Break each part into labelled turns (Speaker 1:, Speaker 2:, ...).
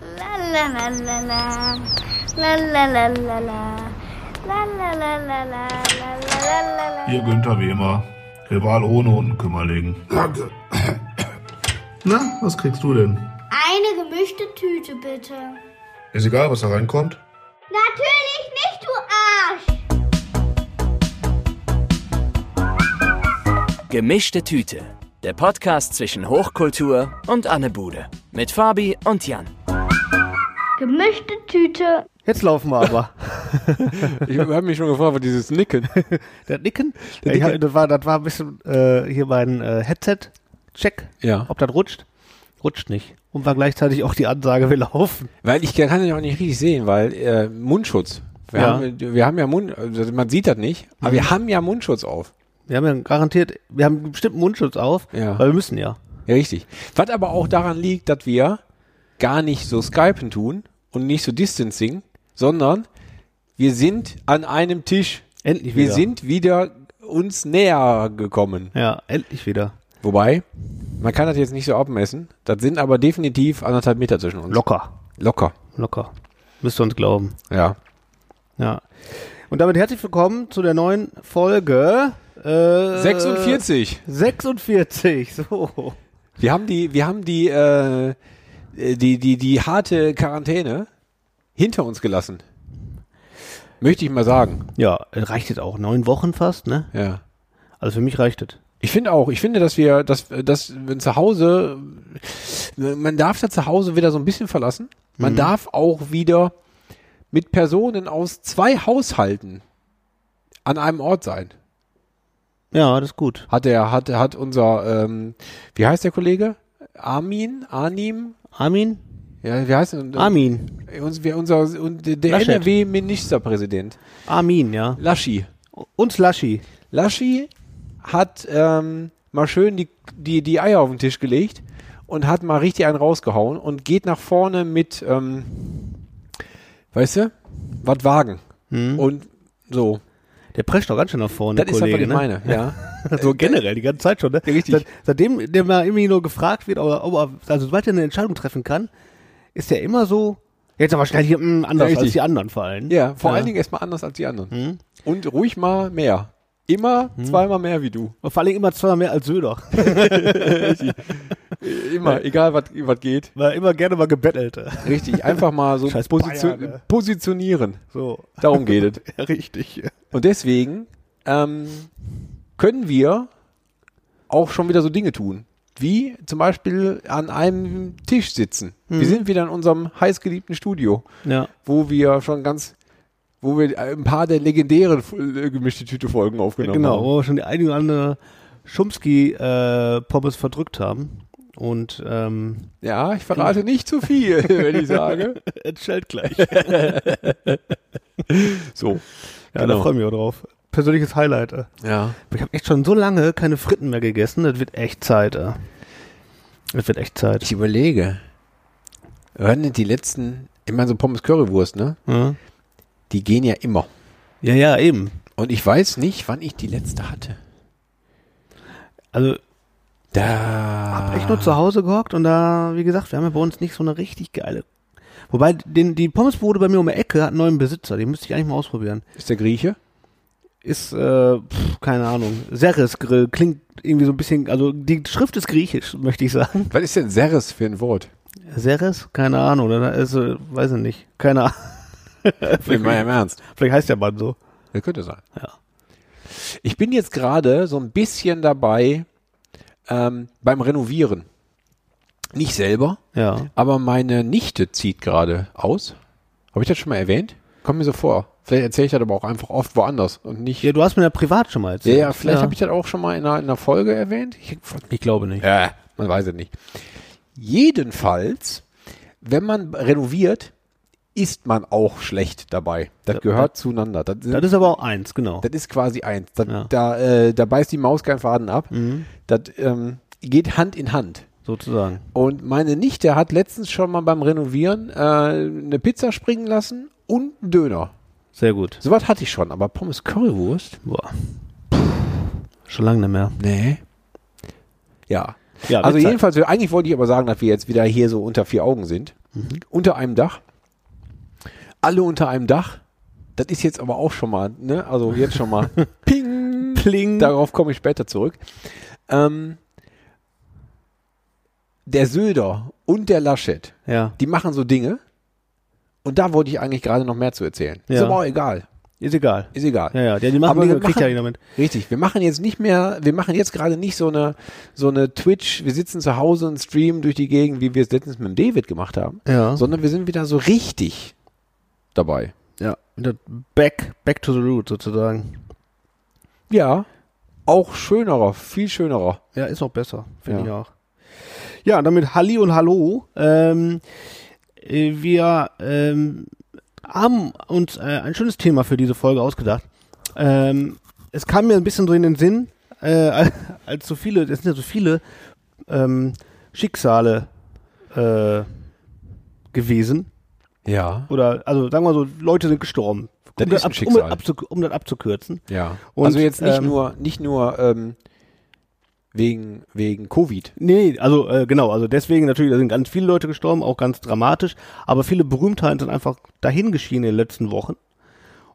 Speaker 1: la la la la. La la la la la. La la la la la. La la la la la.
Speaker 2: Ihr Günther wie immer. Rival ohne Unkümmerling.
Speaker 3: Danke.
Speaker 2: Na, was kriegst du denn?
Speaker 1: Eine gemischte Tüte bitte.
Speaker 2: Ist egal, was da reinkommt.
Speaker 1: Natürlich nicht, du Arsch!
Speaker 4: Gemischte Tüte. Der Podcast zwischen Hochkultur und Anne Bude. Mit Fabi und Jan.
Speaker 1: Gemischte Tüte.
Speaker 5: Jetzt laufen wir aber.
Speaker 6: Ich habe mich schon gefragt, was dieses Nicken.
Speaker 5: Der Nicken,
Speaker 6: Der
Speaker 5: Ich
Speaker 6: Nicken.
Speaker 5: hab, das, war, das war ein bisschen äh, hier mein äh, Headset-Check,
Speaker 6: Ja.
Speaker 5: ob das rutscht. Rutscht nicht. Und war gleichzeitig auch die Ansage, wir laufen.
Speaker 6: Weil ich kann ja auch nicht richtig sehen, weil äh, Mundschutz. Wir,
Speaker 5: Ja. Mhm.
Speaker 6: haben, wir haben ja Mund, also man sieht das nicht, aber wir haben ja Mundschutz auf.
Speaker 5: Wir haben ja garantiert, wir haben bestimmt einen Mundschutz auf,
Speaker 6: Ja.
Speaker 5: weil wir müssen ja.
Speaker 6: Ja, richtig. Was aber auch daran liegt, dass wir gar nicht so Skypen tun und nicht so Distancing, sondern wir sind an einem Tisch.
Speaker 5: Endlich
Speaker 6: Wir
Speaker 5: wieder.
Speaker 6: sind wieder uns näher gekommen.
Speaker 5: Ja, endlich wieder.
Speaker 6: Wobei, man kann das jetzt nicht so abmessen. Das sind aber definitiv anderthalb Meter zwischen uns.
Speaker 5: Locker.
Speaker 6: Locker.
Speaker 5: Locker. Müsst ihr uns glauben.
Speaker 6: Ja.
Speaker 5: Ja. Und damit herzlich willkommen zu der neuen Folge. Äh,
Speaker 6: 46.
Speaker 5: 46, so.
Speaker 6: Wir haben die, wir haben die, äh, die, die, die harte Quarantäne hinter uns gelassen. Möchte ich mal sagen.
Speaker 5: Ja, reicht jetzt auch. Neun Wochen fast, ne?
Speaker 6: Ja.
Speaker 5: Also für mich reicht es.
Speaker 6: Ich finde auch, ich finde, dass wir, dass, dass wenn zu Hause, man darf da zu Hause wieder so ein bisschen verlassen. Man darf auch wieder mit Personen aus zwei Haushalten an einem Ort sein.
Speaker 5: Ja, das ist gut.
Speaker 6: Hat der, hat, hat unser, ähm, wie heißt der Kollege? Armin? Arnim?
Speaker 5: Armin?
Speaker 6: Ja, wie heißt er?
Speaker 5: Armin.
Speaker 6: Uns, wir, unser, und der
Speaker 5: Laschet.
Speaker 6: NRW-Ministerpräsident,
Speaker 5: Armin, ja.
Speaker 6: Laschi.
Speaker 5: Und Slushy.
Speaker 6: Laschi hat ähm, mal schön die, die, die Eier auf den Tisch gelegt und hat mal richtig einen rausgehauen und geht nach vorne mit, ähm, weißt du, was wagen.
Speaker 5: Hm.
Speaker 6: Und so.
Speaker 5: Der prescht doch ganz schön nach vorne,
Speaker 6: Das
Speaker 5: der
Speaker 6: ist halt, was
Speaker 5: Kollege,
Speaker 6: ich
Speaker 5: ne?
Speaker 6: meine. Ja.
Speaker 5: So generell, die ganze Zeit schon, ne?
Speaker 6: Richtig.
Speaker 5: Seit, seitdem der mal irgendwie nur gefragt wird, aber, aber also sobald er eine Entscheidung treffen kann, ist der immer so, jetzt aber schnell hier mm, anders
Speaker 6: Richtig.
Speaker 5: als die anderen fallen.
Speaker 6: ja, vor allen Dingen erstmal anders als die anderen.
Speaker 5: Hm.
Speaker 6: Und ruhig mal mehr. Immer zweimal mehr wie du.
Speaker 5: Und vor allen Dingen immer zweimal mehr als Söder.
Speaker 6: Immer, egal was was geht.
Speaker 5: War immer gerne mal gebettelt.
Speaker 6: Richtig, einfach mal so
Speaker 5: Scheiß
Speaker 6: positio-
Speaker 5: Bayern, ne?
Speaker 6: positionieren.
Speaker 5: So.
Speaker 6: Darum geht es.
Speaker 5: Ja, richtig.
Speaker 6: Und deswegen ähm, können wir auch schon wieder so Dinge tun. Wie zum Beispiel an einem Tisch sitzen. Wir sind wieder in unserem heißgeliebten Studio,
Speaker 5: Ja.
Speaker 6: wo wir schon ganz, wo wir ein paar der legendären äh, gemischte Tüte-Folgen aufgenommen
Speaker 5: Genau,
Speaker 6: haben.
Speaker 5: wo wir schon die eine oder andere Schumski-Pommes verdrückt haben. Und, ähm,
Speaker 6: Ja, ich verrate nicht zu viel, wenn ich sage.
Speaker 5: entscheidet gleich.
Speaker 6: So.
Speaker 5: Ja, da freue ich mich auch drauf. Persönliches Highlight. Äh.
Speaker 6: Ja.
Speaker 5: Genau. Ich habe echt schon so lange keine Fritten mehr gegessen. Das wird echt Zeit. Äh. Das wird echt Zeit.
Speaker 6: Ich überlege, wann sind die letzten, ich meine, so Pommes Currywurst, ne?
Speaker 5: Ja,
Speaker 6: Die gehen ja immer.
Speaker 5: ja, ja eben.
Speaker 6: Und ich weiß nicht, wann ich die letzte hatte.
Speaker 5: Also
Speaker 6: Da.
Speaker 5: hab echt nur zu Hause gehockt und da, wie gesagt, wir haben ja bei uns nicht so eine richtig geile. Wobei, den, die Pommesbude bei mir um die Ecke hat einen neuen Besitzer. Den müsste ich eigentlich mal ausprobieren.
Speaker 6: Ist der Grieche?
Speaker 5: Ist, äh, pf, keine Ahnung. Serres Grill klingt irgendwie so ein bisschen, also die Schrift ist griechisch, möchte ich sagen.
Speaker 6: Was ist denn Serres für ein Wort?
Speaker 5: Serres? Keine Ahnung. Oder ist, äh, weiß ich nicht. Keine Ahnung.
Speaker 6: In meinem Ernst.
Speaker 5: Vielleicht heißt der Mann so.
Speaker 6: Das könnte sein.
Speaker 5: Ja.
Speaker 6: Ich bin jetzt gerade so ein bisschen dabei ähm, beim Renovieren. Nicht selber,
Speaker 5: Ja.
Speaker 6: aber meine Nichte zieht gerade aus. Habe ich das schon mal erwähnt? Kommt mir so vor. Vielleicht erzähle ich das aber auch einfach oft woanders und nicht.
Speaker 5: Ja, du hast mir ja privat schon mal
Speaker 6: Ja,
Speaker 5: erzählt.
Speaker 6: ja, vielleicht habe ich das auch schon mal in einer, in einer Folge erwähnt. Ich,
Speaker 5: Ich glaube nicht.
Speaker 6: äh, man weiß es nicht. Jedenfalls, wenn man renoviert, ist man auch schlecht dabei. Das gehört zueinander. Das,
Speaker 5: Das ist aber auch eins, genau.
Speaker 6: das ist quasi eins. Das,
Speaker 5: Ja. Mhm.
Speaker 6: da, äh, da beißt die Maus keinen Faden ab. Das ähm, geht Hand in Hand.
Speaker 5: Sozusagen.
Speaker 6: Und meine Nichte hat letztens schon mal beim Renovieren äh, eine Pizza springen lassen und einen Döner.
Speaker 5: Sehr gut.
Speaker 6: Sowas hatte ich schon, aber Pommes Currywurst?
Speaker 5: Boah. Schon lange nicht mehr.
Speaker 6: Nee. Also Ja.
Speaker 5: Ja,
Speaker 6: also
Speaker 5: Witz halt.
Speaker 6: jedenfalls, eigentlich wollte ich aber sagen, dass wir jetzt wieder hier so unter vier Augen sind.
Speaker 5: Mhm.
Speaker 6: unter einem Dach. Alle unter einem Dach. Das ist jetzt aber auch schon mal, ne? Also jetzt schon mal. Ping!
Speaker 5: Pling.
Speaker 6: Darauf komme ich später zurück. Ähm, der Söder und der Laschet,
Speaker 5: Ja.
Speaker 6: die machen so Dinge. Und da wollte ich eigentlich gerade noch mehr zu erzählen. Ist
Speaker 5: Ja.
Speaker 6: aber auch egal.
Speaker 5: Ist egal.
Speaker 6: Ist egal.
Speaker 5: Ja, ja, die machen
Speaker 6: Aber
Speaker 5: Dinge,
Speaker 6: wir
Speaker 5: kriegt ja
Speaker 6: machen-
Speaker 5: jeder mit.
Speaker 6: Richtig, wir machen jetzt nicht mehr, wir machen jetzt gerade nicht so eine, so eine Twitch, wir sitzen zu Hause und streamen durch die Gegend, wie wir es letztens mit dem David gemacht haben,
Speaker 5: Ja.
Speaker 6: sondern wir sind wieder so richtig dabei.
Speaker 5: Ja. Wieder Back, back to the root sozusagen.
Speaker 6: Ja, auch schönerer, viel schönerer.
Speaker 5: Ja, ist auch besser, finde
Speaker 6: Ja.
Speaker 5: ich auch. Ja, und damit Halli und Hallo. Ähm, äh, wir ähm, haben uns äh, ein schönes Thema für diese Folge ausgedacht. Ähm, es kam mir ein bisschen so in den Sinn, äh, als so viele, es sind ja so viele ähm, Schicksale äh, gewesen.
Speaker 6: Ja,
Speaker 5: Oder, also sagen wir so, Leute sind gestorben.
Speaker 6: Das
Speaker 5: um,
Speaker 6: ist ein
Speaker 5: ab- um,
Speaker 6: Schicksal.
Speaker 5: abzu- um das abzukürzen.
Speaker 6: ja.
Speaker 5: Und,
Speaker 6: also jetzt nicht
Speaker 5: ähm,
Speaker 6: nur, nicht nur ähm, wegen, wegen Covid.
Speaker 5: Nee, also äh, genau, also deswegen natürlich, da sind ganz viele Leute gestorben, auch ganz dramatisch, aber viele Berühmtheiten sind einfach dahingeschieden in den letzten Wochen.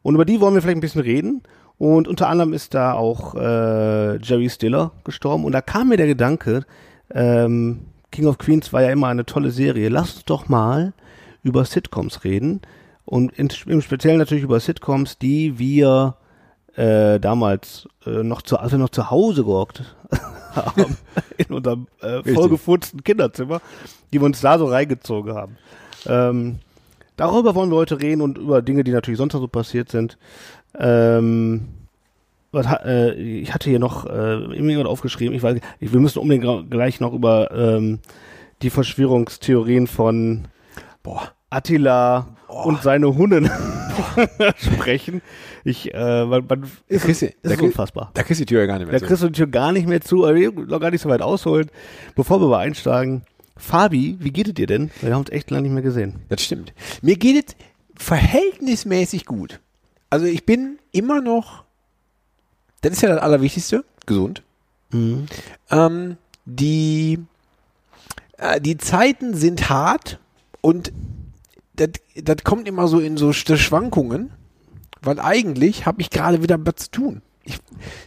Speaker 5: Und über die wollen wir vielleicht ein bisschen reden. Und unter anderem ist da auch äh, Jerry Stiller gestorben. Und da kam mir der Gedanke, ähm, King of Queens war ja immer eine tolle Serie. Lass uns doch mal über Sitcoms reden. Und in, im Speziellen natürlich über Sitcoms, die wir äh, damals äh, noch zu, als wir noch zu Hause gehockt haben, in unserem äh, vollgefurzten Kinderzimmer, die wir uns da so reingezogen haben. Ähm, darüber wollen wir heute reden und über Dinge, die natürlich sonst noch so passiert sind. Ähm, was, ha- äh, ich hatte hier noch äh, irgendjemand aufgeschrieben, ich weiß nicht, ich- wir müssen unbedingt gra- gleich noch über ähm, die Verschwörungstheorien von
Speaker 6: Boah.
Speaker 5: Attila und seine Hunden sprechen. Ich, äh, man, man,
Speaker 6: Da kriegst, du-
Speaker 5: es
Speaker 6: da,
Speaker 5: ist
Speaker 6: kriegst,
Speaker 5: unfassbar.
Speaker 6: da kriegst du die Tür ja gar nicht
Speaker 5: Da
Speaker 6: mehr zu.
Speaker 5: kriegst du die Tür gar nicht mehr zu, aber wir können noch gar nicht so weit ausholen. Bevor wir mal einsteigen, Fabi, wie geht es dir denn? Wir haben uns echt lange nicht mehr gesehen.
Speaker 6: Das stimmt. Mir geht es verhältnismäßig gut. Also ich bin immer noch, das ist ja das Allerwichtigste, gesund. Ähm, die, äh, die Zeiten sind hart und das, das kommt immer so in so Sch- Schwankungen, weil eigentlich habe ich gerade wieder was zu tun. Ich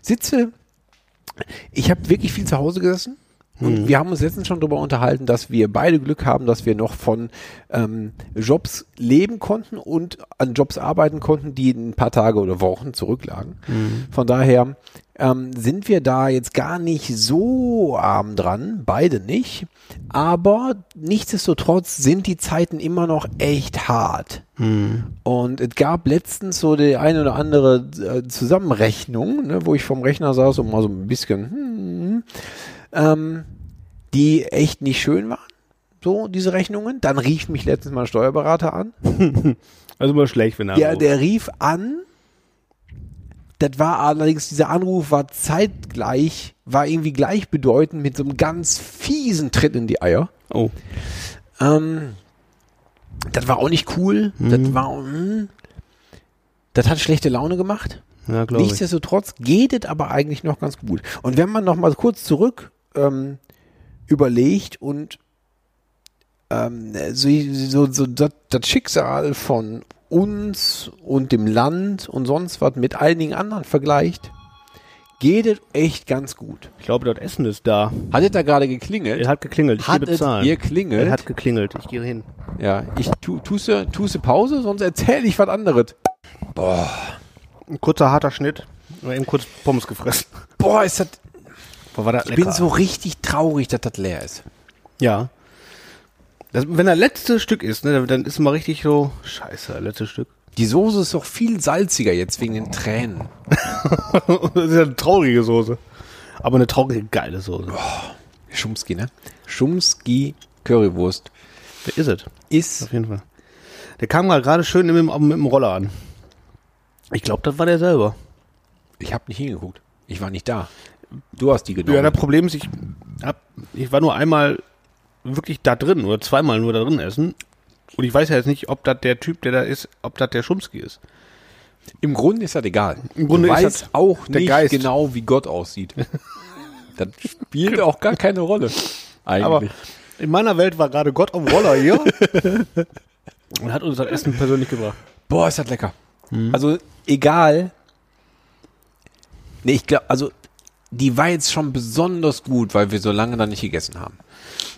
Speaker 6: sitze, ich habe wirklich viel zu Hause gesessen. Und wir haben uns letztens schon darüber unterhalten, dass wir beide Glück haben, dass wir noch von ähm, Jobs leben konnten und an Jobs arbeiten konnten, die ein paar Tage oder Wochen zurücklagen. Von daher ähm, sind wir da jetzt gar nicht so arm dran, beide nicht. Aber nichtsdestotrotz sind die Zeiten immer noch echt hart. Und es gab letztens so die eine oder andere äh, Zusammenrechnung, ne, wo ich vom Rechner saß und mal so ein bisschen, hm, ähm, die echt nicht schön waren. So, diese Rechnungen. Dann rief mich letztens mal ein Steuerberater an.
Speaker 5: Also immer schlecht, wenn er
Speaker 6: Ja,
Speaker 5: anruft.
Speaker 6: der rief an. Das war allerdings, dieser Anruf war zeitgleich, war irgendwie gleichbedeutend mit so einem ganz fiesen Tritt in die Eier.
Speaker 5: Oh.
Speaker 6: Ähm, das war auch nicht cool. Das war, mm, das hat schlechte Laune gemacht.
Speaker 5: Ja, glaube ich.
Speaker 6: Nichtsdestotrotz geht es aber eigentlich noch ganz gut. Und wenn man noch mal kurz zurück ähm, überlegt und ähm, so, so, so das, das Schicksal von uns und dem Land und sonst was mit einigen anderen vergleicht, geht es echt ganz gut.
Speaker 5: Ich glaube, das Essen ist da.
Speaker 6: Hat es da gerade geklingelt?
Speaker 5: Er hat geklingelt. Ich
Speaker 6: Hat
Speaker 5: gebe
Speaker 6: es
Speaker 5: Zahlen.
Speaker 6: ihr klingelt?
Speaker 5: Er hat geklingelt. Ich gehe hin.
Speaker 6: Ja, ich tu, tuse, tuse Pause, sonst erzähle ich was anderes.
Speaker 5: Ein kurzer, harter Schnitt. Wir eben kurz Pommes gefressen.
Speaker 6: Boah, ist das,
Speaker 5: Boah, war das
Speaker 6: ich bin so richtig traurig, dass das leer ist.
Speaker 5: Ja. Das, wenn das letzte Stück ist, ne, dann ist man richtig so, scheiße, das letzte Stück.
Speaker 6: Die Soße ist doch viel salziger jetzt wegen den Tränen.
Speaker 5: das ist ja eine traurige Soße. Aber eine traurige, geile Soße.
Speaker 6: Schumski, ne? Schumski Currywurst
Speaker 5: Wer ist es?
Speaker 6: ist.
Speaker 5: Auf jeden Fall. Der kam gerade gerade schön mit, dem- mit dem Roller an. Ich glaube, das war der selber.
Speaker 6: Ich habe nicht hingeguckt. Ich war nicht da. Du hast die genommen.
Speaker 5: Ja, das Problem ist, ich, hab, ich war nur einmal wirklich da drin oder zweimal nur da drin essen. Und ich weiß ja jetzt nicht, ob das der Typ, der da ist, ob das der Schumski ist.
Speaker 6: Im Grunde ist das egal.
Speaker 5: Im Grunde
Speaker 6: du
Speaker 5: ist
Speaker 6: weißt
Speaker 5: das
Speaker 6: auch
Speaker 5: der
Speaker 6: nicht
Speaker 5: Geist.
Speaker 6: genau, wie Gott aussieht. das spielt auch gar keine Rolle. Eigentlich.
Speaker 5: Aber In meiner Welt war gerade Gott am Roller hier und hat uns das Essen persönlich gebracht.
Speaker 6: Boah, ist das lecker. Also, egal. Nee, ich glaube, also, die war jetzt schon besonders gut, weil wir so lange da nicht gegessen haben.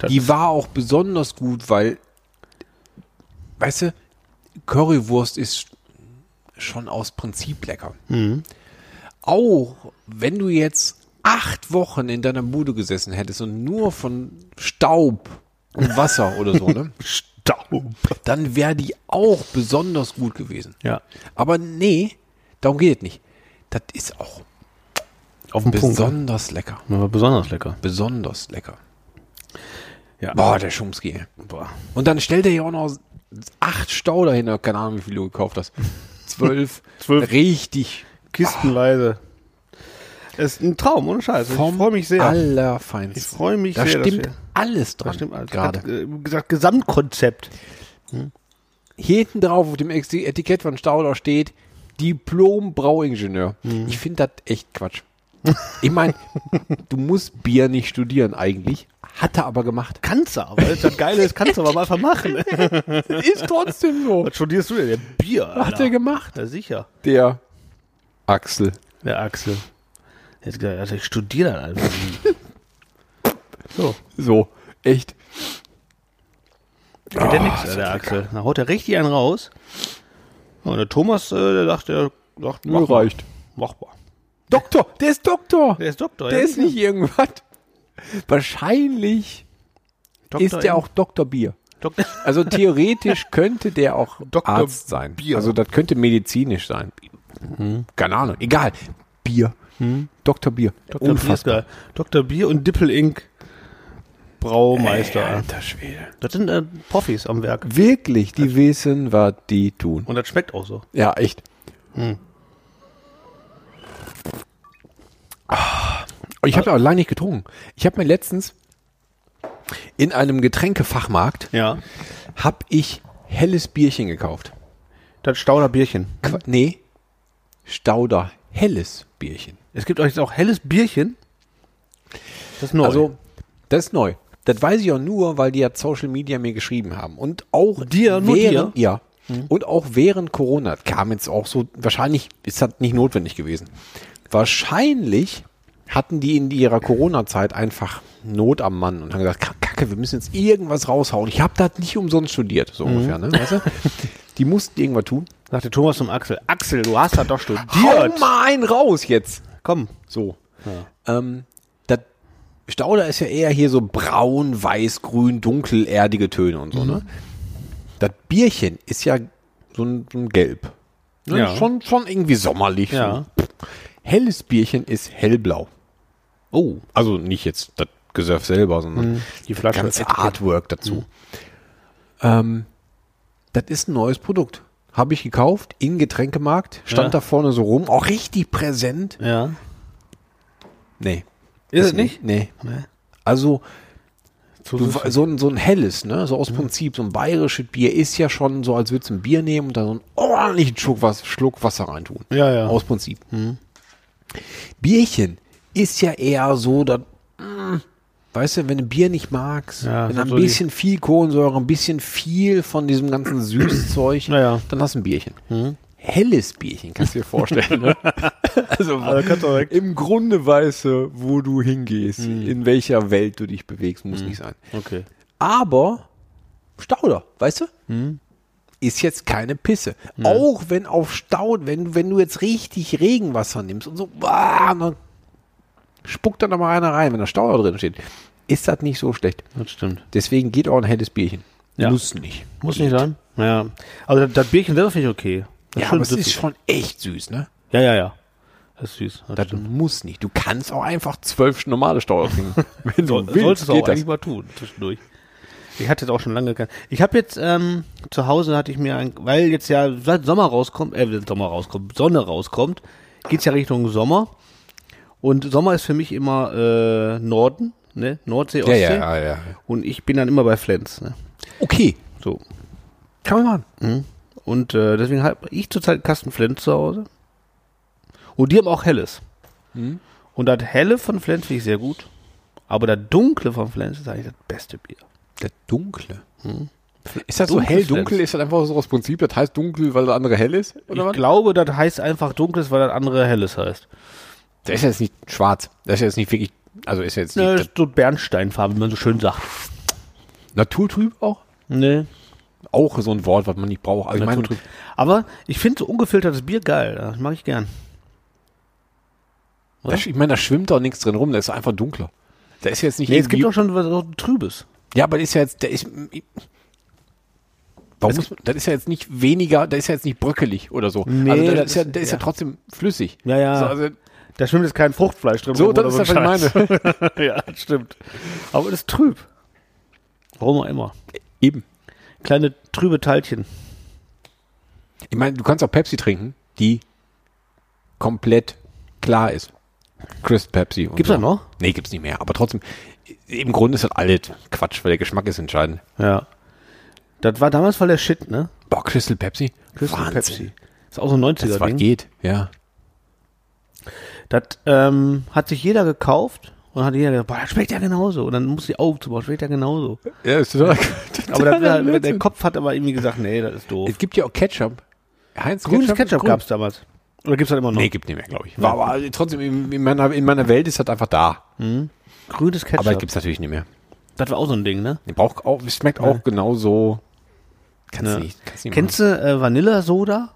Speaker 6: die war auch besonders gut, weil, weißt du, Currywurst ist schon aus Prinzip lecker. Auch wenn du jetzt acht Wochen in deiner Bude gesessen hättest und nur von Staub und Wasser oder so, ne?
Speaker 5: Staub.
Speaker 6: dann wäre die auch besonders gut gewesen.
Speaker 5: Ja.
Speaker 6: Aber nee, darum geht es nicht. Das ist auch
Speaker 5: Auf den
Speaker 6: besonders lecker.
Speaker 5: Das war besonders lecker.
Speaker 6: Besonders lecker.
Speaker 5: Ja.
Speaker 6: Boah, der Schumski. ey.
Speaker 5: Boah.
Speaker 6: Und dann stellt er ja auch noch acht Stau dahinter. Keine Ahnung, wie viel du gekauft hast. Zwölf.
Speaker 5: Zwölf.
Speaker 6: Richtig.
Speaker 5: Kistenleise. Es ist ein Traum, ohne Scheiß. Ich
Speaker 6: Vom
Speaker 5: freue mich sehr.
Speaker 6: Allerfeinsten.
Speaker 5: Ich freu mich
Speaker 6: da
Speaker 5: sehr, dass
Speaker 6: Stimmt
Speaker 5: wir-
Speaker 6: alles dran.
Speaker 5: Das stimmt alles. Hat,
Speaker 6: Gerade.
Speaker 5: äh, gesagt, Gesamtkonzept.
Speaker 6: hinten drauf auf dem Ex- Etikett von Stauder steht Diplom-Brauingenieur.
Speaker 5: Mhm.
Speaker 6: Ich finde das echt Quatsch. Ich meine, du musst Bier nicht studieren eigentlich, hat er aber gemacht.
Speaker 5: Kannst du aber. Das Geile ist, kannst du aber mal einfach machen.
Speaker 6: Ist trotzdem so.
Speaker 5: Was studierst du denn? Ja, Bier.
Speaker 6: Hat er gemacht.
Speaker 5: Ja, sicher.
Speaker 6: Der Axel.
Speaker 5: Der Axel. Jetzt gesagt, also ich studiere das einfach. nie. so.
Speaker 6: So, echt.
Speaker 5: Hat der nix, äh, der Axel. Da haut er richtig einen raus. Ja, und der Thomas, äh, der sagt, der sagt,
Speaker 6: Mir
Speaker 5: mach mal.
Speaker 6: reicht.
Speaker 5: Machbar.
Speaker 6: Doktor, der ist Doktor.
Speaker 5: Der ist Doktor.
Speaker 6: Der
Speaker 5: ja,
Speaker 6: ist
Speaker 5: sicher.
Speaker 6: nicht irgendwas. Wahrscheinlich
Speaker 5: Doktor
Speaker 6: ist der
Speaker 5: in-
Speaker 6: auch Doktor Bier.
Speaker 5: Doktor.
Speaker 6: Also theoretisch könnte der auch
Speaker 5: Dr.
Speaker 6: Arzt sein.
Speaker 5: Bier. Hm.
Speaker 6: Also das könnte medizinisch sein. Keine Ahnung. Egal. Bier. Dr. Bier.
Speaker 5: Dr. Unfassbar. Hm. Bier ist geil. Dr. Bier und Dippel Inc. Braumeister.
Speaker 6: Alter Schwede.
Speaker 5: Das sind äh, Profis am Werk.
Speaker 6: Wirklich, die wissen, was die tun.
Speaker 5: Und das schmeckt auch so.
Speaker 6: Ja, echt. Ah, Ich habe ja auch lange nicht getrunken. Ich habe mir letztens in einem Getränkefachmarkt
Speaker 5: Ja.
Speaker 6: habe ich helles Bierchen gekauft.
Speaker 5: Das Stauder Bierchen.
Speaker 6: Qua nee, Stauder helles Bierchen.
Speaker 5: Es gibt euch jetzt auch helles Bierchen. Das ist neu.
Speaker 6: Also, das ist neu. Das weiß ich auch nur, weil die ja Social Media mir geschrieben haben. Und auch
Speaker 5: Dir, Mhm. nur
Speaker 6: während, ja. Und auch während Corona kam jetzt auch so, wahrscheinlich ist das nicht notwendig gewesen. Wahrscheinlich hatten die in ihrer Corona-Zeit einfach Not am Mann und haben gesagt, "Kack- Kacke, wir müssen jetzt irgendwas raushauen. Ich habe das nicht umsonst studiert, so
Speaker 5: Mhm.
Speaker 6: ungefähr, ne? Weißt du? Die mussten irgendwas tun.
Speaker 5: sagte Thomas zum Axel. Axel, du hast das doch
Speaker 6: Hau
Speaker 5: studiert.
Speaker 6: mal einen raus jetzt.
Speaker 5: Komm.
Speaker 6: So. Ähm, das Stauder ist ja eher hier so braun, weiß, grün, dunkel, erdige Töne und so,
Speaker 5: Mhm.
Speaker 6: ne? Das Bierchen ist ja so ein, so ein Gelb. Ne?
Speaker 5: Ja.
Speaker 6: Schon, schon irgendwie sommerlich.
Speaker 5: Ja.
Speaker 6: So. Helles Bierchen ist hellblau.
Speaker 5: Oh.
Speaker 6: Also nicht jetzt das Gesöff selber, sondern
Speaker 5: Die Flasche.
Speaker 6: ganze Artwork dazu.
Speaker 5: Mhm.
Speaker 6: Ähm, das ist ein neues Produkt. Habe ich gekauft, in Getränkemarkt, stand
Speaker 5: Ja.
Speaker 6: da vorne so rum, auch richtig präsent.
Speaker 5: Ja.
Speaker 6: Nee.
Speaker 5: Ist es nicht?
Speaker 6: Nee.
Speaker 5: Nee.
Speaker 6: Also,
Speaker 5: Zu
Speaker 6: du, so, ein, so ein helles, ne? So aus
Speaker 5: Mhm.
Speaker 6: Prinzip, so ein bayerisches Bier ist ja schon so, als würdest du ein Bier nehmen und da so einen ordentlichen Schluck, was, Schluck Wasser reintun.
Speaker 5: Ja, ja. Mhm.
Speaker 6: Aus Prinzip. Bierchen ist ja eher so, dass, mm, weißt du, wenn du Bier nicht magst,
Speaker 5: Ja,
Speaker 6: wenn
Speaker 5: so
Speaker 6: ein
Speaker 5: die-
Speaker 6: bisschen viel Kohlensäure, ein bisschen viel von diesem ganzen Süßzeug,
Speaker 5: Ja, Mhm. ja.
Speaker 6: dann hast du ein Bierchen. Helles Bierchen, kannst du dir vorstellen. ne? also,
Speaker 5: Also kannst du direkt-
Speaker 6: im Grunde weißt du, wo du hingehst,
Speaker 5: Hm.
Speaker 6: in welcher Welt du dich bewegst, muss nicht sein.
Speaker 5: okay.
Speaker 6: Aber Stauder, weißt du?
Speaker 5: Hm.
Speaker 6: Ist jetzt keine Pisse. Auch wenn auf Staud, wenn, wenn du jetzt richtig Regenwasser nimmst und so, ah, und dann spuckt dann da mal einer rein, wenn da Stauder drin steht. Ist das nicht so schlecht.
Speaker 5: Das stimmt.
Speaker 6: Deswegen geht auch ein helles Bierchen.
Speaker 5: Ja.
Speaker 6: Muss nicht.
Speaker 5: Muss nicht sein. Ja. Also das, das Bierchen selber finde ich okay. Das
Speaker 6: Ja, aber es
Speaker 5: süß.
Speaker 6: ist schon echt süß, ne?
Speaker 5: Ja, ja, ja. Das ist süß. Das
Speaker 6: Das muss nicht. Du kannst auch einfach zwölf normale Stauder trinken. wenn du
Speaker 5: Soll,
Speaker 6: willst,
Speaker 5: solltest du
Speaker 6: geht
Speaker 5: auch
Speaker 6: das.
Speaker 5: eigentlich mal tun, zwischendurch. Ich hatte jetzt auch schon lange kein. Ich habe jetzt ähm, zu Hause hatte ich mir, ein, weil jetzt ja seit Sommer rauskommt, äh, wenn Sommer rauskommt, Sonne rauskommt, geht's ja Richtung Sommer. Und Sommer ist für mich immer äh, Norden, ne? Nordsee,
Speaker 6: Ja,
Speaker 5: Ostsee.
Speaker 6: ja, ja, ja.
Speaker 5: Und ich bin dann immer bei Flens, ne?
Speaker 6: Okay,
Speaker 5: So.
Speaker 6: kann man machen.
Speaker 5: Und äh, deswegen habe ich zurzeit einen Kasten Flens zu Hause. Und die haben auch Helles. Hm? Und das Helle von Flens finde ich sehr gut. Aber das Dunkle von Flens ist eigentlich das beste Bier.
Speaker 6: Der dunkle. Ist das so
Speaker 5: Dunkles
Speaker 6: hell Hm. dunkel?
Speaker 5: Lens.
Speaker 6: Ist das einfach so aus Prinzip? Das heißt dunkel, weil der andere hell ist? Oder
Speaker 5: Ich
Speaker 6: was?
Speaker 5: glaube, das heißt einfach dunkles, weil das andere helles heißt.
Speaker 6: Der ist jetzt nicht schwarz. Der ist jetzt nicht wirklich. Also ist jetzt nicht.
Speaker 5: Ne, so Bernsteinfarbe, wie man so schön sagt.
Speaker 6: Naturtrüb auch?
Speaker 5: Ne.
Speaker 6: Auch so ein Wort, was man nicht braucht. Also ich meine,
Speaker 5: Naturtrüb. Aber ich finde so ungefiltertes Bier geil. Das mag ich gern.
Speaker 6: da, ich meine, da schwimmt doch nichts drin rum. Der ist einfach dunkler. Der ist jetzt nicht.
Speaker 5: Nee, es
Speaker 6: irgendwie-
Speaker 5: gibt auch schon was so Trübes.
Speaker 6: Ja, aber das ist ja jetzt, der ist. Warum muss man, das ist ja jetzt nicht weniger, das ist ja jetzt nicht bröckelig oder so.
Speaker 5: Nee,
Speaker 6: also das,
Speaker 5: das
Speaker 6: ist ja,
Speaker 5: ist-
Speaker 6: der ist ja.
Speaker 5: ja.
Speaker 6: trotzdem flüssig.
Speaker 5: Ja, ja.
Speaker 6: So, also,
Speaker 5: Da schwimmt jetzt kein Fruchtfleisch drin.
Speaker 6: so
Speaker 5: rum
Speaker 6: das
Speaker 5: oder
Speaker 6: ist das,
Speaker 5: ein
Speaker 6: was ich
Speaker 5: Scheiß.
Speaker 6: meine.
Speaker 5: ja, das stimmt. Aber das ist trüb. Warum auch immer.
Speaker 6: Eben.
Speaker 5: Kleine trübe Teilchen.
Speaker 6: Ich meine, du kannst auch Pepsi trinken, die komplett klar ist. Crisp Pepsi. und
Speaker 5: Gibt's
Speaker 6: so.
Speaker 5: das noch?
Speaker 6: Nee, gibt's nicht mehr. Aber trotzdem, im Grunde ist das alles Quatsch, weil der Geschmack ist entscheidend.
Speaker 5: Ja. Das war damals voll der Shit, ne?
Speaker 6: Boah, Crystal Pepsi?
Speaker 5: Crystal
Speaker 6: Wahnsinn.
Speaker 5: Pepsi. Ist auch so ein
Speaker 6: Das was
Speaker 5: 90er-Ding.
Speaker 6: geht, ja.
Speaker 5: Das ähm, hat sich jeder gekauft und hat jeder gedacht, boah, das schmeckt ja genauso. Und dann muss die Augen zu, boah, das schmeckt ja genauso.
Speaker 6: Ja, ist total
Speaker 5: Aber das, der,
Speaker 6: Blödsinn.
Speaker 5: der Kopf hat aber irgendwie gesagt, nee, das ist doof.
Speaker 6: Es gibt ja auch Äh, Ketchup. Heinz
Speaker 5: Grünes Ketchup,
Speaker 6: grün.
Speaker 5: gab's damals. Oder gibt's das immer noch?
Speaker 6: Nee, gibt nicht mehr, glaube ich. War, aber trotzdem, in, in, meiner, in meiner Welt ist das einfach da.
Speaker 5: Grünes Ketchup.
Speaker 6: Aber das gibt's natürlich nicht mehr.
Speaker 5: das war auch so ein Ding, ne?
Speaker 6: Den braucht auch, es schmeckt auch genauso. ne? Kannst
Speaker 5: Ja.
Speaker 6: nicht. Kannst nicht
Speaker 5: Kennst du äh, Vanilla-Soda?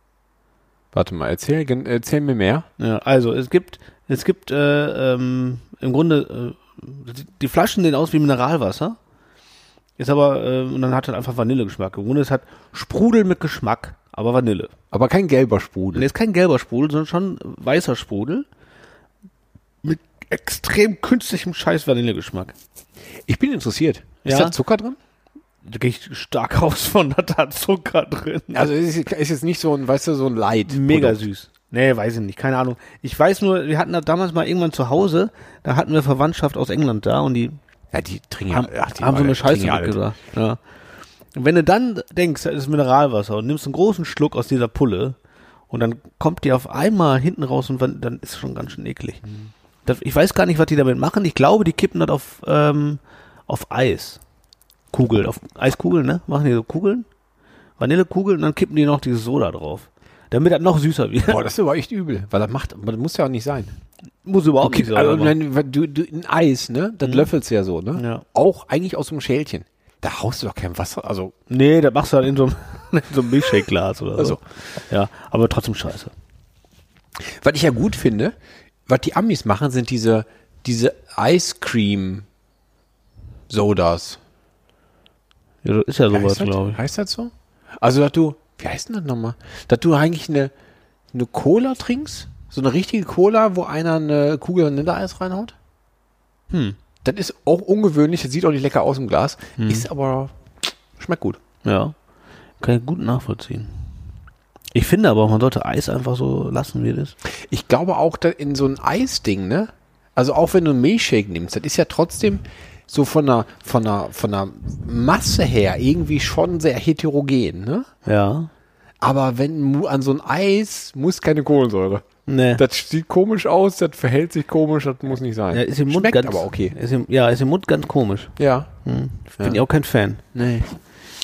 Speaker 6: machen. Warte mal, erzähl, gen- erzähl mir mehr.
Speaker 5: Ja, also es gibt, es gibt äh, ähm, im Grunde, äh, die, die Flaschen sehen aus wie Mineralwasser. Ist aber, äh, und dann hat halt einfach Vanillegeschmack. Im Grunde, es hat Sprudel mit Geschmack, aber Vanille.
Speaker 6: Aber kein gelber Sprudel.
Speaker 5: Und jetzt kein gelber Sprudel, sondern schon weißer Sprudel. Mit extrem künstlichem scheiß Vanillegeschmack.
Speaker 6: Ich bin interessiert. Ist
Speaker 5: Ja.
Speaker 6: da Zucker drin?
Speaker 5: Da gehe ich stark aus von, da hat Zucker drin.
Speaker 6: Also es ist, ist jetzt nicht so ein, weißt du, so ein Light.
Speaker 5: Mega süß. Nee, weiß ich nicht, keine Ahnung. Ich weiß nur, wir hatten das damals mal irgendwann zu Hause, da hatten wir Verwandtschaft aus England da und die
Speaker 6: Ja, die trinken
Speaker 5: haben,
Speaker 6: ja- ach, die
Speaker 5: haben so eine
Speaker 6: alle-
Speaker 5: Scheiße
Speaker 6: trinken ja alle.
Speaker 5: mitgebracht. Ja. Und wenn du dann denkst, das ist Mineralwasser und nimmst einen großen Schluck aus dieser Pulle und dann kommt die auf einmal hinten raus und dann- dann ist schon ganz schön eklig.
Speaker 6: Mhm.
Speaker 5: Das, ich weiß gar nicht, was die damit machen. Ich glaube, die kippen das auf, ähm, auf Eis. Kugeln, auf Eiskugeln, ne? Machen die so Kugeln? Vanillekugeln und dann kippen die noch dieses Soda drauf. Damit das noch süßer wird.
Speaker 6: Boah, das ist aber echt übel, weil das macht, aber das muss ja auch nicht sein.
Speaker 5: Muss überhaupt nicht
Speaker 6: Okay,
Speaker 5: sein.
Speaker 6: also,
Speaker 5: aber-
Speaker 6: wenn, wenn du, du ein Eis, ne? Das löffelst du ja so, ne?
Speaker 5: Ja.
Speaker 6: Auch eigentlich aus so einem Schälchen. Da haust du doch kein Wasser, also
Speaker 5: Nee, das machst du dann in so einem, in so einem Milchshake-Glas oder so.
Speaker 6: Also.
Speaker 5: Ja, aber trotzdem scheiße.
Speaker 6: Was ich ja gut finde, was die Amis machen, sind diese, diese Ice Cream Sodas.
Speaker 5: Ja, das ist ja sowas,
Speaker 6: heißt,
Speaker 5: glaube
Speaker 6: das? heißt das so? Also, dass du, wie heißt denn das nochmal? Dass du eigentlich eine, eine Cola trinkst? So eine richtige Cola, wo einer eine Kugel Vanilleeis reinhaut? Hm. Das ist auch ungewöhnlich, das sieht auch nicht lecker aus im Glas, ist aber, schmeckt gut.
Speaker 5: ich. Ja. Kann ich gut nachvollziehen. Ich finde aber, man sollte Eis einfach so lassen, wie es ist.
Speaker 6: Ich glaube auch da in so ein Eisding, ne? Also auch wenn du einen Milchshake nimmst, das ist ja trotzdem so von der, von der, von der Masse her irgendwie schon sehr heterogen, ne?
Speaker 5: Ja.
Speaker 6: Aber wenn mu- an so ein Eis muss keine Kohlensäure.
Speaker 5: Nee.
Speaker 6: Das sieht komisch aus, das verhält sich komisch, das muss nicht sein.
Speaker 5: ja, ist im Mund
Speaker 6: Schmeckt
Speaker 5: ganz,
Speaker 6: aber okay.
Speaker 5: Ist im, ja, ist im Mund ganz komisch.
Speaker 6: Ja.
Speaker 5: Bin ich auch kein Fan.
Speaker 6: Nee.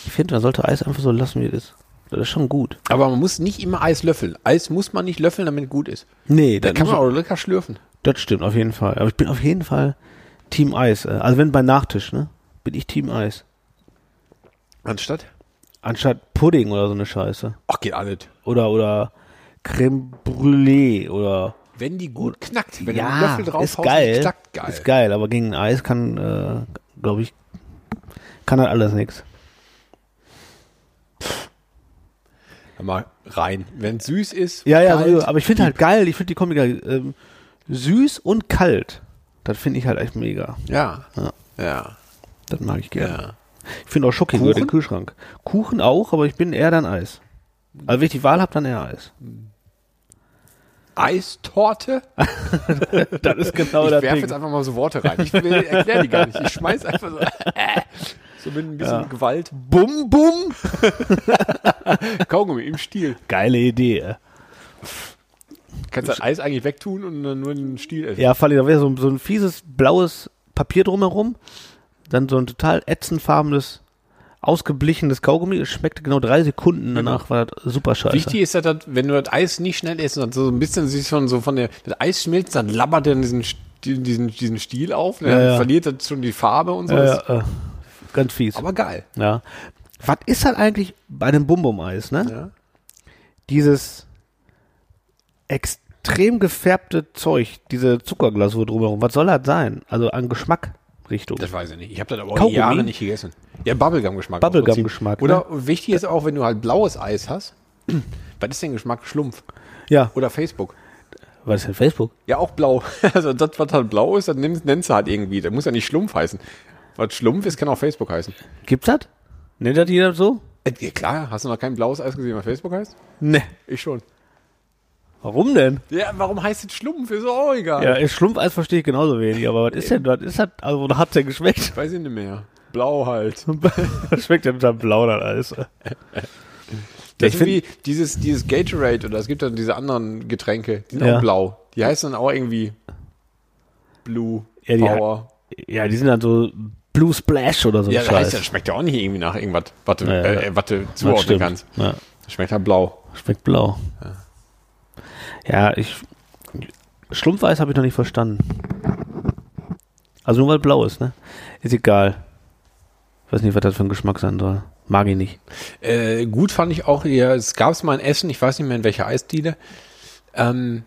Speaker 5: Ich finde, man sollte Eis einfach so lassen, wie es ist. Das ist schon gut.
Speaker 6: Aber man muss nicht immer Eis löffeln. Eis muss man nicht löffeln, damit es gut ist.
Speaker 5: Nee,
Speaker 6: Da
Speaker 5: das,
Speaker 6: kann man auch lecker schlürfen.
Speaker 5: das stimmt auf jeden Fall. Aber ich bin auf jeden Fall Team Eis. äh. Also wenn bei Nachtisch, ne? Bin ich Team Eis.
Speaker 6: Anstatt?
Speaker 5: Anstatt Pudding oder so eine Scheiße.
Speaker 6: Ach, geht alles.
Speaker 5: oder oder Creme Brûlée oder
Speaker 6: Wenn die gut knackt, wenn du einen
Speaker 5: ja,
Speaker 6: Löffel drauf
Speaker 5: ist geil,
Speaker 6: knackt geil.
Speaker 5: ist geil, aber gegen ein Eis kann, äh, glaube ich, kann halt alles nichts.
Speaker 6: mal rein. Wenn süß ist,
Speaker 5: Ja, ja,
Speaker 6: kalt.
Speaker 5: so, aber ich finde halt geil, ich finde die Kombi geil, ähm, süß und kalt. Das finde ich halt echt mega.
Speaker 6: ja,
Speaker 5: Ja.
Speaker 6: ja,
Speaker 5: Das mag ich gerne.
Speaker 6: ja.
Speaker 5: Ich finde auch Schoki gehört in den
Speaker 6: Kuchen?
Speaker 5: Kühlschrank. Kuchen auch, aber ich bin eher dann Eis. Also wenn ich die Wahl habe, dann eher Eis.
Speaker 6: Eistorte?
Speaker 5: Das ist genau
Speaker 6: Ich werfe jetzt einfach mal so Worte rein. Ich will- erklär die gar nicht. Ich schmeiß einfach so, äh, so mit ein bisschen Gewalt. Bum, bum. Kaugummi im Stiel.
Speaker 5: Geile Idee. ey.
Speaker 6: Kannst das Eis eigentlich wegtun und dann nur den Stiel essen.
Speaker 5: Ja, Falli, da wäre so, so ein fieses blaues Papier drumherum. dann so ein total ätzendfarbenes, ausgeblichenes Kaugummi. Es schmeckte genau drei Sekunden, danach war das super scheiße.
Speaker 6: Wichtig ist, dass das, wenn du das Eis nicht schnell isst, dann so ein bisschen sich schon so von der, das Eis schmilzt, dann labbert er diesen, Sti- diesen, diesen Stiel auf, dann
Speaker 5: Ja, ja.
Speaker 6: verliert das schon die Farbe und so.
Speaker 5: Ja,
Speaker 6: Das ist
Speaker 5: ja, äh, ganz fies.
Speaker 6: Aber geil.
Speaker 5: ja. Was ist das eigentlich bei dem Bum-Bum-Eis, ne?
Speaker 6: Ja.
Speaker 5: Dieses extrem gefärbte Zeug, diese Zuckerglasur drumherum, was soll das sein? Also an Geschmack Richtung.
Speaker 6: Das weiß ich nicht. Ich habe das aber auch
Speaker 5: Kaugummi?
Speaker 6: Jahre nicht gegessen. Ja, Bubblegum-Geschmack. im
Speaker 5: Bubblegum-Geschmack, ne?
Speaker 6: Prinzip. Oder wichtig ist auch, wenn du halt blaues Eis hast. Was ist denn Geschmack? Schlumpf
Speaker 5: Ja,
Speaker 6: oder Facebook?
Speaker 5: was ist denn Facebook?
Speaker 6: Ja, auch blau. Also das, was halt blau ist, das nimmst- nennst du halt irgendwie. Das muss ja nicht Schlumpf heißen. Was Schlumpf ist, kann auch Facebook heißen.
Speaker 5: Gibt's das? Nennt das jeder so?
Speaker 6: Äh, ja, klar, hast du noch kein blaues Eis gesehen, was Facebook heißt?
Speaker 5: Ne.
Speaker 6: Ich schon.
Speaker 5: Warum denn?
Speaker 6: Ja, warum heißt es Schlumpf? Ist auch egal.
Speaker 5: Ja, ist Schlumpfeis verstehe ich genauso wenig, aber was ist denn, was ist das, also oder hat's denn geschmeckt?
Speaker 6: Weiß ich nicht mehr. Blau halt.
Speaker 5: Was schmeckt denn da blau dann alles?
Speaker 6: Das
Speaker 5: ich
Speaker 6: ist wie dieses, dieses Gatorade oder es gibt dann diese anderen Getränke, die sind
Speaker 5: Ja.
Speaker 6: auch blau. Die heißen dann auch irgendwie Blue
Speaker 5: Ja, die
Speaker 6: Power.
Speaker 5: Ja, die sind dann so Blue Splash oder so
Speaker 6: Ja,
Speaker 5: ein
Speaker 6: das heißt, das
Speaker 5: Scheiß.
Speaker 6: schmeckt ja auch nicht irgendwie nach irgendwas, was du,
Speaker 5: Ja, ja.
Speaker 6: äh, was du
Speaker 5: Das
Speaker 6: zuordnen
Speaker 5: stimmt.
Speaker 6: kannst.
Speaker 5: Ja.
Speaker 6: Das schmeckt halt blau.
Speaker 5: Schmeckt blau. Ja, ich. Schlumpfeis habe ich noch nicht verstanden. Also nur weil blau ist, ne? Ist egal. Ich weiß nicht, was das für ein Geschmack sein soll. Mag ich nicht.
Speaker 6: Äh, gut fand ich auch, ja, es gab es mal in Essen, ich weiß nicht mehr in welcher Eisdiele. Ähm,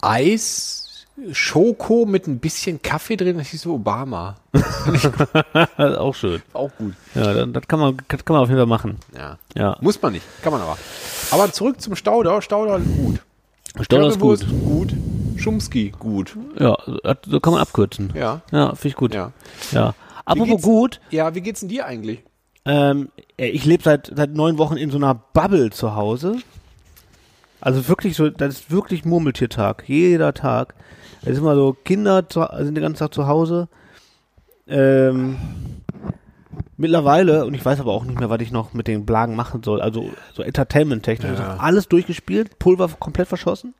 Speaker 6: Eis, Schoko mit ein bisschen Kaffee drin, das hieß so Obama.
Speaker 5: Das ist auch schön.
Speaker 6: War auch gut.
Speaker 5: Ja, dann, das, kann man, das kann man auf jeden Fall machen.
Speaker 6: Ja.
Speaker 5: Ja.
Speaker 6: Muss man nicht, kann man aber. Aber zurück zum Stauder. Stauder gut.
Speaker 5: Stauder ist gut.
Speaker 6: gut. Schumski gut.
Speaker 5: Ja, das, so kann man abkürzen.
Speaker 6: Ja.
Speaker 5: Ja, finde ich gut.
Speaker 6: Ja.
Speaker 5: ja. Apropos
Speaker 6: geht's-
Speaker 5: gut,
Speaker 6: Ja, wie geht's denn dir eigentlich?
Speaker 5: Ähm, äh, ich lebe seit, seit neun Wochen in so einer Bubble zu Hause. Also wirklich so, das ist wirklich Murmeltiertag. Jeder Tag. Es ist immer so, Kinder zu, also sind den ganzen Tag zu Hause. Ähm, mittlerweile, und ich weiß aber auch nicht mehr, was ich noch mit den Blagen machen soll, also so Entertainment-technisch,
Speaker 6: Ja.
Speaker 5: ist alles durchgespielt, Pulver komplett verschossen.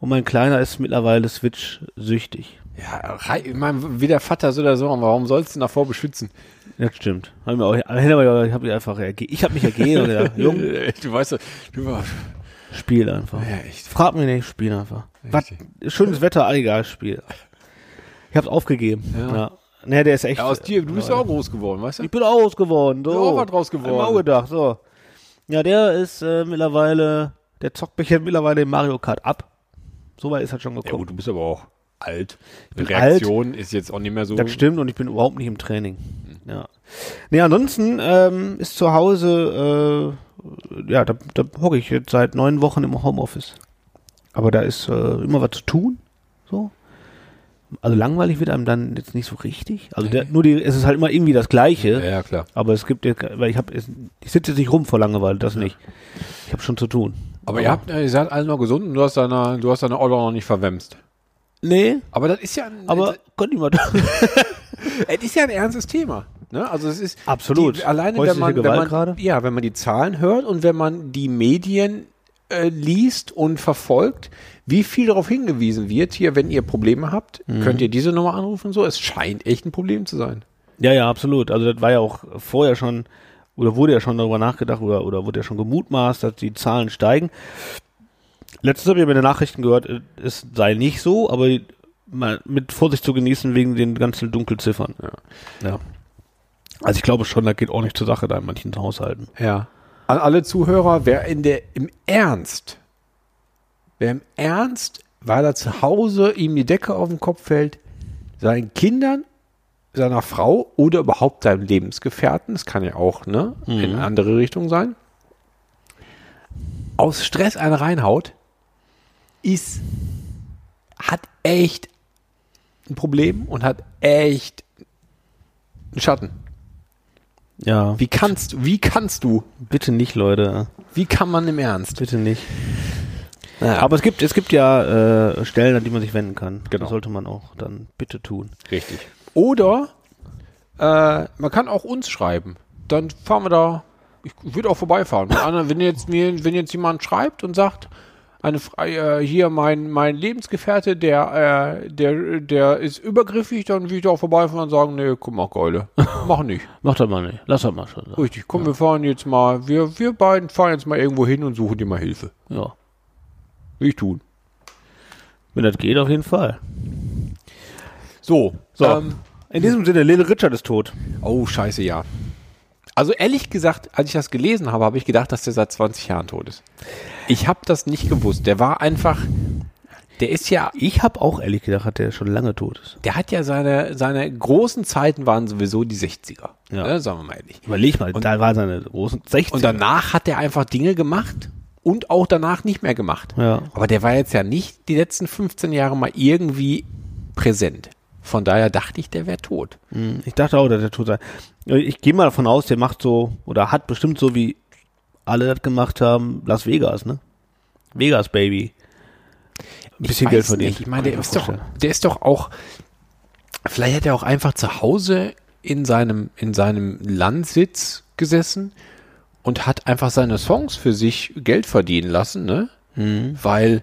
Speaker 5: Und mein Kleiner ist mittlerweile Switch-süchtig.
Speaker 6: Ja, rei- ich mein, wie der Vater so oder so, warum sollst du ihn davor beschützen?
Speaker 5: Das stimmt. Hab ich mir auch- Ich habe mich einfach erge- ich hab mich ergeben und gedacht, Junge,
Speaker 6: Äh, Du weißt, doch, du war-
Speaker 5: Spiel einfach.
Speaker 6: Ja, echt.
Speaker 5: Frag mich nicht, spiel einfach. Was, schönes Wetter, egal, spiel. Ich hab's aufgegeben. Ja. Nee, der ist echt.
Speaker 6: ja, aus dir, du bist ja auch groß geworden, weißt du?
Speaker 5: ich bin auch groß geworden. So.
Speaker 6: Ist auch was draus geworden.
Speaker 5: Hab ich mir auch gedacht, so. Ja, der ist äh, mittlerweile, der zockt mich ja mittlerweile in Mario Kart ab. So weit ist er schon
Speaker 6: Ja
Speaker 5: gekommen.
Speaker 6: gut, du bist aber auch alt. Die
Speaker 5: bin alt.
Speaker 6: Reaktion ist jetzt auch nicht mehr so.
Speaker 5: Das stimmt und ich bin überhaupt nicht im Training. Ja. Nee, ansonsten ähm, ist zu Hause, äh, ja, da, da hocke ich jetzt seit neun Wochen im Homeoffice. Aber da ist äh, immer was zu tun. So. Also langweilig wird einem dann jetzt nicht so richtig. Also der, nur die, es ist halt immer irgendwie das Gleiche.
Speaker 6: Ja, ja, klar.
Speaker 5: Aber es gibt, jetzt- weil ich habe, ich sitze jetzt nicht rum vor Langeweile, das nicht. Ich habe schon zu tun.
Speaker 6: Aber ihr habt, äh, ihr seid alle noch gesund und du hast deine, du hast deine Order noch nicht verwemst.
Speaker 5: Nee,
Speaker 6: Aber das ist ja ein,
Speaker 5: aber konnte ich mal.
Speaker 6: Es ist ja ein ernstes Thema. Ne? Also es ist
Speaker 5: Absolut.
Speaker 6: Die, alleine wenn
Speaker 5: Häusliche
Speaker 6: man, wenn
Speaker 5: Gewalt
Speaker 6: man
Speaker 5: gerade?
Speaker 6: ja, wenn man die Zahlen hört und wenn man die Medien äh, liest und verfolgt, wie viel darauf hingewiesen wird hier, wenn ihr Probleme habt,
Speaker 5: Mhm.
Speaker 6: könnt ihr diese Nummer anrufen und so. Es scheint echt ein Problem zu sein.
Speaker 5: Ja, ja, absolut. Also das war ja auch vorher schon, oder wurde ja schon darüber nachgedacht, oder, oder wurde ja schon gemutmaßt, dass die Zahlen steigen. Letztens habe ich bei den Nachrichten gehört, äh, es sei nicht so, aber die- mal mit Vorsicht zu genießen wegen den ganzen Dunkelziffern. Ja. Also ich glaube schon, da geht ordentlich zur Sache da in manchen Haushalten.
Speaker 6: Ja. An alle Zuhörer, wer in der im Ernst, wer im Ernst, weil er zu Hause ihm die Decke auf den Kopf fällt, seinen Kindern, seiner Frau oder überhaupt seinem Lebensgefährten, es kann ja auch ne, in eine andere Richtung sein, aus Stress eine reinhaut, ist, hat echt ein Problem und hat echt einen Schatten.
Speaker 5: Ja,
Speaker 6: Wie kannst, wie kannst du?
Speaker 5: bitte nicht, Leute.
Speaker 6: Wie kann man im Ernst?
Speaker 5: Bitte nicht.
Speaker 6: Naja,
Speaker 5: Aber es gibt, es gibt ja äh, Stellen, an die man sich wenden kann.
Speaker 6: Genau.
Speaker 5: Das sollte man auch dann bitte tun.
Speaker 6: richtig. Oder äh, man kann auch uns schreiben. Dann fahren wir da. Ich würde auch vorbeifahren. Wenn, einer, wenn, jetzt, mir, wenn jetzt jemand schreibt und sagt, eine Fra- äh, hier mein mein Lebensgefährte, der äh, der der ist übergriffig, dann will ich da auch vorbeifahren und sagen, nee, guck mal, Geule, mach nicht.
Speaker 5: Mach das mal nicht. Lass das mal schon. So.
Speaker 6: Richtig, komm, wir fahren jetzt mal, wir wir beiden fahren jetzt mal irgendwo hin und suchen dir mal Hilfe.
Speaker 5: Ja.
Speaker 6: Will ich tun.
Speaker 5: Wenn das geht, auf jeden Fall.
Speaker 6: So,
Speaker 5: So.
Speaker 6: Ähm,
Speaker 5: In diesem Sinne, Little Richard ist tot.
Speaker 6: oh scheiße, ja. Also ehrlich gesagt, als ich das gelesen habe, habe ich gedacht, dass der seit 20 Jahren tot ist. Ich habe das nicht gewusst. Der war einfach, der ist ja
Speaker 5: Ich habe auch ehrlich gedacht, der schon lange tot ist.
Speaker 6: der hat ja seine, seine großen Zeiten waren sowieso die 60er.
Speaker 5: Ja.
Speaker 6: Ne, sagen wir mal ehrlich.
Speaker 5: Überleg mal, da war seine großen 60.
Speaker 6: Und danach hat er einfach Dinge gemacht und auch danach nicht mehr gemacht.
Speaker 5: Ja.
Speaker 6: Aber der war jetzt ja nicht die letzten 15 Jahre mal irgendwie präsent. Von daher dachte ich, der wäre tot.
Speaker 5: Ich dachte auch, dass der tot sei. Ich gehe mal davon aus, der macht so, oder hat bestimmt so wie alle das gemacht haben, Las Vegas, ne? Vegas, Baby. Ein bisschen
Speaker 6: Weiß
Speaker 5: Geld verdient.
Speaker 6: Nicht. Ich meine, der
Speaker 5: Kann
Speaker 6: ist,
Speaker 5: mir
Speaker 6: doch,
Speaker 5: vorstellen.
Speaker 6: der ist doch auch, vielleicht hat er auch einfach zu Hause in seinem, in seinem Landsitz gesessen und hat einfach seine Songs für sich Geld verdienen lassen, ne? Weil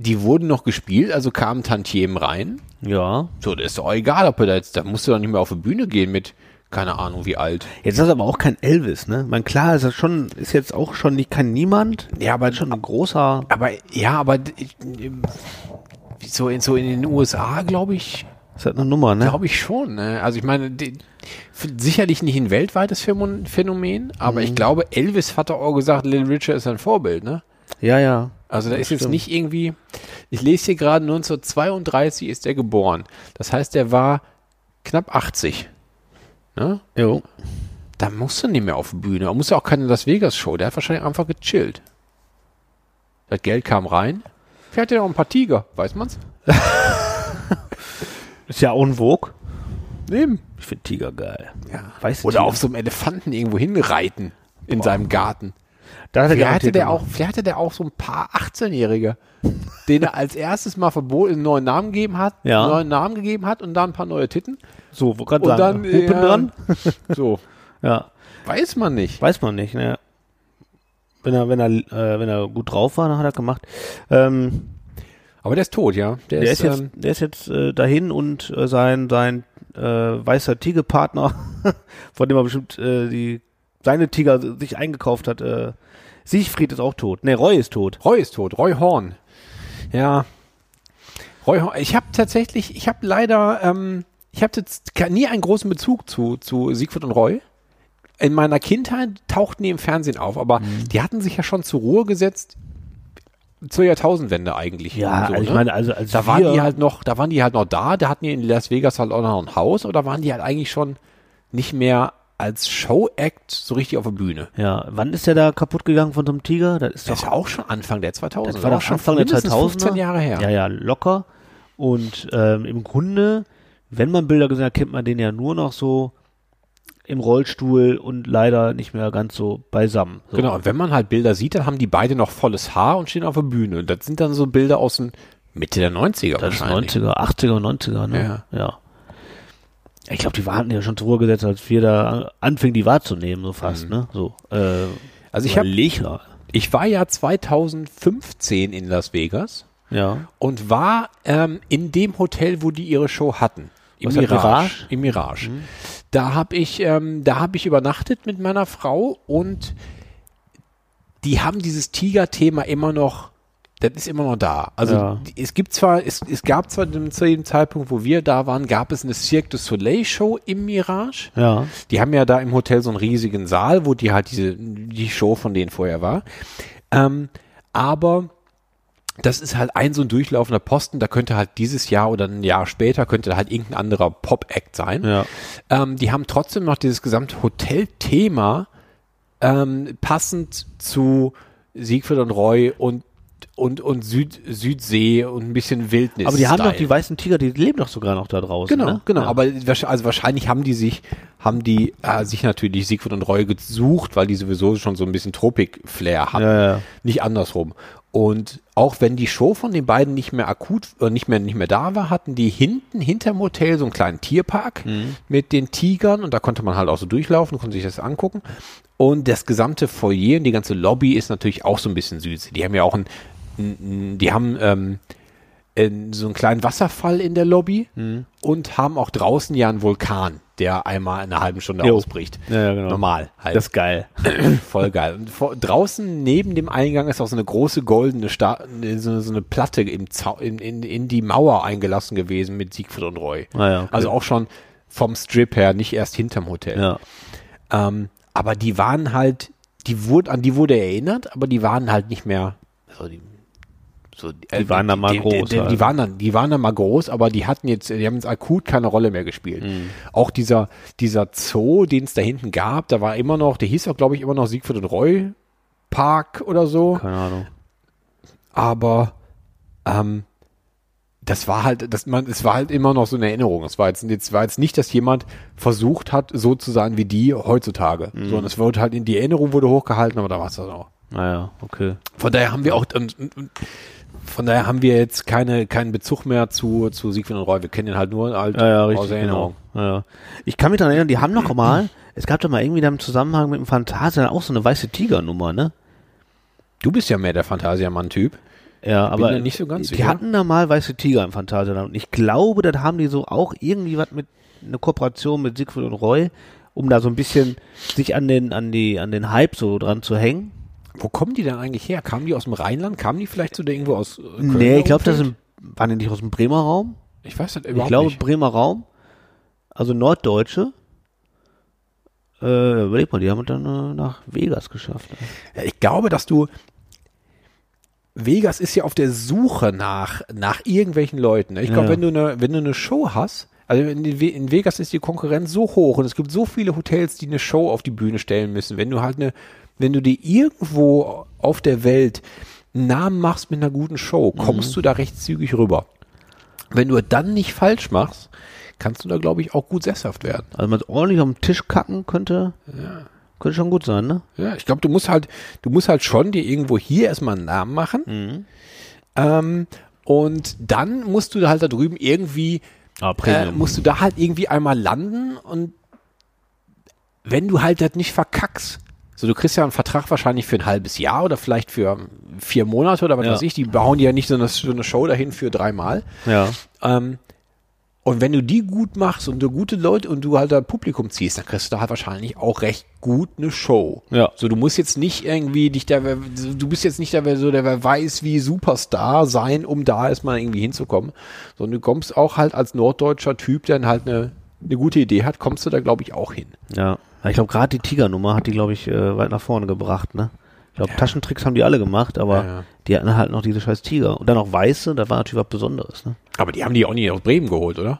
Speaker 6: die wurden noch gespielt, also kamen Tantiemen rein.
Speaker 5: Ja.
Speaker 6: So, da ist doch auch egal, ob er da jetzt, da musst du doch nicht mehr auf die Bühne gehen mit, keine Ahnung, wie alt.
Speaker 5: Jetzt ist das aber auch kein Elvis, ne? Ich meine, klar ist das schon, ist jetzt auch schon nicht kein Niemand.
Speaker 6: Ja, aber
Speaker 5: Schon ein großer.
Speaker 6: Aber, ja, aber ich- so in, so in den USA, glaube ich,
Speaker 5: Ist halt eine Nummer, ne?
Speaker 6: Glaube ich schon. Ne? Also ich meine, die, f- sicherlich nicht ein weltweites Phämo- Phänomen, aber
Speaker 5: Mhm.
Speaker 6: ich glaube, Elvis hat doch auch gesagt, Little Richard ist ein Vorbild. Ne?
Speaker 5: ja, ja.
Speaker 6: Also da ist jetzt
Speaker 5: stimmt.
Speaker 6: nicht irgendwie, ich lese hier gerade, 1932 ist er geboren. Das heißt, er war knapp 80. Ne?
Speaker 5: Jo.
Speaker 6: Da musste nicht mehr auf die Bühne. Er musste auch keine Las Vegas Show. Der hat wahrscheinlich einfach gechillt. Das Geld kam rein. Vielleicht hat er noch ein paar Tiger, weiß man's?
Speaker 5: Ist ja auch ein Vogue.
Speaker 6: Neben.
Speaker 5: Ich finde Tiger geil.
Speaker 6: Ja.
Speaker 5: Weißt du,
Speaker 6: Oder
Speaker 5: Tiger?
Speaker 6: auf so einem Elefanten irgendwo hinreiten in seinem Garten.
Speaker 5: Da hat er genau.
Speaker 6: Vielleicht hatte,
Speaker 5: garantiert
Speaker 6: der
Speaker 5: gemacht.
Speaker 6: auch, vielleicht hatte der auch so ein paar 18-Jährige, denen er als erstes mal verboten, einen neuen Namen gegeben hat,
Speaker 5: Ja.
Speaker 6: einen neuen Namen gegeben hat und dann ein paar neue Titten.
Speaker 5: So, wo gerade
Speaker 6: Und
Speaker 5: sagen.
Speaker 6: dann
Speaker 5: Hupen
Speaker 6: ja,
Speaker 5: dran?
Speaker 6: So,
Speaker 5: Ja.
Speaker 6: weiß man nicht.
Speaker 5: Weiß man nicht, ne? Wenn er, wenn er, äh, wenn er gut drauf war, dann hat er gemacht. Ähm,
Speaker 6: Aber der ist tot, ja.
Speaker 5: der, ist jetzt,
Speaker 6: ähm,
Speaker 5: der ist jetzt äh, dahin und äh, sein, sein äh, weißer Tigerpartner, von dem er bestimmt äh, die, seine Tiger sich eingekauft hat, äh, Siegfried ist auch tot. Ne, Roy ist tot.
Speaker 6: Roy ist tot, Roy Horn. Ja. Roy Horn. Ich habe tatsächlich, ich habe leider, ähm, ich habe jetzt ke- nie einen großen Bezug zu, zu Siegfried und Roy. In meiner Kindheit tauchten die im Fernsehen auf, aber
Speaker 5: Mhm.
Speaker 6: die hatten sich ja schon zur Ruhe gesetzt zur Jahrtausendwende eigentlich. So,
Speaker 5: also ich
Speaker 6: ne?
Speaker 5: meine, also als
Speaker 6: da
Speaker 5: wir,
Speaker 6: waren die halt noch, da waren die halt noch da, da hatten die in Las Vegas halt auch noch ein Haus oder waren die halt eigentlich schon nicht mehr als Show-Act so richtig auf der Bühne?
Speaker 5: Ja, wann ist der da kaputt gegangen von so einem Tiger? Das ist
Speaker 6: Das
Speaker 5: doch
Speaker 6: ist ja auch schon Anfang der 2000er.
Speaker 5: Das war doch
Speaker 6: auch schon
Speaker 5: Anfang der
Speaker 6: mindestens
Speaker 5: 2000er.
Speaker 6: 15 Jahre her.
Speaker 5: ne? Ja, ja, locker. Und ähm, im Grunde, wenn man Bilder gesehen hat, kennt man den ja nur noch so im Rollstuhl und leider nicht mehr ganz so beisammen. So.
Speaker 6: Genau, und wenn man halt Bilder sieht, dann haben die beide noch volles Haar und stehen auf der Bühne. Und das sind dann so Bilder aus den Mitte der 90er
Speaker 5: Das ist
Speaker 6: wahrscheinlich.
Speaker 5: 90er, 80er und 90er, ne? Ja. Ich glaube, die waren ja schon zur Ruhe gesetzt, als wir da anfingen, die wahrzunehmen, so fast, ne? So. Äh,
Speaker 6: Also Mhm. ich hab-
Speaker 5: überleg mal.
Speaker 6: Ich war ja 2015 in Las Vegas
Speaker 5: Ja.
Speaker 6: und war ähm, in dem Hotel, wo die ihre Show hatten. Im
Speaker 5: Was hat Mirage? Mhm.
Speaker 6: Im Mirage. Da habe ich, ähm, da hab ich übernachtet mit meiner Frau und die haben dieses Tiger-Thema immer noch, das ist immer noch da. Also
Speaker 5: Ja.
Speaker 6: die- es gibt zwar, es, es gab zwar dem, zu dem Zeitpunkt, wo wir da waren, gab es eine Cirque du Soleil-Show im Mirage.
Speaker 5: Ja.
Speaker 6: Die haben ja da im Hotel so einen riesigen Saal, wo die halt diese, die Show von denen vorher war. Ähm, aber das ist halt ein so ein durchlaufender Posten, da könnte halt dieses Jahr oder ein Jahr später könnte da halt irgendein anderer Pop-Act sein.
Speaker 5: Ja.
Speaker 6: Ähm, die haben trotzdem noch dieses gesamte Hotel-Thema ähm, passend zu Siegfried und Roy und und, und Süd, Südsee und ein bisschen Wildnis.
Speaker 5: Aber die haben doch
Speaker 6: Style.
Speaker 5: die weißen Tiger, die leben doch sogar noch da draußen.
Speaker 6: Genau,
Speaker 5: ne?
Speaker 6: genau.
Speaker 5: Ja.
Speaker 6: Aber wahrsch- also wahrscheinlich haben die sich, haben die äh, sich natürlich Siegfried und Roy gesucht, weil die sowieso schon so ein bisschen Tropik-Flair hatten.
Speaker 5: Ja, ja.
Speaker 6: Nicht andersrum. Und auch wenn die Show von den beiden nicht mehr akut äh, nicht mehr nicht mehr da war, hatten die hinten hinterm Hotel so einen kleinen Tierpark
Speaker 5: Mhm.
Speaker 6: mit den Tigern und da konnte man halt auch so durchlaufen, konnte sich das angucken. Und das gesamte Foyer und die ganze Lobby ist natürlich auch so ein bisschen süß. Die haben ja auch ein Die haben ähm, in so einen kleinen Wasserfall in der Lobby
Speaker 5: Mhm.
Speaker 6: und haben auch draußen ja einen Vulkan, der einmal in einer halben Stunde
Speaker 5: Jo.
Speaker 6: ausbricht.
Speaker 5: Ja, ja, genau.
Speaker 6: Normal halt.
Speaker 5: Das ist geil.
Speaker 6: Voll geil. Und vor, draußen neben dem Eingang ist auch so eine große goldene Sta äh, so, eine- so eine Platte im Zau in, in, in die Mauer eingelassen gewesen mit Siegfried und Roy.
Speaker 5: Ah ja, okay.
Speaker 6: Also auch schon vom Strip her, nicht erst hinterm Hotel.
Speaker 5: Ja.
Speaker 6: Ähm, aber die waren halt, die wurde, an die wurde erinnert, aber die waren halt nicht mehr. Also die, so, äh,
Speaker 5: Die waren dann mal
Speaker 6: die,
Speaker 5: groß,
Speaker 6: Die, die,
Speaker 5: halt.
Speaker 6: die, waren dann, die waren dann mal groß, aber die hatten jetzt, die haben jetzt akut keine Rolle mehr gespielt.
Speaker 5: Mhm.
Speaker 6: Auch dieser, dieser Zoo, den es da hinten gab, da war immer noch, der hieß auch, glaube ich, immer noch Siegfried und Roy Park oder so
Speaker 5: Keine Ahnung.
Speaker 6: aber ähm, das war halt, das man, es war halt immer noch so eine Erinnerung. Es war jetzt, jetzt war jetzt nicht, dass jemand versucht hat, so zu sein wie die heutzutage,
Speaker 5: Mhm.
Speaker 6: sondern es wurde halt in die Erinnerung wurde hochgehalten, aber da war es dann auch.
Speaker 5: Naja, okay.
Speaker 6: Von daher haben wir auch, ähm, ähm, von daher haben wir jetzt keine, keinen Bezug mehr zu, zu Siegfried und Roy. Wir kennen ihn halt nur halt
Speaker 5: Ja, ja,
Speaker 6: aus
Speaker 5: richtig.
Speaker 6: Erinnerung.
Speaker 5: Genau. Ja, ja. Ich kann mich daran erinnern, die haben noch mal, es gab doch mal irgendwie da im Zusammenhang mit dem Phantasien auch so eine weiße Tiger-Nummer, ne?
Speaker 6: Du bist ja mehr der Phantasiamann-Typ.
Speaker 5: Ja, aber
Speaker 6: da nicht so ganz
Speaker 5: die
Speaker 6: sicher.
Speaker 5: hatten da mal weiße Tiger im Phantasialand und ich glaube, das haben die so auch irgendwie was mit eine Kooperation mit Siegfried und Roy, um da so ein bisschen sich an den an die an den Hype so dran zu hängen.
Speaker 6: Wo kommen die denn eigentlich her? Kamen die aus dem Rheinland? Kamen die vielleicht zu der irgendwo aus äh, Köln?
Speaker 5: nee, ich glaube, das
Speaker 6: Umfeld?
Speaker 5: sind waren die nicht aus dem Bremer Raum?
Speaker 6: Ich weiß das
Speaker 5: Ich
Speaker 6: überhaupt
Speaker 5: glaube
Speaker 6: nicht.
Speaker 5: Bremer Raum, also Norddeutsche. Äh, überleg mal, die haben es dann äh, nach Vegas geschafft.
Speaker 6: Ja, ich glaube, dass du. Vegas ist ja auf der Suche nach, nach irgendwelchen Leuten. ne? Ich glaube,
Speaker 5: Ja.
Speaker 6: wenn, du eine- wenn du eine Show hast, also in, We- in Vegas ist die Konkurrenz so hoch und es gibt so viele Hotels, die eine Show auf die Bühne stellen müssen. Wenn du halt eine, wenn du dir irgendwo auf der Welt einen Namen machst mit einer guten Show,
Speaker 5: Mhm.
Speaker 6: kommst du da recht zügig rüber. Wenn du dann nicht falsch machst, kannst du da, glaube ich, auch gut sesshaft werden.
Speaker 5: Also man ordentlich am Tisch kacken könnte, könnte schon gut sein, ne?
Speaker 6: Ja, ich glaube, du musst halt, du musst halt schon dir irgendwo hier erstmal einen Namen machen. Ähm, und dann musst du halt da drüben irgendwie,
Speaker 5: Ah,
Speaker 6: äh, musst du da halt irgendwie einmal landen und wenn du halt das nicht verkackst, so du kriegst ja einen Vertrag wahrscheinlich für ein halbes Jahr oder vielleicht für vier Monate oder was
Speaker 5: Ja.
Speaker 6: weiß ich, die bauen dir ja nicht so eine, so eine Show dahin für dreimal.
Speaker 5: ja.
Speaker 6: Ähm, und wenn du die gut machst und du gute Leute und du halt da Publikum ziehst, dann kriegst du da halt wahrscheinlich auch recht gut eine Show.
Speaker 5: Ja.
Speaker 6: So, du musst jetzt nicht irgendwie dich da, du bist jetzt nicht der, so der wer weiß wie Superstar sein, um da erstmal irgendwie hinzukommen, sondern du kommst auch halt als norddeutscher Typ, der dann halt eine, eine gute Idee hat, kommst du da glaube ich auch hin.
Speaker 5: Ja, ich glaube, gerade die Tigernummer hat die, glaube ich, äh, weit nach vorne gebracht, ne? Ich glaube, Taschentricks haben die alle gemacht, aber
Speaker 6: Ja, ja.
Speaker 5: die hatten halt noch diese scheiß Tiger. Und dann noch Weiße, das war natürlich was Besonderes, ne?
Speaker 6: Aber die haben die auch nicht aus Bremen geholt, oder?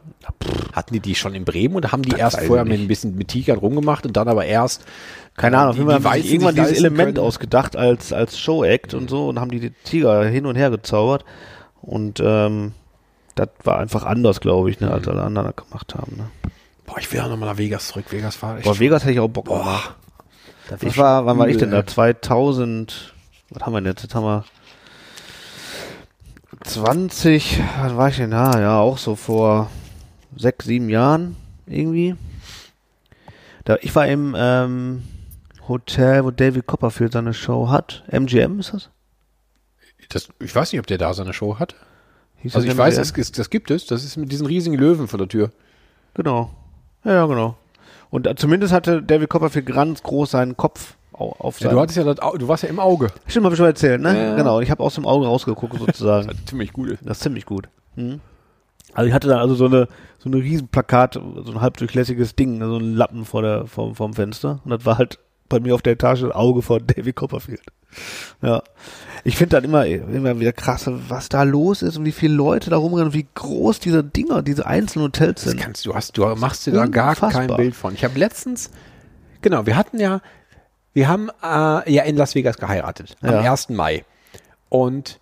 Speaker 6: Hatten die die schon in Bremen oder haben die erst
Speaker 5: weiß ich
Speaker 6: vorher mit
Speaker 5: nicht.
Speaker 6: ein bisschen mit Tigern rumgemacht und dann aber erst
Speaker 5: Keine Ahnung, auf
Speaker 6: die-
Speaker 5: jeden Fall haben die
Speaker 6: die Weißen
Speaker 5: sich irgendwann
Speaker 6: sich
Speaker 5: dieses
Speaker 6: leisten
Speaker 5: Element
Speaker 6: können.
Speaker 5: ausgedacht als, als Show-Act und so und haben die, die Tiger hin und her gezaubert. Und ähm, das war einfach anders, glaube ich, ne,
Speaker 6: Mhm.
Speaker 5: als alle anderen das gemacht haben. Ne?
Speaker 6: Boah, ich will auch nochmal nach Vegas zurück. Vegas fahren. echt
Speaker 5: Boah, Vegas hätte ich auch Bock
Speaker 6: Boah.
Speaker 5: gemacht. Ich war, wann war ich denn da?
Speaker 6: Übel,
Speaker 5: 2000, was haben wir denn jetzt? Jetzt haben wir 20, wann war ich denn da? Ja, auch so vor sechs, sieben Jahren irgendwie. Da, ich war im ähm, Hotel, wo David Copperfield seine Show hat. MGM ist das?
Speaker 6: Das, ich weiß nicht, ob der da seine Show hat.
Speaker 5: Hieß
Speaker 6: Also
Speaker 5: das
Speaker 6: ich weiß,
Speaker 5: MGM?
Speaker 6: das, ist- das gibt es. Das ist mit diesen riesigen Löwen vor der Tür.
Speaker 5: Genau. Ja, ja, genau. Und äh, zumindest hatte David Copperfield ganz groß seinen Kopf au- auf
Speaker 6: Ja,
Speaker 5: seinem-
Speaker 6: du hattest ja das, Au- du warst ja im Auge.
Speaker 5: Stimmt, habe ich schon erzählt, ne?
Speaker 6: Ja.
Speaker 5: Genau, und ich habe aus dem Auge rausgeguckt sozusagen.
Speaker 6: Ziemlich cool.
Speaker 5: Das ist ziemlich gut. Also ich hatte da also so eine so eine Riesenplakat, so ein halb durchlässiges Ding, so ein Lappen vor der vom, vom Fenster und das war halt bei mir auf der Etage das Auge von David Copperfield. Ja. Ich finde dann immer immer wieder krass, was da los ist und wie viele Leute da rumrennen, und wie groß diese Dinger, diese einzelnen Hotels
Speaker 6: Das
Speaker 5: sind.
Speaker 6: kannst du, hast, du machst dir da gar
Speaker 5: Unfassbar.
Speaker 6: kein Bild von. Ich habe letztens, genau, wir hatten ja, wir haben äh, ja in Las Vegas geheiratet. Am
Speaker 5: Ja.
Speaker 6: 1. Mai. Und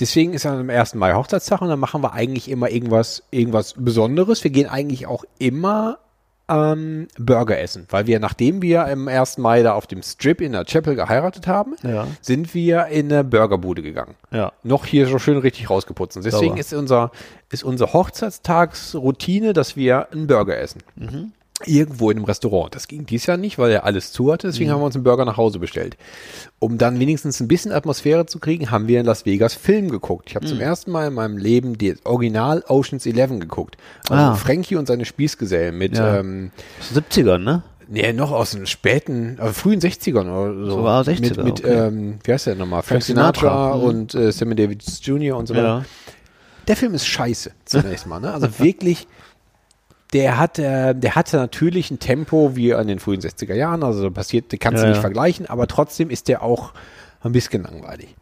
Speaker 6: deswegen ist ja am 1. Mai Hochzeitstag und dann machen wir eigentlich immer irgendwas, irgendwas Besonderes. Wir gehen eigentlich auch immer ähm, Burger essen, weil wir, nachdem wir am 1. Mai da auf dem Strip in der Chapel geheiratet haben,
Speaker 5: Ja.
Speaker 6: sind wir in eine Burgerbude gegangen.
Speaker 5: Ja.
Speaker 6: Noch hier so schön richtig rausgeputzt. Und deswegen
Speaker 5: Sauber.
Speaker 7: Mhm.
Speaker 6: ist, unser, ist unsere Hochzeitstagsroutine, dass wir einen Burger essen. Irgendwo in einem Restaurant. Das ging dies Jahr nicht, weil er alles zu hatte.
Speaker 7: Mhm.
Speaker 6: Deswegen haben wir uns einen Burger nach Hause bestellt. Um dann wenigstens ein bisschen Atmosphäre zu kriegen, haben wir in Las Vegas Film geguckt. Ich habe
Speaker 7: Mhm.
Speaker 6: zum ersten Mal in meinem Leben das Original Oceans 11 geguckt. Also
Speaker 7: Ah.
Speaker 6: Frankie und seine Spießgesellen mit,
Speaker 7: Ja.
Speaker 6: ähm,
Speaker 7: 70ern, ne?
Speaker 6: Nee, noch aus den späten, äh, frühen 60ern oder so.
Speaker 7: So war 60er,
Speaker 6: Mit, mit
Speaker 7: okay.
Speaker 6: ähm, wie heißt der nochmal? Frank
Speaker 7: Sinatra,
Speaker 6: Sinatra
Speaker 7: mhm.
Speaker 6: und äh, Sammy Davis Jr. und so weiter.
Speaker 7: Ja.
Speaker 6: Der Film ist scheiße, zunächst mal. Ne? Also wirklich, der hat, äh, der hatte natürlich ein Tempo wie an den frühen 60er Jahren. Also passiert, die kannst du
Speaker 7: Ja,
Speaker 6: nicht
Speaker 7: ja.
Speaker 6: vergleichen, aber trotzdem ist der auch ein bisschen langweilig.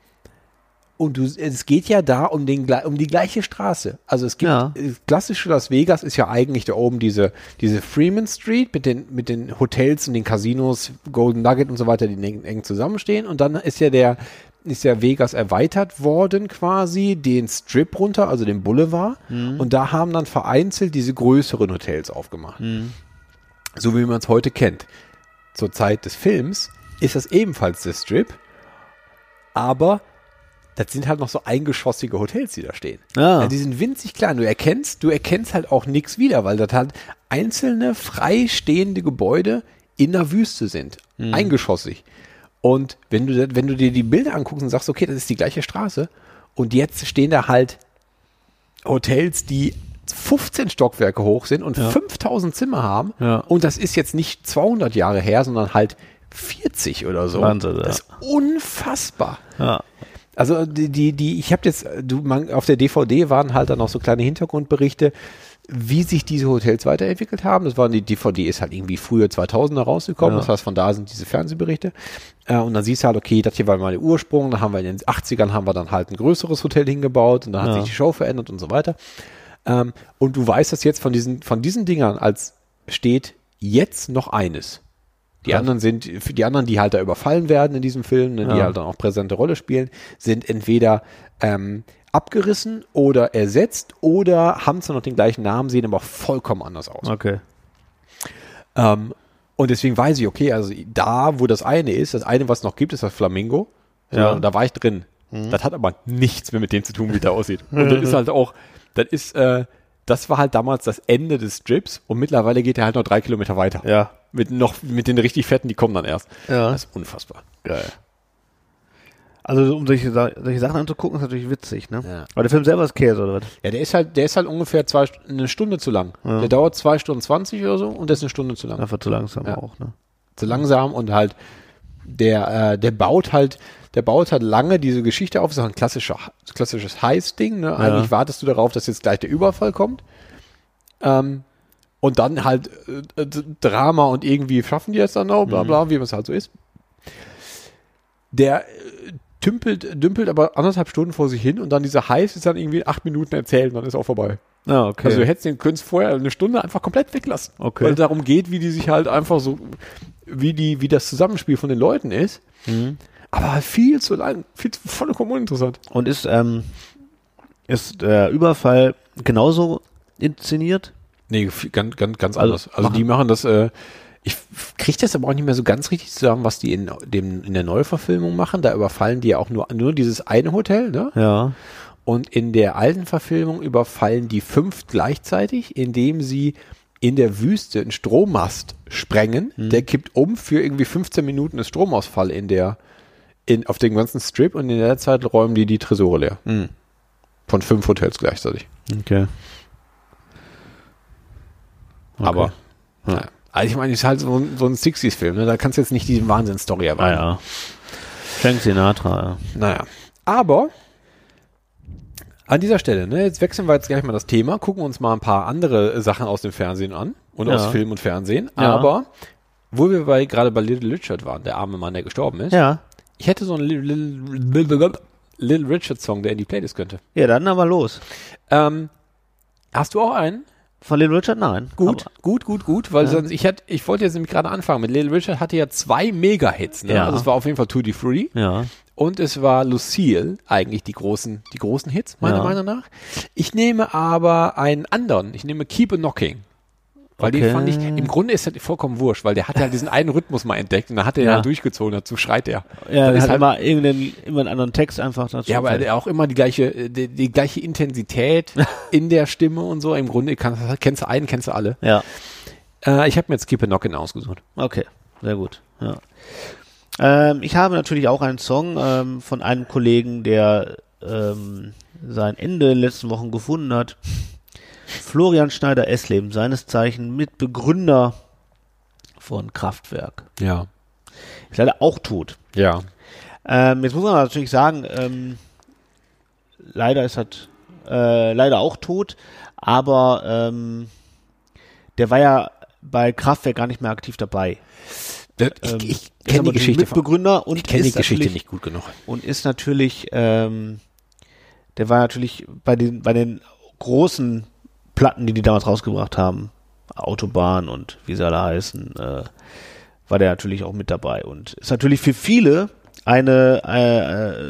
Speaker 6: Und du, es geht ja da um, den, gle- um die gleiche Straße. Also es gibt
Speaker 7: Ja.
Speaker 6: äh, klassische Las Vegas ist ja eigentlich da oben diese, diese Freeman Street mit den, mit den Hotels und den Casinos, Golden Nugget und so weiter, die eng, eng zusammenstehen. Und dann ist ja der, ist ja Vegas erweitert worden quasi, den Strip runter, also den Boulevard. Und da haben dann vereinzelt diese größeren Hotels aufgemacht. So wie man es heute kennt. Zur Zeit des Films ist das ebenfalls der Strip, aber das sind halt noch so eingeschossige Hotels, die da stehen.
Speaker 7: Ah.
Speaker 6: Also die sind winzig klein. Du erkennst, du erkennst halt auch nichts wieder, weil das halt einzelne freistehende Gebäude in der Wüste sind. Eingeschossig. Und wenn du, das- wenn du dir die Bilder anguckst und sagst, okay, das ist die gleiche Straße und jetzt stehen da halt Hotels, die 15 Stockwerke hoch sind und 5000 Zimmer haben
Speaker 7: Ja.
Speaker 6: und das ist jetzt nicht 200 Jahre her, sondern halt 40 oder so.
Speaker 7: Wahnsinn, ja.
Speaker 6: Das ist unfassbar.
Speaker 7: Ja.
Speaker 6: Also die, die, die, ich habe jetzt, du, man, auf der DVD waren halt dann auch so kleine Hintergrundberichte, wie sich diese Hotels weiterentwickelt haben. Das waren die DVD ist halt irgendwie früher 2000er rausgekommen. Das heißt, von da sind diese Fernsehberichte. Äh, und dann siehst du halt, okay, das hier war mal der Ursprung. Dann haben wir in den 80ern haben wir dann halt ein größeres Hotel hingebaut und dann hat sich die Show verändert und so weiter. Ähm, und du weißt das jetzt von diesen, von diesen Dingern als steht jetzt noch eines. Die anderen sind, für die anderen, die halt da überfallen werden in diesem Film, ne, die halt dann auch präsente Rolle spielen, sind entweder ähm, abgerissen oder ersetzt oder haben zwar noch den gleichen Namen, sehen aber auch vollkommen anders aus.
Speaker 7: Okay.
Speaker 6: Ähm, und deswegen weiß ich, okay, also da, wo das eine ist, das eine, was noch gibt, ist das Flamingo. So,
Speaker 7: Ja. Mhm.
Speaker 6: Da war ich drin. Das hat aber nichts mehr mit dem zu tun, wie der aussieht. Und das ist halt auch, das ist, äh, das war halt damals das Ende des Strips und mittlerweile geht er halt noch drei Kilometer weiter.
Speaker 7: Ja.
Speaker 6: Mit noch, mit den richtig fetten, die kommen dann erst.
Speaker 7: Ja.
Speaker 6: Das ist unfassbar.
Speaker 7: Geil. Also, um solche, Sa- solche Sachen anzugucken, ist natürlich witzig, ne?
Speaker 6: Ja.
Speaker 7: Aber der Film selber ist Käse, oder was?
Speaker 6: Ja, der ist halt, der ist halt ungefähr zwei, St- eine Stunde zu lang. Der dauert zwei Stunden 20 oder so und der ist eine Stunde zu lang.
Speaker 7: Einfach zu langsam
Speaker 6: Ja.
Speaker 7: auch, ne?
Speaker 6: zu langsam und halt der äh, der baut halt der baut halt lange diese Geschichte auf, ist auch ein klassischer klassisches Heiß-Ding. Ne? Eigentlich wartest du darauf, dass jetzt gleich der Überfall kommt ähm, und dann halt äh, äh, Drama und irgendwie schaffen die es dann noch, bla bla, wie es halt so ist. Der äh, tümpelt, dümpelt aber anderthalb Stunden vor sich hin und dann dieser Heiß ist dann irgendwie in acht Minuten erzählt und dann ist auch vorbei.
Speaker 7: Ja, okay.
Speaker 6: Also du hättest den Künst vorher eine Stunde einfach komplett weglassen.
Speaker 7: Okay.
Speaker 6: Weil es darum geht, wie die sich halt einfach so, wie die, wie das Zusammenspiel von den Leuten ist. Mhm. Aber viel zu lang, viel zu vollkommen uninteressant.
Speaker 7: Und ist, ähm, ist der Überfall genauso inszeniert?
Speaker 6: Nee, viel- ganz, ganz, ganz
Speaker 7: Also,
Speaker 6: anders. Also die machen das, äh, ich f- krieg das aber auch nicht mehr so ganz richtig zusammen, was die in, dem, in der Neuverfilmung machen. Da überfallen die ja auch nur, nur dieses eine Hotel, ne?
Speaker 7: Ja.
Speaker 6: Und in der alten Verfilmung überfallen die fünf gleichzeitig, indem sie in der Wüste einen Strommast sprengen. Der kippt um für irgendwie 15 Minuten ist Stromausfall in der, in, auf dem ganzen Strip und in der Zeit räumen die die Tresore leer. Von fünf Hotels gleichzeitig.
Speaker 7: Okay.
Speaker 6: Aber, naja. Also ich meine, es ist halt so, ein- so ein 60s-Film, ne? da kannst du jetzt nicht die Wahnsinnsstory
Speaker 7: Ah
Speaker 6: erwarten.
Speaker 7: ja. Frank Sinatra,
Speaker 6: Naja. Aber an dieser Stelle, ne, jetzt wechseln wir jetzt gleich mal das Thema, gucken uns mal ein paar andere Sachen aus dem Fernsehen an und
Speaker 7: Ja.
Speaker 6: aus Film und Fernsehen.
Speaker 7: Ja.
Speaker 6: Aber wo wir bei, gerade bei Little Richard waren, der arme Mann, der gestorben ist,
Speaker 7: ja. Ja.
Speaker 6: ich hätte so einen Little, Little, Little Richard Song, der in die Playlist könnte.
Speaker 7: Ja, dann aber los.
Speaker 6: Ähm, hast du auch einen?
Speaker 7: Von Little Richard? Nein.
Speaker 6: Gut, gut, gut, gut, weil sonst ich hätte, ich wollte jetzt nämlich gerade anfangen mit Little Richard hatte ja zwei Mega-Hits, ne?
Speaker 7: Ja.
Speaker 6: Also es war auf jeden Fall Tutti Frutti.
Speaker 7: Aber, ja.
Speaker 6: Und es war Lucille, eigentlich die großen, die großen Hits, meiner
Speaker 7: Ja.
Speaker 6: Meinung nach. Ich nehme aber einen anderen. Ich nehme Keep a Knocking. Weil den
Speaker 7: Okay.
Speaker 6: fand ich, im Grunde ist das vollkommen wurscht, weil der hat halt diesen einen Rhythmus mal entdeckt und dann hat er ja.
Speaker 7: Ja.
Speaker 6: halt durchgezogen, dazu schreit er.
Speaker 7: Ja,
Speaker 6: Dann
Speaker 7: dann
Speaker 6: ist
Speaker 7: hat
Speaker 6: halt-
Speaker 7: immer irgendeinen, immer einen anderen Text einfach dazu.
Speaker 6: Ja, aber der auch immer die gleiche, äh, die, die gleiche Intensität in der Stimme und so. Im Grunde kannst, kennst du einen, kennst du alle.
Speaker 7: ja.
Speaker 6: Äh, ich habe mir jetzt Skipenocken ausgesucht.
Speaker 5: Okay, sehr gut. Ja. Ähm, ich habe natürlich auch einen Song ähm, von einem Kollegen, der ähm, sein Ende in den letzten Wochen gefunden hat. Florian Schneider Essleben, seines Zeichen Mitbegründer von Kraftwerk.
Speaker 6: Ja.
Speaker 5: Ist leider auch tot.
Speaker 6: Ja.
Speaker 5: Ähm, jetzt muss man natürlich sagen, ähm, leider ist halt äh, leider auch tot, aber ähm, der war ja bei Kraftwerk gar nicht mehr aktiv dabei.
Speaker 6: Ich,
Speaker 5: Ähm,
Speaker 6: ich
Speaker 5: ist
Speaker 6: kenne
Speaker 5: aber
Speaker 6: die Geschichte von,
Speaker 5: Mitbegründer und
Speaker 6: ich kenne die
Speaker 5: ist
Speaker 6: Geschichte
Speaker 5: natürlich-
Speaker 6: nicht gut genug.
Speaker 5: und ist natürlich, ähm, der war natürlich bei den, bei den großen Platten, die die damals rausgebracht haben, Autobahn und wie sie alle heißen, äh, war der natürlich auch mit dabei und ist natürlich für viele eine äh,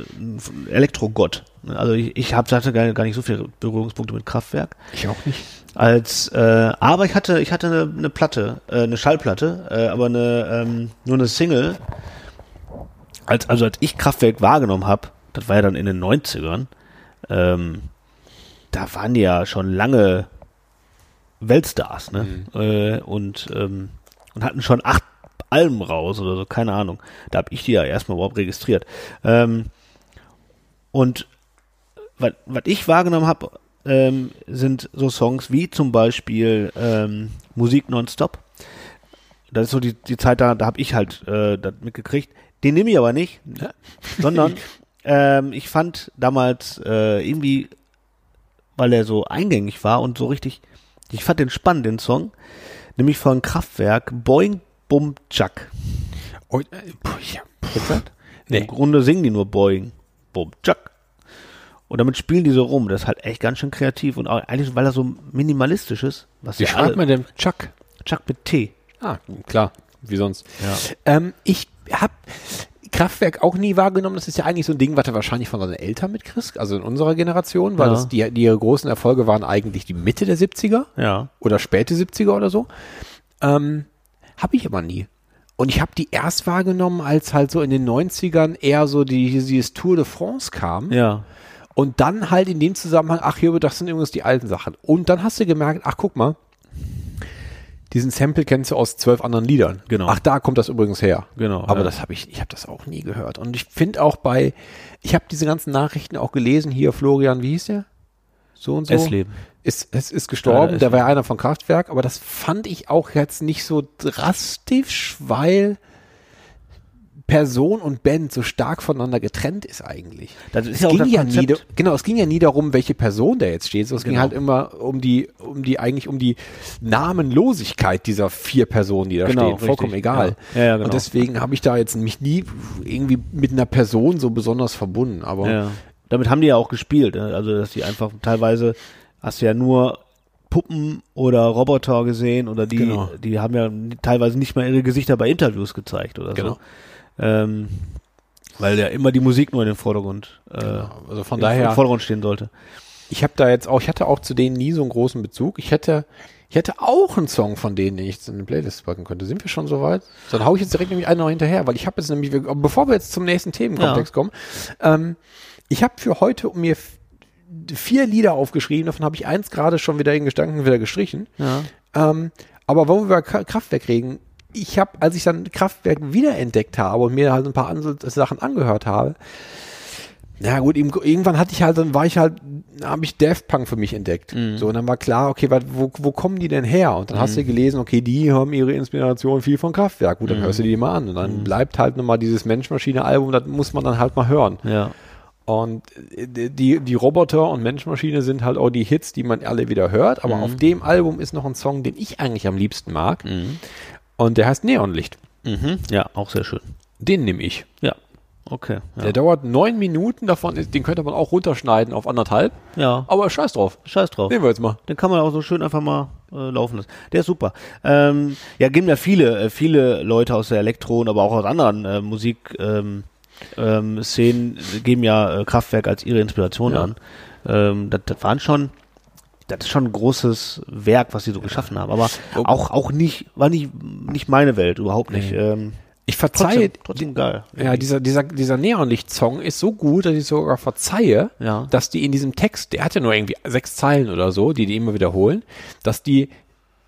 Speaker 5: äh, ein Elektrogott. Also ich, ich hab, hatte gar, gar nicht so viele Berührungspunkte mit Kraftwerk
Speaker 6: Ich auch nicht.
Speaker 5: als äh, aber ich hatte ich hatte eine, eine Platte äh, eine Schallplatte äh, aber eine ähm, nur eine Single als also als ich Kraftwerk wahrgenommen habe das war ja dann in den 90ern ähm, da waren die ja schon lange Weltstars ne äh, und ähm, und hatten schon acht Alben raus oder so keine Ahnung da habe ich die ja erstmal überhaupt registriert ähm, und was ich wahrgenommen habe, ähm, sind so Songs wie zum Beispiel ähm, Musik nonstop. Das ist so die, die Zeit, da, da habe ich halt äh, das mitgekriegt. Den nehme ich aber nicht, ne? sondern ähm, ich fand damals äh, irgendwie, weil er so eingängig war und so richtig, ich fand den spannend, den Song, nämlich von Kraftwerk Boing Bum Chuck.
Speaker 6: Oh, äh, puh, ja.
Speaker 5: Im
Speaker 6: Nee.
Speaker 5: Grunde singen die nur Boing, Boom, Chuck. Und damit spielen die so rum. Das ist halt echt ganz schön kreativ und auch eigentlich, weil das so minimalistisch ist. Was
Speaker 6: Wie
Speaker 5: ja
Speaker 6: schreibt
Speaker 5: alle-
Speaker 6: man denn Chuck?
Speaker 5: Chuck mit T.
Speaker 6: Ah, klar, wie sonst. Ähm, ich habe Kraftwerk auch nie wahrgenommen. Das ist ja eigentlich so ein Ding, was du wahrscheinlich von deinen Eltern mitkriegst, also in unserer Generation, weil
Speaker 5: Ja.
Speaker 6: das, die, die großen Erfolge waren eigentlich die Mitte der 70er
Speaker 5: Ja.
Speaker 6: oder späte 70er oder so. Ähm, habe ich aber nie. Und ich habe die erst wahrgenommen, als halt so in den 90ern eher so die, dieses Tour de France kam.
Speaker 5: Ja.
Speaker 6: Und dann halt in dem Zusammenhang, ach hier, das sind übrigens die alten Sachen. Und dann hast du gemerkt, ach guck mal, diesen Sample kennst du aus zwölf anderen Liedern.
Speaker 5: Genau.
Speaker 6: Ach, da kommt das übrigens her.
Speaker 5: Genau,
Speaker 6: Aber
Speaker 5: ja.
Speaker 6: das habe ich, ich habe das auch nie gehört. Und ich finde auch bei, ich habe diese ganzen Nachrichten auch gelesen, hier Florian, wie hieß der? So und so.
Speaker 5: Essleben.
Speaker 6: Ist, es ist gestorben,
Speaker 5: Leider
Speaker 6: da war ja einer von Kraftwerk, aber das fand ich auch jetzt nicht so drastisch, weil Person und Band so stark voneinander getrennt ist eigentlich.
Speaker 5: Das ist
Speaker 6: Es
Speaker 5: ja auch
Speaker 6: ging
Speaker 5: das
Speaker 6: ja nie,
Speaker 5: Konzept.
Speaker 6: da- genau, es ging ja nie darum, welche Person da jetzt steht, sondern es ging
Speaker 5: Genau.
Speaker 6: halt immer um die, um die, eigentlich um die Namenlosigkeit dieser vier Personen, die da
Speaker 5: Genau,
Speaker 6: stehen. Vollkommen
Speaker 5: richtig,
Speaker 6: egal.
Speaker 5: ja. Ja, ja, genau.
Speaker 6: Und deswegen habe ich da jetzt mich nie irgendwie mit einer Person so besonders verbunden. Aber
Speaker 5: ja. Damit haben die ja auch gespielt. ne? Also, dass die einfach teilweise hast du ja nur Puppen oder Roboter gesehen oder die,
Speaker 6: Genau.
Speaker 5: die haben ja teilweise nicht mal ihre Gesichter bei Interviews gezeigt oder
Speaker 6: Genau.
Speaker 5: so. Ähm, weil ja immer die Musik nur in den Vordergrund, äh,
Speaker 6: also von
Speaker 5: im- im
Speaker 6: daher.
Speaker 5: Vordergrund stehen sollte.
Speaker 6: ich habe da jetzt auch, ich hatte auch zu denen nie so einen großen Bezug. Ich hätte, ich hätte auch einen Song von denen, den ich jetzt in eine Playlist packen könnte. Sind wir schon soweit? Dann hau ich jetzt direkt nämlich einen noch hinterher, weil ich habe jetzt nämlich, bevor wir jetzt zum nächsten Themenkomplex kommen, ähm, ich habe für heute mir f- vier Lieder aufgeschrieben, davon habe ich eins gerade schon wieder in Gedanken wieder gestrichen.
Speaker 5: Ja.
Speaker 6: Ähm, aber wo wir über Ka- Kraftwerk reden, ich habe, als ich dann Kraftwerk wiederentdeckt habe und mir halt ein paar andere Sachen angehört habe, na gut, im, irgendwann hatte ich halt, dann war ich halt, habe ich Daft Punk für mich entdeckt. So, und dann war klar, okay, wa- wo, wo kommen die denn her? Und dann hast du gelesen, okay, die haben ihre Inspiration viel von Kraftwerk. Gut, dann hörst du die mal an. Und dann bleibt halt nochmal dieses Mensch-Maschine-Album, das muss man dann halt mal hören.
Speaker 5: Ja.
Speaker 6: Und äh, die, die Roboter und Menschmaschine sind halt auch die Hits, die man alle wieder hört. Aber auf dem Album ist noch ein Song, den ich eigentlich am liebsten mag. Und der heißt Neonlicht. Mhm.
Speaker 5: Ja, auch sehr schön.
Speaker 6: Den nehme ich.
Speaker 5: Ja. Okay. Ja.
Speaker 6: Der dauert neun Minuten davon. ist- Den könnte man auch runterschneiden auf anderthalb.
Speaker 5: ja.
Speaker 6: Aber scheiß drauf.
Speaker 5: Scheiß drauf.
Speaker 6: Nehmen wir jetzt mal.
Speaker 5: Den kann man auch so schön einfach mal äh, laufen lassen. Der ist super. Ähm, ja, geben ja viele, äh, viele Leute aus der Elektron, aber auch aus anderen äh, Musik ähm, ähm, Szenen geben ja äh, Kraftwerk als ihre Inspiration
Speaker 6: Ja.
Speaker 5: an. Ähm, das, das waren schon, das ist schon ein großes Werk, was sie so geschaffen haben. Aber
Speaker 6: Oh.
Speaker 5: auch auch nicht, war nicht nicht meine Welt überhaupt nicht. Ähm,
Speaker 6: Ich
Speaker 5: trotzdem,
Speaker 6: verzeihe.
Speaker 5: trotzdem geil.
Speaker 6: Ja, dieser, dieser, dieser Neonlicht-Song ist so gut, dass ich sogar verzeihe,
Speaker 5: Ja.
Speaker 6: dass die in diesem Text, der hat ja nur irgendwie sechs Zeilen oder so, die die immer wiederholen, dass die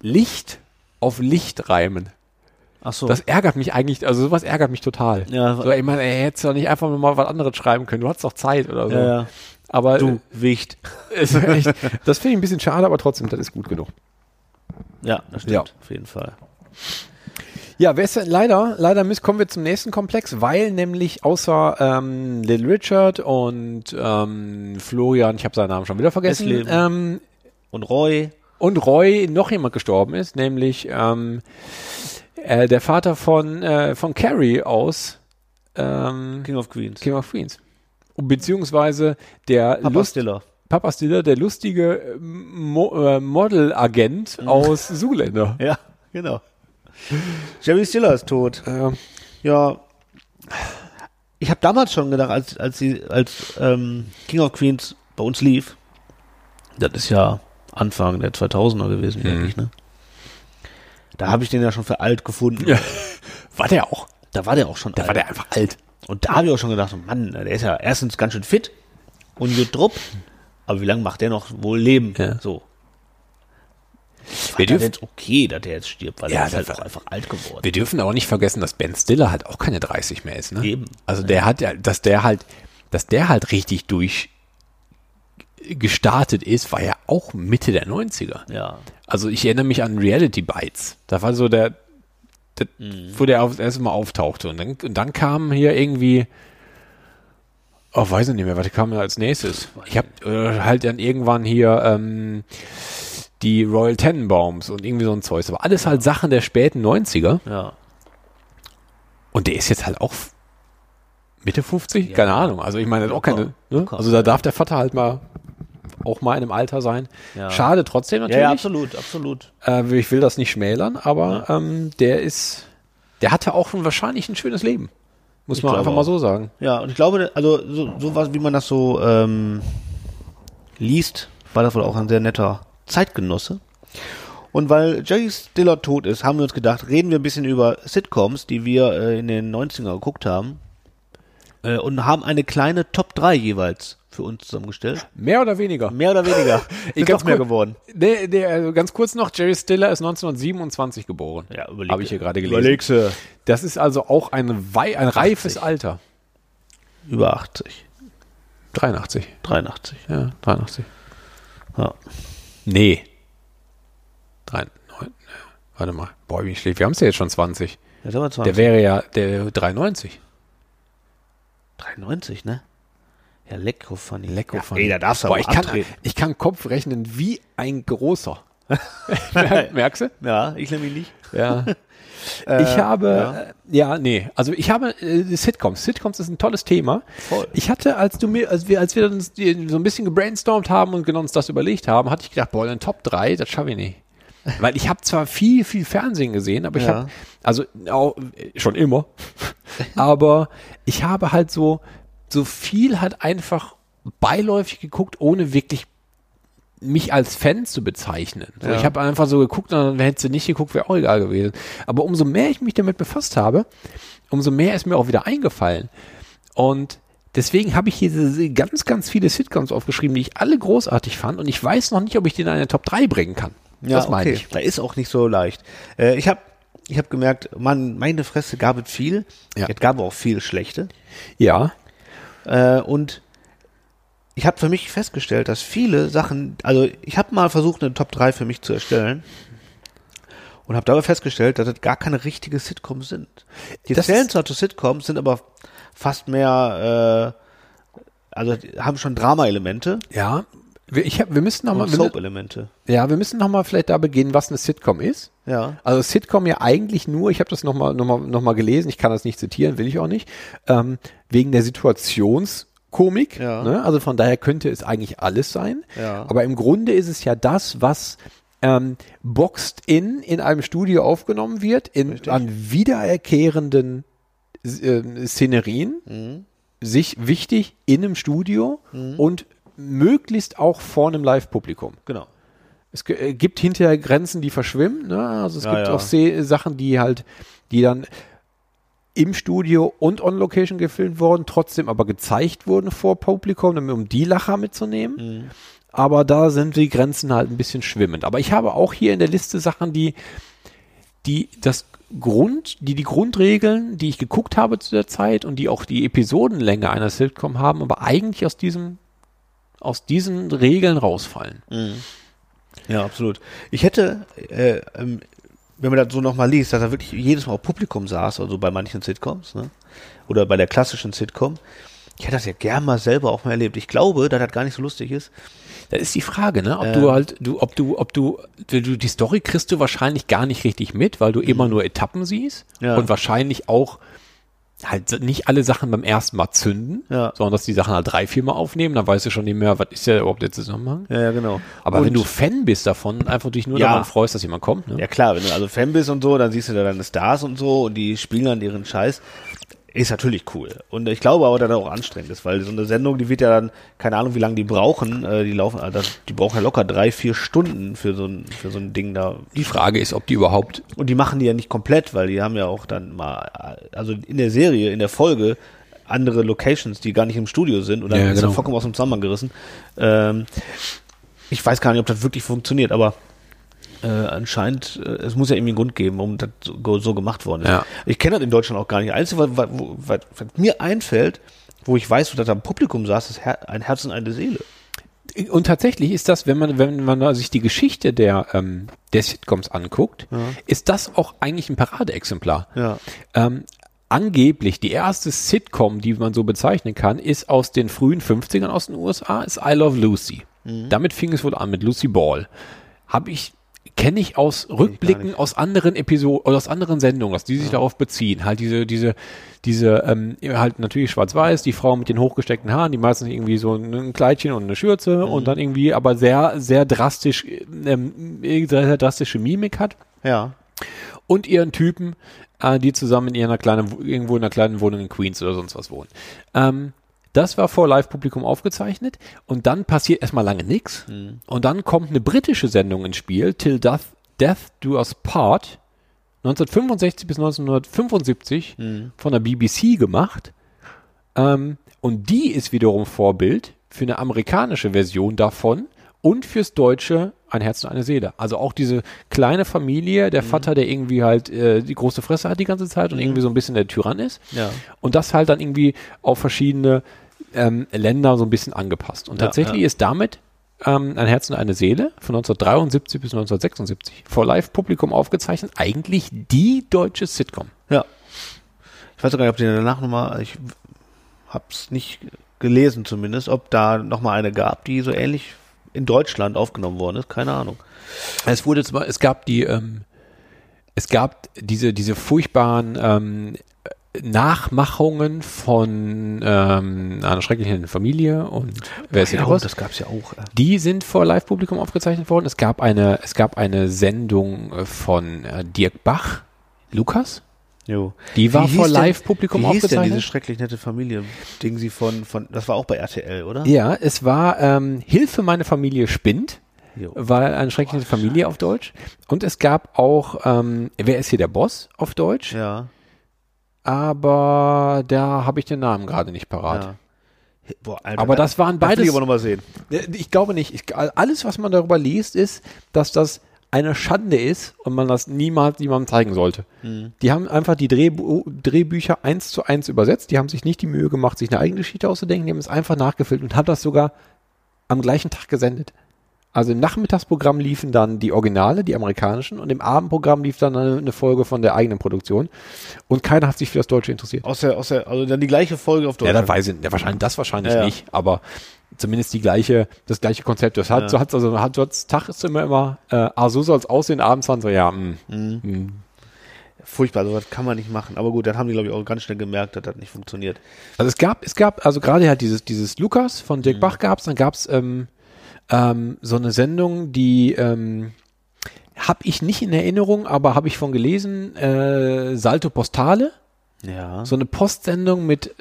Speaker 6: Licht auf Licht reimen.
Speaker 5: Ach so.
Speaker 6: Das ärgert mich eigentlich, also sowas ärgert mich total.
Speaker 5: Ja.
Speaker 6: so, ich meine, er hätte doch nicht einfach nur mal was anderes schreiben können. Du hattest doch Zeit oder so.
Speaker 5: ja, ja.
Speaker 6: Aber
Speaker 5: Du, Wicht.
Speaker 6: äh, ist echt, das finde ich ein bisschen schade, aber trotzdem, das ist gut genug.
Speaker 5: Ja, das stimmt.
Speaker 6: Ja.
Speaker 5: Auf jeden Fall.
Speaker 6: Ja, wer ist denn leider, leider miss, kommen wir zum nächsten Komplex, weil nämlich außer ähm, Little Richard und ähm, Florian, ich habe seinen Namen schon wieder vergessen,
Speaker 5: Esleben.
Speaker 6: ähm,
Speaker 5: Und Roy.
Speaker 6: und Roy noch jemand gestorben ist, nämlich ähm, äh, der Vater von, äh, von Carrie aus ähm,
Speaker 5: King of Queens.
Speaker 6: King of Queens. Beziehungsweise der
Speaker 5: Papa
Speaker 6: Lust
Speaker 5: Stiller.
Speaker 6: Papa Stiller, der lustige äh, Mo äh, Modelagent
Speaker 5: Mhm.
Speaker 6: aus Zoolander.
Speaker 5: Ja, genau. Jerry Stiller ist tot.
Speaker 6: Ja.
Speaker 5: Ja. Ich habe damals schon gedacht, als, als, sie, als ähm, King of Queens bei uns lief, das ist ja Anfang der 2000er gewesen,
Speaker 6: Mhm.
Speaker 5: denke ich, ne? Da habe ich den ja schon für alt gefunden.
Speaker 6: Ja. War der auch?
Speaker 5: Da war der auch schon
Speaker 6: Da
Speaker 5: alt.
Speaker 6: war der einfach alt.
Speaker 5: Und da habe ich auch schon gedacht, so, Mann, ne, der ist ja erstens ganz schön fit und gut drupp, aber wie lange macht der noch wohl Leben?
Speaker 6: Ja.
Speaker 5: So.
Speaker 6: Wir
Speaker 5: Das ist
Speaker 6: dürfen,
Speaker 5: jetzt okay, dass der jetzt stirbt, weil
Speaker 6: Ja,
Speaker 5: er ist
Speaker 6: das
Speaker 5: halt
Speaker 6: war-
Speaker 5: auch einfach alt geworden.
Speaker 6: wir dürfen auch nicht vergessen, dass Ben Stiller halt auch keine 30 mehr ist. Ne?
Speaker 5: Eben.
Speaker 6: Also der hat ja, dass der halt, dass der halt richtig durch äh, gestartet ist, war ja auch Mitte der 90er.
Speaker 5: Ja.
Speaker 6: Also ich erinnere mich an Reality Bites. Da war so der, der
Speaker 5: Mhm.
Speaker 6: wo der auf, erst mal auftauchte. Und dann, und dann kam hier irgendwie, oh, weiß ich nicht mehr, was kam denn als nächstes? Ich habe äh, halt dann irgendwann hier ähm, die Royal Tenenbaums und irgendwie so ein Zeug. Aber alles halt Sachen der späten 90er.
Speaker 5: Ja.
Speaker 6: Und der ist jetzt halt auch f- Mitte 50? Keine Ahnung. Also ich meine, das ist auch keine, ne?
Speaker 5: Locker.
Speaker 6: also da darf der Vater halt mal auch mal in einem Alter sein.
Speaker 5: Ja.
Speaker 6: Schade trotzdem
Speaker 5: Ja,
Speaker 6: natürlich.
Speaker 5: ja, absolut, absolut.
Speaker 6: Äh, ich will das nicht schmälern, aber ähm, der ist, der hatte auch schon wahrscheinlich ein schönes Leben. Muss man
Speaker 5: glaube
Speaker 6: einfach
Speaker 5: auch.
Speaker 6: mal so sagen.
Speaker 5: Ja, und ich glaube, also so, so was, wie man das so ähm, liest, war das wohl auch ein sehr netter Zeitgenosse. Und weil Jerry Stiller tot ist, haben wir uns gedacht, reden wir ein bisschen über Sitcoms, die wir äh, in den 90ern geguckt haben. Äh, und haben eine kleine Top 3 jeweils für uns zusammengestellt.
Speaker 6: Mehr oder weniger.
Speaker 5: Mehr oder weniger. Ist
Speaker 6: ganz
Speaker 5: doch mehr
Speaker 6: cool.
Speaker 5: geworden.
Speaker 6: Nee, nee, also ganz kurz noch, Jerry Stiller ist 1927 geboren.
Speaker 5: Ja, überleg
Speaker 6: Habe
Speaker 5: dir.
Speaker 6: ich hier gerade gelesen.
Speaker 5: Überlegst du.
Speaker 6: Das ist also auch ein, wei ein reifes Alter.
Speaker 5: Über 80,
Speaker 6: 83.
Speaker 5: 83.
Speaker 6: Ja, 83.
Speaker 5: Ja.
Speaker 6: Nee. Drei, neun, ne, warte mal. Boah, wie schlecht. Wir haben es ja jetzt schon 20.
Speaker 5: Jetzt haben wir 20.
Speaker 6: Der wäre ja der 93.
Speaker 5: 93, ne? Ja, lecko funny.
Speaker 6: Lecko
Speaker 5: ja,
Speaker 6: funny.
Speaker 5: Ey, da darfst du
Speaker 6: Boah,
Speaker 5: aber
Speaker 6: ich kann,
Speaker 5: abtreten.
Speaker 6: ich kann Kopf rechnen wie ein großer. Mer- Merkst du?
Speaker 5: Ja, ich nämlich nicht.
Speaker 6: Ja. ich habe, ja. ja, nee, also ich habe äh, Sitcoms. Sitcoms ist ein tolles Thema.
Speaker 5: Voll.
Speaker 6: Ich hatte, als du mir, als wir, als wir uns die- so ein bisschen gebrainstormt haben und genau uns das überlegt haben, hatte ich gedacht, boah, dann Top 3, das schaffe ich nicht. Weil ich habe zwar viel, viel Fernsehen gesehen, aber ich
Speaker 5: Ja.
Speaker 6: habe, also auch, äh, schon immer, aber ich habe halt so, so viel halt einfach beiläufig geguckt, ohne wirklich mich als Fan zu bezeichnen. So, Ich habe einfach so geguckt und dann hätte sie nicht geguckt, wäre auch egal gewesen. Aber umso mehr ich mich damit befasst habe, umso mehr ist mir auch wieder eingefallen. Und deswegen habe ich hier diese ganz, ganz viele Sitcoms aufgeschrieben, die ich alle großartig fand. Und ich weiß noch nicht, ob ich den in eine Top 3 bringen kann.
Speaker 5: Ja,
Speaker 6: das meine
Speaker 5: okay.
Speaker 6: ich.
Speaker 5: Da ist auch nicht so leicht. Äh, ich habe ich hab gemerkt, Mann, meine Fresse gab es viel.
Speaker 6: Ja.
Speaker 5: Es gab auch viel schlechte.
Speaker 6: Ja.
Speaker 5: Äh, und ich habe für mich festgestellt, dass viele Sachen, also ich habe mal versucht, eine Top 3 für mich zu erstellen und habe dabei festgestellt, dass das gar keine richtige Sitcoms sind. Die
Speaker 6: Das
Speaker 5: zählen
Speaker 6: ist-
Speaker 5: zwar zu Sitcoms, sind aber fast mehr, äh, also die haben schon Drama-Elemente
Speaker 6: Ja. Wir, ich hab, wir müssen nochmal,
Speaker 5: und Soap-Elemente.
Speaker 6: ja, wir müssen noch mal vielleicht da beginnen, was eine Sitcom ist.
Speaker 5: Ja.
Speaker 6: Also Sitcom ja eigentlich nur, ich habe das nochmal noch mal, noch mal gelesen, ich kann das nicht zitieren, will ich auch nicht, ähm, wegen der Situationskomik.
Speaker 5: Ja.
Speaker 6: Ne? Also von daher könnte es eigentlich alles sein.
Speaker 5: Ja.
Speaker 6: Aber im Grunde ist es ja das, was ähm, boxed in in einem Studio aufgenommen wird, in, an wiedererkehrenden S- ähm, Szenerien,
Speaker 5: Mhm.
Speaker 6: sich wichtig in einem Studio und möglichst auch vor einem Live-Publikum.
Speaker 5: Genau.
Speaker 6: Es ge- äh, gibt hinterher Grenzen, die verschwimmen. Ne? Also es
Speaker 5: Ja,
Speaker 6: gibt
Speaker 5: ja.
Speaker 6: auch Se Sachen, die halt, die dann im Studio und on Location gefilmt wurden, trotzdem aber gezeigt wurden vor Publikum, damit- um die Lacher
Speaker 5: Mhm.
Speaker 6: mitzunehmen. Aber da sind die Grenzen halt ein bisschen schwimmend. Aber ich habe auch hier in der Liste Sachen, die die das Grund, die die Grundregeln, die ich geguckt habe zu der Zeit und die auch die Episodenlänge einer Sitcom haben, aber eigentlich aus diesem aus diesen Regeln rausfallen.
Speaker 5: Ja, absolut. Ich hätte, äh, ähm, wenn man das so nochmal liest, dass da wirklich jedes Mal auf Publikum saß, also bei manchen Sitcoms, ne? oder bei der klassischen Sitcom, ich hätte das ja gern mal selber auch mal erlebt. Ich glaube, dass das gar nicht so lustig ist.
Speaker 6: Da ist die Frage, ne? Ob
Speaker 5: Ähm.
Speaker 6: du halt, du, ob du, ob du, du, du, die Story kriegst du wahrscheinlich gar nicht richtig mit, weil du immer nur Etappen siehst
Speaker 5: Mhm. Ja.
Speaker 6: und wahrscheinlich auch halt nicht alle Sachen beim ersten Mal zünden,
Speaker 5: Ja.
Speaker 6: sondern dass die Sachen halt drei, vier Mal aufnehmen, dann weißt du schon nicht mehr, was ist ja überhaupt der Zusammenhang.
Speaker 5: Ja, ja, genau.
Speaker 6: Aber
Speaker 5: und,
Speaker 6: wenn du Fan bist davon und einfach dich nur
Speaker 5: Ja.
Speaker 6: daran freust, dass jemand kommt, ne?
Speaker 5: Ja klar, wenn du also Fan bist und so, dann siehst du da deine Stars und so und die spielen dann ihren Scheiß. Ist natürlich cool. Und ich glaube aber, dass das auch anstrengend ist, weil so eine Sendung, die wird ja dann, keine Ahnung, wie lange die brauchen, äh, die laufen, also das- die brauchen ja locker drei, vier Stunden für so ein, für so ein Ding da.
Speaker 6: Die Frage ist, ob die überhaupt
Speaker 5: Und die machen die ja nicht komplett, weil die haben ja auch dann mal, äh, also in der Serie, in der Folge, andere Locations, die gar nicht im Studio sind und dann
Speaker 6: Ja,
Speaker 5: ist
Speaker 6: genau.
Speaker 5: das vollkommen aus dem Zusammenhang gerissen. Ähm, ich weiß gar nicht, ob das wirklich funktioniert, aber äh, anscheinend, äh, es muss ja irgendwie einen Grund geben, warum das so, go- so gemacht worden ist.
Speaker 6: Ja.
Speaker 5: Ich kenne das in Deutschland auch gar nicht. Einzige, was, was, was, was mir einfällt, wo ich weiß, dass da im Publikum saß, ist Her ein Herz und eine Seele.
Speaker 6: Und tatsächlich ist das, wenn man, wenn man da sich die Geschichte der, ähm, der Sitcoms anguckt, ist das auch eigentlich ein Paradeexemplar.
Speaker 5: Ja.
Speaker 6: Ähm, angeblich die erste Sitcom, die man so bezeichnen kann, ist aus den frühen 50ern aus den USA, ist I Love Lucy. Damit fing es wohl an mit Lucy Ball. Habe ich kenne ich aus Rückblicken aus anderen Episoden oder aus anderen Sendungen, dass die sich darauf beziehen. Halt diese diese diese ähm, halt natürlich schwarz-weiß, die Frau mit den hochgesteckten Haaren, die meistens irgendwie so ein Kleidchen und eine Schürze und dann irgendwie aber sehr sehr drastisch ähm, sehr, sehr drastische Mimik hat
Speaker 5: Ja.
Speaker 6: und ihren Typen, äh, die zusammen in ihrer kleinen, irgendwo in einer kleinen Wohnung in Queens oder sonst was wohnen. Ähm, das war vor Live-Publikum aufgezeichnet und dann passiert erstmal lange nichts und dann kommt eine britische Sendung ins Spiel, Till Death, Death Do Us Part, 1965 bis 1975 von der BBC gemacht ähm, und die ist wiederum Vorbild für eine amerikanische Version davon und fürs Deutsche ein Herz und eine Seele. Also auch diese kleine Familie, der Vater, der irgendwie halt äh, die große Fresse hat die ganze Zeit und irgendwie so ein bisschen der Tyrann ist.
Speaker 5: Ja.
Speaker 6: Und das halt dann irgendwie auf verschiedene ähm, Länder so ein bisschen angepasst. Und tatsächlich ist damit ähm, ein Herz und eine Seele von 1973 bis 1976 vor Live-Publikum aufgezeichnet, eigentlich die deutsche Sitcom.
Speaker 5: Ja. Ich weiß auch gar nicht, ob die danach nochmal, ich hab's nicht gelesen zumindest, ob da nochmal eine gab, die so ähnlich in Deutschland aufgenommen worden ist. Keine Ahnung.
Speaker 6: Es wurde zwar, es gab die, ähm, es gab diese, diese furchtbaren ähm, Nachmachungen von ähm, einer schrecklichen Familie und wer ist hier
Speaker 5: Ja,
Speaker 6: groß?
Speaker 5: das gab's ja auch. äh.
Speaker 6: Die sind vor Live-Publikum aufgezeichnet worden. Es gab eine, es gab eine Sendung äh, von äh, Dirk Bach, Lukas.
Speaker 5: Jo.
Speaker 6: Die war
Speaker 5: hieß
Speaker 6: vor
Speaker 5: denn-
Speaker 6: Live-Publikum
Speaker 5: Wie hieß denn diese
Speaker 6: aufgezeichnet.
Speaker 5: schrecklich nette Familie? Ding sie von, von, das war auch bei RTL, oder?
Speaker 6: Ja, es war ähm, Hilfe, meine Familie spinnt.
Speaker 5: Jo.
Speaker 6: war eine schreckliche Familie auf Deutsch. Und es gab auch, ähm, wer ist hier der Boss auf Deutsch?
Speaker 5: Ja.
Speaker 6: aber da habe ich den Namen gerade nicht parat.
Speaker 5: ja. Boah, Alter,
Speaker 6: Aber das waren
Speaker 5: will ich
Speaker 6: beides.
Speaker 5: aber nochmal sehen.
Speaker 6: Ich glaube nicht. Ich, alles, was man darüber liest, ist, dass das eine Schande ist und man das niemals jemandem zeigen sollte. Die haben einfach die Drehbu Drehbücher eins zu eins übersetzt. Die haben sich nicht die Mühe gemacht, sich eine eigene Geschichte auszudenken. Die haben es einfach nachgefilmt und haben das sogar am gleichen Tag gesendet. Also im Nachmittagsprogramm liefen dann die Originale, die amerikanischen, und im Abendprogramm lief dann eine, eine Folge von der eigenen Produktion. Und keiner hat sich für das Deutsche interessiert.
Speaker 5: Aus der, aus der, also dann die gleiche Folge auf
Speaker 6: Ja,
Speaker 5: Deutschland.
Speaker 6: das weiß ich, ja, wahrscheinlich, das wahrscheinlich
Speaker 5: Ja, ja.
Speaker 6: nicht, aber zumindest die gleiche, das gleiche Konzept. Das hat, so hat's also, hat, so hat's Tag ist immer immer, äh, ah, so soll's aussehen, abends waren so, ja, hm. mh.
Speaker 5: Mhm. Furchtbar, sowas kann man nicht machen. Aber gut, dann haben die, glaube ich, auch ganz schnell gemerkt, dass das nicht funktioniert.
Speaker 6: Also es gab, es gab, also gerade halt dieses, dieses Lukas von
Speaker 5: Mhm.
Speaker 6: Dirk Bach gab's, dann gab's, ähm, ähm, so eine Sendung, die, ähm, habe ich nicht in Erinnerung, aber habe ich von gelesen, äh, Salto Postale.
Speaker 5: Ja.
Speaker 6: so eine Postsendung mit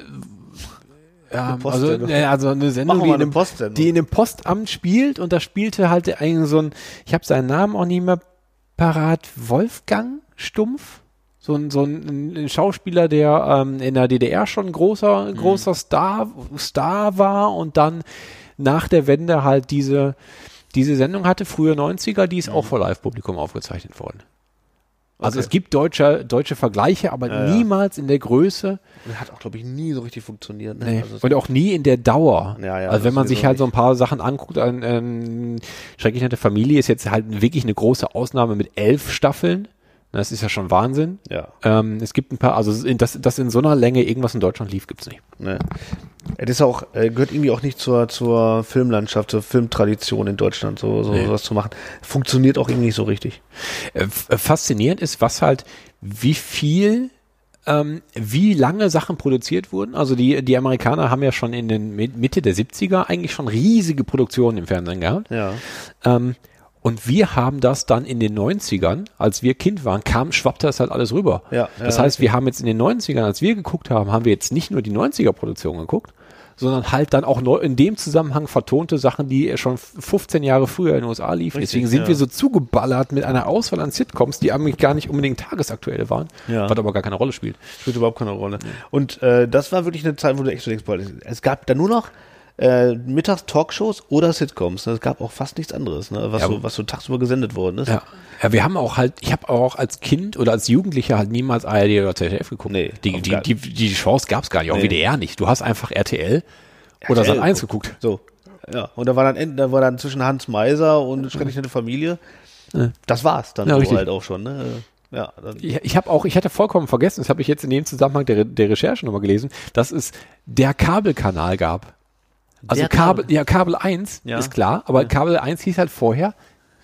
Speaker 6: ähm, also,
Speaker 5: Postsendung.
Speaker 6: naja, also eine Sendung,
Speaker 5: Machen wir
Speaker 6: die
Speaker 5: mal
Speaker 6: in,
Speaker 5: eine
Speaker 6: einem,
Speaker 5: Postsendung.
Speaker 6: die in einem Postamt spielt und da spielte halt der eigentlich so ein, ich habe seinen Namen auch nicht mehr parat, Wolfgang Stumpf, so ein, so ein, ein Schauspieler, der ähm, in der DDR schon
Speaker 5: Mhm.
Speaker 6: großer großer Star Star war und dann nach der Wende halt
Speaker 5: Mhm.
Speaker 6: diese diese Sendung hatte, frühe 90er, die ist auch vor Live-Publikum aufgezeichnet worden. Also es gibt deutsche, deutsche Vergleiche, aber niemals in der Größe
Speaker 5: Hat auch, glaube ich, nie so richtig funktioniert. Ne?
Speaker 6: nee.
Speaker 5: Also es-
Speaker 6: und auch nie in der Dauer.
Speaker 5: Ja, ja,
Speaker 6: also wenn
Speaker 5: das
Speaker 6: man sich
Speaker 5: sowieso
Speaker 6: halt so ein paar Sachen anguckt, an, ähm, schrecklich nette Familie ist jetzt halt wirklich eine große Ausnahme mit elf Staffeln. Das ist ja schon Wahnsinn.
Speaker 5: ja.
Speaker 6: Ähm, es gibt ein paar, also in, dass, dass in so einer Länge irgendwas in Deutschland lief, gibt's nicht.
Speaker 5: Ne. Das ist auch, äh, gehört irgendwie auch nicht zur, zur Filmlandschaft, zur Filmtradition in Deutschland, so, so
Speaker 6: Nee.
Speaker 5: sowas zu machen. Funktioniert auch irgendwie nicht so richtig.
Speaker 6: Äh, f- äh, faszinierend ist, was halt, wie viel, ähm, wie lange Sachen produziert wurden. Also die, die Amerikaner haben ja schon in den Mi- Mitte der 70er eigentlich schon riesige Produktionen im Fernsehen gehabt.
Speaker 5: Ja.
Speaker 6: Ähm, und wir haben das dann in den 90ern, als wir Kind waren, kam, schwappte das halt alles rüber.
Speaker 5: Ja,
Speaker 6: das
Speaker 5: ja,
Speaker 6: heißt, wir haben jetzt in den 90ern, als wir geguckt haben, haben wir jetzt nicht nur die 90er-Produktion geguckt, sondern halt dann auch neu, in dem Zusammenhang vertonte Sachen, die schon 15 Jahre früher in den USA liefen.
Speaker 5: Richtig,
Speaker 6: Deswegen sind
Speaker 5: ja.
Speaker 6: wir so zugeballert mit einer Auswahl an Sitcoms, die eigentlich gar nicht unbedingt tagesaktuell waren,
Speaker 5: Ja.
Speaker 6: was aber gar keine Rolle spielt.
Speaker 5: Spielt überhaupt keine Rolle. Und äh, das war wirklich eine Zeit, wo du echt so denkst, boah, es gab da nur noch äh, mittags Talkshows oder Sitcoms. Ne? Es gab auch fast nichts anderes, ne? was,
Speaker 6: Ja.
Speaker 5: so, was so tagsüber gesendet worden ist.
Speaker 6: Ja. ja, wir haben auch halt, ich habe auch als Kind oder als Jugendlicher halt niemals ARD oder ZDF geguckt.
Speaker 5: Nee,
Speaker 6: die,
Speaker 5: auf
Speaker 6: die,
Speaker 5: gar-
Speaker 6: die, die Chance gab es gar nicht, auch
Speaker 5: Nee.
Speaker 6: WDR nicht. Du hast einfach RTL, oder
Speaker 5: RTL
Speaker 6: Sat1 geguckt.
Speaker 5: So. Ja. Und da war dann, end- da war dann zwischen Hans Meiser und schrecklich nette Familie. Das war's dann
Speaker 6: Ja,
Speaker 5: so
Speaker 6: richtig.
Speaker 5: halt auch schon. Ne? Äh, Ja, dann,
Speaker 6: Ich, ich habe auch, ich hatte vollkommen vergessen, das habe ich jetzt in dem Zusammenhang der, Re- der Recherche nochmal gelesen, dass es der Kabelkanal gab. Also
Speaker 5: Der
Speaker 6: Kabel,
Speaker 5: Kabel-
Speaker 6: ja, Kabel 1
Speaker 5: Ja.
Speaker 6: ist klar, aber Kabel 1 hieß halt vorher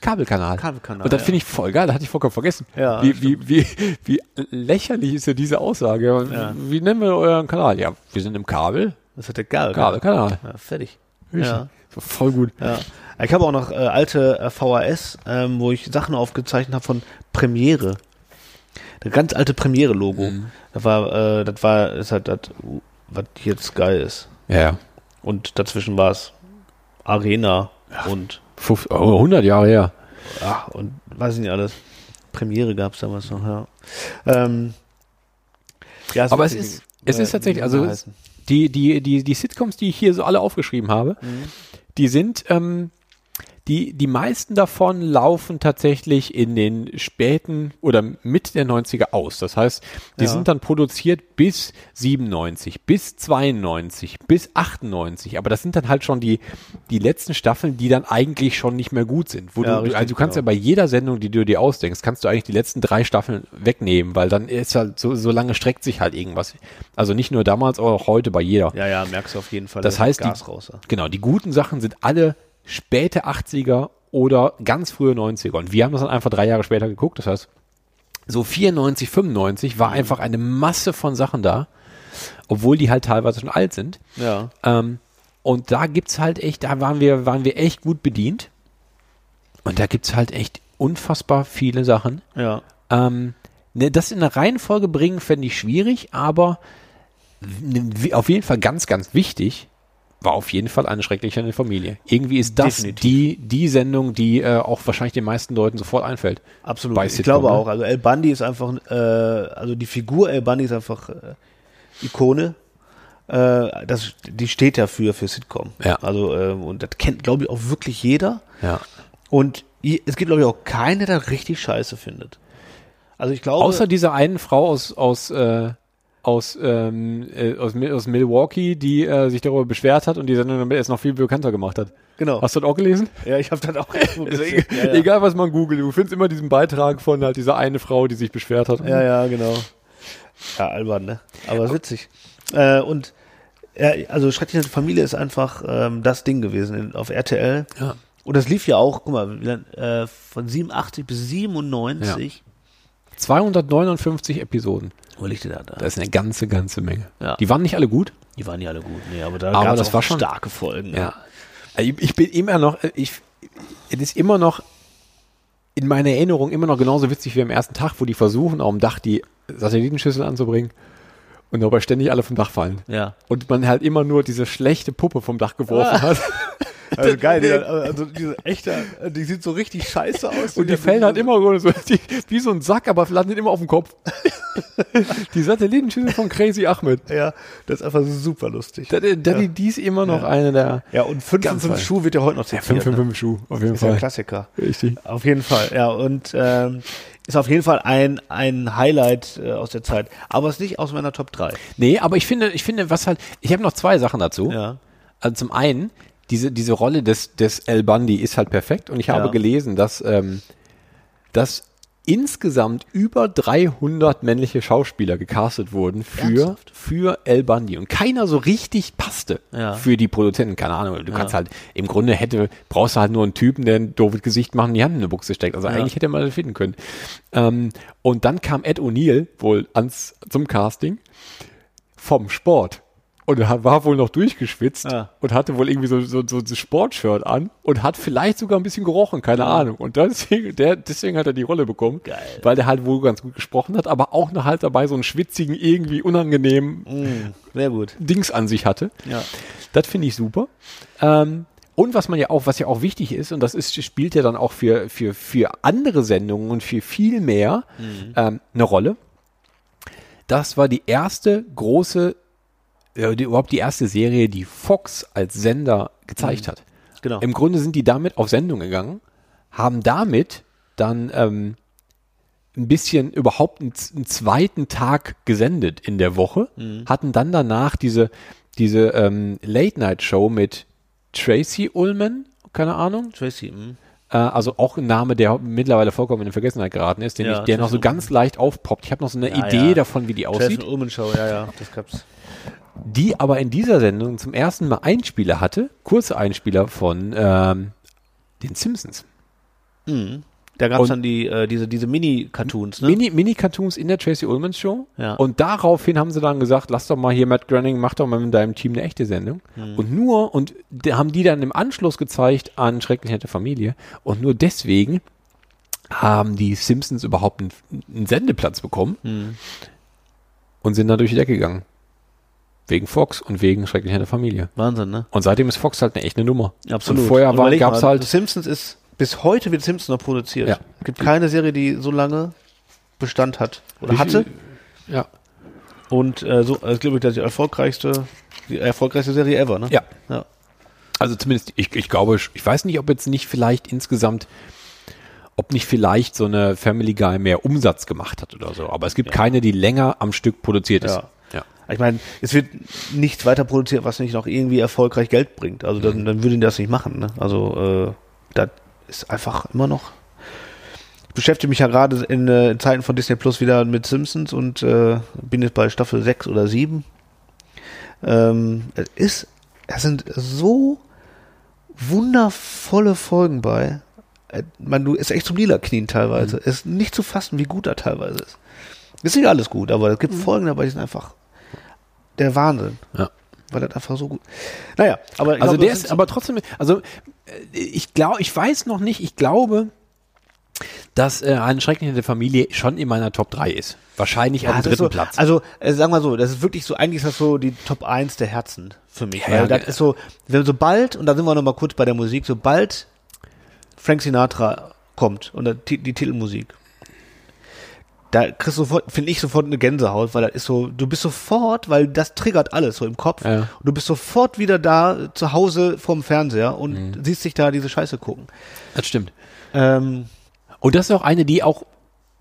Speaker 6: Kabelkanal.
Speaker 5: Kabelkanal,
Speaker 6: Und das
Speaker 5: ja.
Speaker 6: finde ich voll geil, da hatte ich vollkommen vergessen.
Speaker 5: Ja,
Speaker 6: wie, wie, wie, wie lächerlich ist ja diese Aussage. Wie nennen wir euren Kanal? Ja, wir sind im Kabel.
Speaker 5: das hat der Gabel.
Speaker 6: Kabelkanal.
Speaker 5: Ja, fertig.
Speaker 6: Ja. Voll gut.
Speaker 5: Ja. Ich habe auch noch äh, alte äh, VHS, ähm, wo ich Sachen aufgezeichnet habe von Premiere. Das ganz alte Premiere-Logo.
Speaker 6: Mhm.
Speaker 5: Das war, äh, das war, ist halt das, was jetzt geil ist.
Speaker 6: Ja, ja.
Speaker 5: Und dazwischen war es Arena und,
Speaker 6: Fuf- oh, 100 Jahre her.
Speaker 5: ach, und weiß ich nicht alles. Premiere gab es damals noch, ja. Ähm, ja,
Speaker 6: Aber
Speaker 5: wird
Speaker 6: es ist-
Speaker 5: irgendwie,
Speaker 6: es ist
Speaker 5: äh,
Speaker 6: tatsächlich- also
Speaker 5: wie
Speaker 6: es-
Speaker 5: heißen.
Speaker 6: die, die, die, die Sitcoms, die ich hier so alle aufgeschrieben habe,
Speaker 5: Mhm.
Speaker 6: die sind, ähm, die, die meisten davon laufen tatsächlich in den späten oder Mitte der 90er aus. Das heißt, die
Speaker 5: Ja.
Speaker 6: sind dann produziert bis 97, bis 92, bis 98. Aber das sind dann halt schon die, die letzten Staffeln, die dann eigentlich schon nicht mehr gut sind. Wo
Speaker 5: Ja,
Speaker 6: du,
Speaker 5: richtig,
Speaker 6: also du kannst
Speaker 5: genau.
Speaker 6: ja bei jeder Sendung, die du dir ausdenkst, kannst du eigentlich die letzten drei Staffeln wegnehmen, weil dann ist halt so, so lange streckt sich halt irgendwas. Also nicht nur damals, aber auch heute bei jeder.
Speaker 5: ja, ja, merkst du auf jeden Fall.
Speaker 6: Das
Speaker 5: da ist
Speaker 6: heißt, die-
Speaker 5: Gas raus. ja.
Speaker 6: Genau, die guten Sachen sind alle späte 80er oder ganz frühe 90er. Und wir haben das dann einfach drei Jahre später geguckt. Das heißt, so 94, 95
Speaker 5: Mhm.
Speaker 6: war einfach eine Masse von Sachen da, obwohl die halt teilweise schon alt sind.
Speaker 5: Ja.
Speaker 6: Ähm, und da gibt's halt echt, da waren wir, waren wir echt gut bedient. Und da gibt's halt echt unfassbar viele Sachen.
Speaker 5: Ja.
Speaker 6: Ähm, ne, das in eine Reihenfolge bringen, fände ich schwierig, aber w- w- auf jeden Fall ganz, ganz wichtig war auf jeden Fall eine schreckliche Nette Familie. Irgendwie ist das
Speaker 5: Definitiv.
Speaker 6: die, die Sendung, die äh, auch wahrscheinlich den meisten Leuten sofort einfällt.
Speaker 5: Absolut.
Speaker 6: bei
Speaker 5: ich
Speaker 6: Sitcom,
Speaker 5: glaube
Speaker 6: ne?
Speaker 5: auch. Also El Bundy ist einfach, äh, also die Figur El Bundy ist einfach äh, Ikone. Äh, das, die steht dafür für Sitcom.
Speaker 6: Ja.
Speaker 5: Also äh, und das kennt, glaube ich, auch wirklich jeder.
Speaker 6: Ja.
Speaker 5: Und i- es gibt, glaube ich, auch keinen, der das richtig scheiße findet. Also ich glaube,
Speaker 6: Außer dieser einen Frau aus, aus, äh, aus, ähm, äh, aus, Mi- aus Milwaukee, die äh, sich darüber beschwert hat und die Sendung damit erst noch viel bekannter gemacht hat.
Speaker 5: genau.
Speaker 6: Hast du das auch gelesen?
Speaker 5: Ja, ich habe das auch irgendwo gesehen. Ja, ja.
Speaker 6: Egal, was man googelt, du findest immer diesen Beitrag von halt dieser eine Frau, die sich beschwert hat.
Speaker 5: Ja, ja, genau. Ja, albern, ne? Aber ist witzig. Äh, und ja, also schreckliche Nette Familie ist einfach ähm, das Ding gewesen in, auf RTL.
Speaker 6: Ja.
Speaker 5: Und das lief ja auch, guck mal, wie lang- äh, von 87 bis 97.
Speaker 6: 259 Episoden.
Speaker 5: Wo liegt ihr da? da?
Speaker 6: Das ist eine ganze, ganze Menge.
Speaker 5: Ja.
Speaker 6: Die waren nicht alle gut.
Speaker 5: Die waren ja alle gut, nee, aber da
Speaker 6: Aber
Speaker 5: gab
Speaker 6: das
Speaker 5: es
Speaker 6: war
Speaker 5: auch
Speaker 6: schon-
Speaker 5: starke Folgen. ne?
Speaker 6: Äh, Ich, ich bin immer noch, äh, ich, es ist immer noch in meiner Erinnerung immer noch genauso witzig wie am ersten Tag, wo die versuchen, auf dem Dach die Satellitenschüssel anzubringen und dabei ständig alle vom Dach fallen.
Speaker 5: Ja.
Speaker 6: Und man halt immer nur diese schlechte Puppe vom Dach geworfen
Speaker 5: Ah.
Speaker 6: hat.
Speaker 5: Also geil, die, also diese echte, die sieht so richtig scheiße aus.
Speaker 6: halt Und die fällt halt immer so, so die, wie so ein Sack, aber landet immer auf dem Kopf. Die Satellitenschüssel von Crazy Ahmed.
Speaker 5: Ja, das ist einfach super lustig.
Speaker 6: Da, da die, die ist immer noch eine der
Speaker 5: ja, und 5
Speaker 6: Ganz
Speaker 5: von
Speaker 6: weit.
Speaker 5: Schuh wird ja heute noch
Speaker 6: Der
Speaker 5: zitiert.
Speaker 6: 555 Schuh, auf jeden
Speaker 5: Ist ja ein
Speaker 6: Fall.
Speaker 5: Klassiker.
Speaker 6: Richtig.
Speaker 5: Auf jeden Fall, ja. Und ähm, ist auf jeden Fall ein, ein Highlight äh, aus der Zeit. Aber ist nicht aus meiner Top 3.
Speaker 6: Nee, aber ich finde, ich finde, was halt, ich habe noch zwei Sachen dazu.
Speaker 5: Ja.
Speaker 6: Also zum einen, diese, diese Rolle des, des El Bundy ist halt perfekt und ich habe
Speaker 5: Ja.
Speaker 6: gelesen, dass, ähm, dass insgesamt über 300 männliche Schauspieler gecastet wurden für,
Speaker 5: Ernsthaft?
Speaker 6: für El Bundy und keiner so richtig passte
Speaker 5: Ja.
Speaker 6: für die Produzenten. Keine Ahnung, du kannst halt, im Grunde hätte, brauchst du halt nur einen Typen, der ein doofes Gesicht macht und die Hand in eine Buchse steckt. Also eigentlich hätte man das finden können. Ähm, und dann kam Ed O'Neill wohl ans, zum Casting vom Sport. Und er war wohl noch durchgeschwitzt
Speaker 5: Ah.
Speaker 6: und hatte wohl irgendwie so, so, so ein Sportshirt an und hat vielleicht sogar ein bisschen gerochen, keine Ahnung. Und deswegen, der, deswegen hat er die Rolle bekommen,
Speaker 5: Geil.
Speaker 6: weil der halt wohl ganz gut gesprochen hat, aber auch noch halt dabei so einen schwitzigen, irgendwie unangenehmen
Speaker 5: Sehr gut.
Speaker 6: Dings an sich hatte.
Speaker 5: Ja.
Speaker 6: Das finde ich super. Ähm, und was man ja auch, was ja auch wichtig ist, und das ist, spielt ja dann auch für, für, für andere Sendungen und für viel mehr ähm, eine Rolle. Das war die erste große, äh, die, überhaupt die erste Serie, die Fox als Sender gezeigt hat.
Speaker 5: Genau.
Speaker 6: Im Grunde sind die damit auf Sendung gegangen, haben damit dann ähm, ein bisschen überhaupt einen, z- einen zweiten Tag gesendet in der Woche,
Speaker 5: Mhm.
Speaker 6: hatten dann danach diese, diese ähm, Late-Night-Show mit Tracy Ullman, keine Ahnung,
Speaker 5: Tracy, hm.
Speaker 6: äh, also auch ein Name, der mittlerweile vollkommen in Vergessenheit geraten ist, den
Speaker 5: Ja,
Speaker 6: ich, der noch
Speaker 5: Tracy
Speaker 6: so ganz leicht aufpoppt. Ich habe noch so eine
Speaker 5: Ja,
Speaker 6: Idee
Speaker 5: ja.
Speaker 6: davon, wie die aussieht
Speaker 5: Treffen Ullman Show, ja, ja, das gab's.
Speaker 6: die aber in dieser Sendung zum ersten Mal Einspieler hatte, kurze Einspieler von ähm, den Simpsons.
Speaker 5: Da gab's
Speaker 6: Und-
Speaker 5: dann die, äh, diese, diese Mini-Cartoons, ne?
Speaker 6: Mini- Mini-Cartoons in der Tracy Ullman Show.
Speaker 5: Ja.
Speaker 6: Und daraufhin haben sie dann gesagt, lass doch mal hier Matt Groening, mach doch mal mit deinem Team eine echte Sendung.
Speaker 5: Hm.
Speaker 6: Und nur, und da haben die dann im Anschluss gezeigt an Schrecklich nette Familie. Und nur deswegen haben die Simpsons überhaupt einen, einen Sendeplatz bekommen
Speaker 5: Hm.
Speaker 6: und sind dann durch die Decke gegangen. Wegen Fox und wegen Schrecklich nette Familie.
Speaker 5: Wahnsinn, ne?
Speaker 6: Und seitdem ist Fox halt eine echte Nummer.
Speaker 5: Absolut.
Speaker 6: Und vorher war-
Speaker 5: Überleg
Speaker 6: gab's
Speaker 5: mal,
Speaker 6: halt-
Speaker 5: Simpsons ist, bis heute wird Simpsons noch produziert.
Speaker 6: Ja.
Speaker 5: Gibt keine Serie, die so lange Bestand hat oder
Speaker 6: Wie viel-
Speaker 5: hatte.
Speaker 6: Ja.
Speaker 5: Und äh, so, also, glaube ich, das ist die erfolgreichste, die erfolgreichste Serie ever, ne?
Speaker 6: Ja.
Speaker 5: ja.
Speaker 6: Also zumindest, ich, ich glaube, ich weiß nicht, ob jetzt nicht vielleicht insgesamt, ob nicht vielleicht so eine Family Guy mehr Umsatz gemacht hat oder so. Aber es gibt keine, die länger am Stück produziert ist.
Speaker 5: Ja. Ich meine, es wird nichts weiter produziert, was nicht noch irgendwie erfolgreich Geld bringt. Also dann, dann würden die das nicht machen. Ne? Also äh, das ist einfach immer noch. Ich beschäftige mich ja gerade in, äh, in Zeiten von Disney Plus wieder mit Simpsons und äh, bin jetzt bei Staffel 6 oder 7. Ähm, es ist, es sind so wundervolle Folgen bei. Äh, Man, du ist echt zum lila knien teilweise. Es ist nicht zu fassen, wie gut er teilweise ist. Ist nicht alles gut, aber es gibt Folgen dabei, die sind einfach der Wahnsinn.
Speaker 6: Ja.
Speaker 5: Weil das einfach so gut. Naja, aber ich
Speaker 6: Also
Speaker 5: glaube,
Speaker 6: der
Speaker 5: das
Speaker 6: ist
Speaker 5: sind
Speaker 6: aber trotzdem, also äh, ich glaube, ich weiß noch nicht, ich glaube, dass äh, eine schreckliche Familie schon in meiner Top 3 ist. Wahrscheinlich
Speaker 5: Ja,
Speaker 6: auf
Speaker 5: das
Speaker 6: dem
Speaker 5: ist
Speaker 6: dritten
Speaker 5: so,
Speaker 6: Platz.
Speaker 5: Also, äh, sagen wir so, das ist wirklich so, eigentlich ist das so die Top 1 der Herzen für mich.
Speaker 6: Ja,
Speaker 5: weil
Speaker 6: ja, äh,
Speaker 5: das
Speaker 6: ge-
Speaker 5: ist so, wenn sobald, und da sind wir nochmal kurz bei der Musik, sobald Frank Sinatra kommt und der, Ti- die Titelmusik, da kriegst du sofort, finde ich sofort eine Gänsehaut, weil das ist so, du bist sofort, weil das triggert alles so im Kopf.
Speaker 6: Ja.
Speaker 5: Und du bist sofort wieder da äh, zu Hause vorm Fernseher und
Speaker 6: Mhm.
Speaker 5: siehst dich da diese Scheiße gucken.
Speaker 6: das stimmt.
Speaker 5: Ähm,
Speaker 6: Und das ist auch eine, die auch,